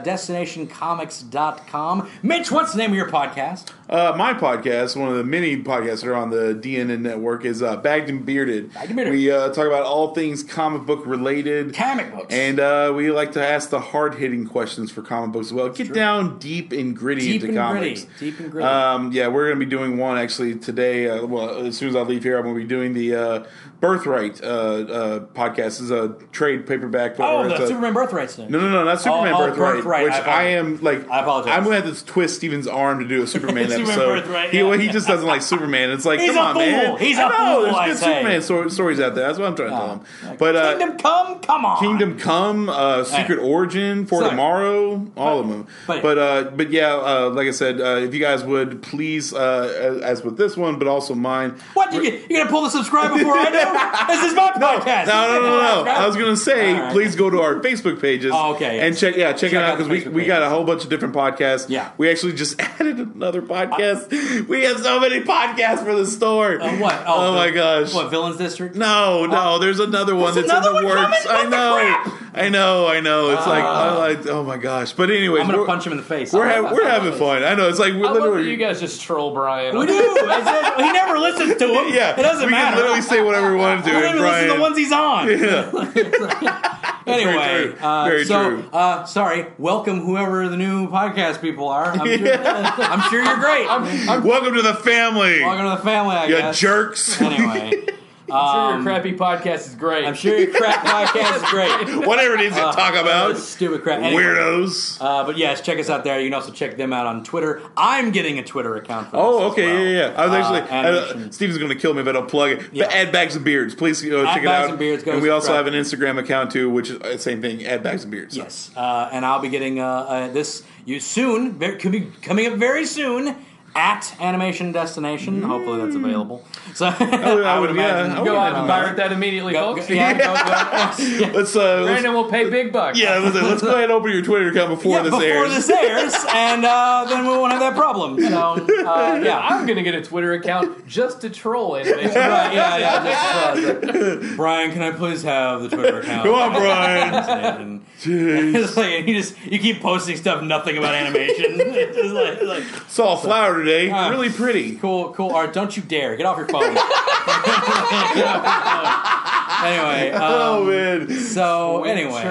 S1: destinationcomics.com. Mitch, what's the name of your podcast?
S2: Uh, my podcast, one of the many podcasts that are on the DNN network, is uh, Bagged and Bearded.
S1: Bagged and Bearded.
S2: We uh, talk about all things comic book related.
S1: Comic books.
S2: And uh, we like to ask the hard hitting questions for comic books as well. Get down deep and gritty
S1: Deep
S2: into
S1: and
S2: comics.
S1: gritty. Deep and gritty.
S2: Um, yeah, we're going to be doing one actually today. Uh, well, as soon as I leave here, I'm going to be doing the uh, Birthright uh, uh, podcast. It's a trade paperback. uh,
S1: oh,
S2: or it's
S1: the
S2: a-
S1: Superman Birthright thing.
S2: no, no, no, not Superman
S1: oh,
S2: Birthright,
S1: Birthright,
S2: Which
S1: I
S2: I,
S1: apologize.
S2: am like,
S1: I apologize.
S2: I'm gonna have to twist Steven's arm to do a Superman,
S1: Superman
S2: episode.
S1: Birthright,
S2: he,
S1: yeah.
S2: well, he just doesn't like Superman. It's like,
S1: He's
S2: come
S1: a
S2: on, man.
S1: fool. He's a
S2: I know,
S1: fool,
S2: There's
S1: I
S2: good
S1: say. Oh,
S2: Superman so- stories out there. That's what I'm trying to tell him. But uh,
S1: Kingdom Come, come on.
S2: Kingdom Come, uh, Secret Origin, For
S1: Sorry.
S2: Tomorrow, all of them.
S1: but-
S2: But uh, but yeah, uh, like I said, uh, if you guys would please, uh, as with this one, but also mine.
S1: What you you're gonna pull the subscribe before I do? this is my podcast.
S2: No, no, no, no.
S1: Subscribe.
S2: I was gonna say,
S1: All right.
S2: please go to our Facebook pages.
S1: Oh, okay, yeah.
S2: And check, yeah, check,
S1: Check
S2: it
S1: out
S2: out
S1: the
S2: because we,
S1: Facebook
S2: we got a whole bunch of different podcasts.
S1: Yeah.
S2: we actually just added another podcast. we have so many podcasts for the store.
S1: Uh, what?
S2: Oh, my
S1: the-
S2: gosh.
S1: What Villains District?
S2: No, no. there's another one
S1: there's
S2: that's
S1: another
S2: in the
S1: one coming?
S2: works.
S1: What
S2: I
S1: the
S2: know.
S1: crap? Uh.
S2: I know. I know. It's like, I like, oh my gosh. But anyways,
S1: I'm gonna
S2: we're-
S1: punch him in the face.
S2: We're, ha- we're having fun. I know. It's like we're
S4: I love that
S2: literally.
S4: you guys just troll Brian.
S1: we do. I said- he never listens to him.
S2: yeah,
S1: it doesn't
S2: we
S1: matter.
S2: can literally say whatever we want to.
S1: we don't even listen to the ones he's on.
S2: Yeah.
S1: anyway,
S2: Very true.
S1: uh,
S2: Very
S1: so
S2: true.
S1: Uh, sorry. Welcome whoever the new podcast people are. I'm, sure, I'm sure you're great.
S4: I'm, I'm
S2: Welcome to the family,
S1: Welcome to the family. I
S2: you
S1: guess.
S2: jerks.
S1: Anyway.
S4: I'm
S1: Um,
S4: sure your crappy podcast is great.
S1: I'm sure your crap podcast is great.
S2: Whatever it is you talk about,
S1: Stupid crap. Uh, Anyway,
S2: weirdos.
S1: Uh, but yes, check us out there. You can also check them out on Twitter. I'm getting a Twitter account. For this
S2: Oh,
S1: as
S2: okay,
S1: well.
S2: yeah, yeah. yeah. I was
S1: Uh,
S2: actually uh,
S1: animation.
S2: Steve's going to kill me if I don't plug it. But
S1: Yeah.
S2: add bags and beards, please uh,
S1: Add
S2: check it
S1: Bags
S2: out.
S1: and Beards, go
S2: we also
S1: subscribe.
S2: have an Instagram account too, which is uh, same thing. Add bags and beards.
S1: yes, uh, and I'll be getting uh, uh, this you soon. Very, could be coming up very soon at Animation Destination. Hopefully, that's available. So I would
S2: would- Hmm. Oh, yeah,
S1: imagine
S2: I would
S4: Go out
S2: Uh,
S4: and Um, pirate that immediately,
S1: Go-
S4: folks.
S1: go- yeah, go- go- yeah.
S2: Let's uh, let's,
S4: Brandon will pay big bucks.
S2: yeah, let's, uh, let's go ahead and open your Twitter account before
S1: Yeah,
S2: this
S1: before
S2: airs.
S1: this airs, and uh, then we won't have that problem. So uh,
S4: Um, Yeah,
S1: yeah.
S4: I'm gonna get a Twitter account just to troll animation.
S1: Right, yeah, yeah, just, uh, Brian, can I please have the Twitter account?
S2: Come on, Brian.
S1: And-
S2: Jeez.
S1: it's like you just you keep posting stuff, nothing about animation. it's just like, like
S2: Saw a flower today.
S1: Uh,
S2: really pretty.
S1: cool, cool art. Don't you dare get off your phone. Get off your phone. anyway, um,
S2: Oh man.
S1: so anyway,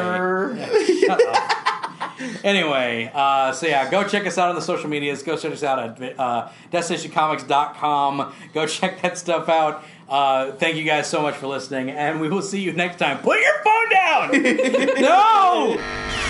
S1: anyway, uh, so yeah, go check us out on the social medias. Go check us out at uh, destinationcomics.com. Go check that stuff out. Uh, thank you guys so much for listening, and we will see you next time. Put your phone down. no.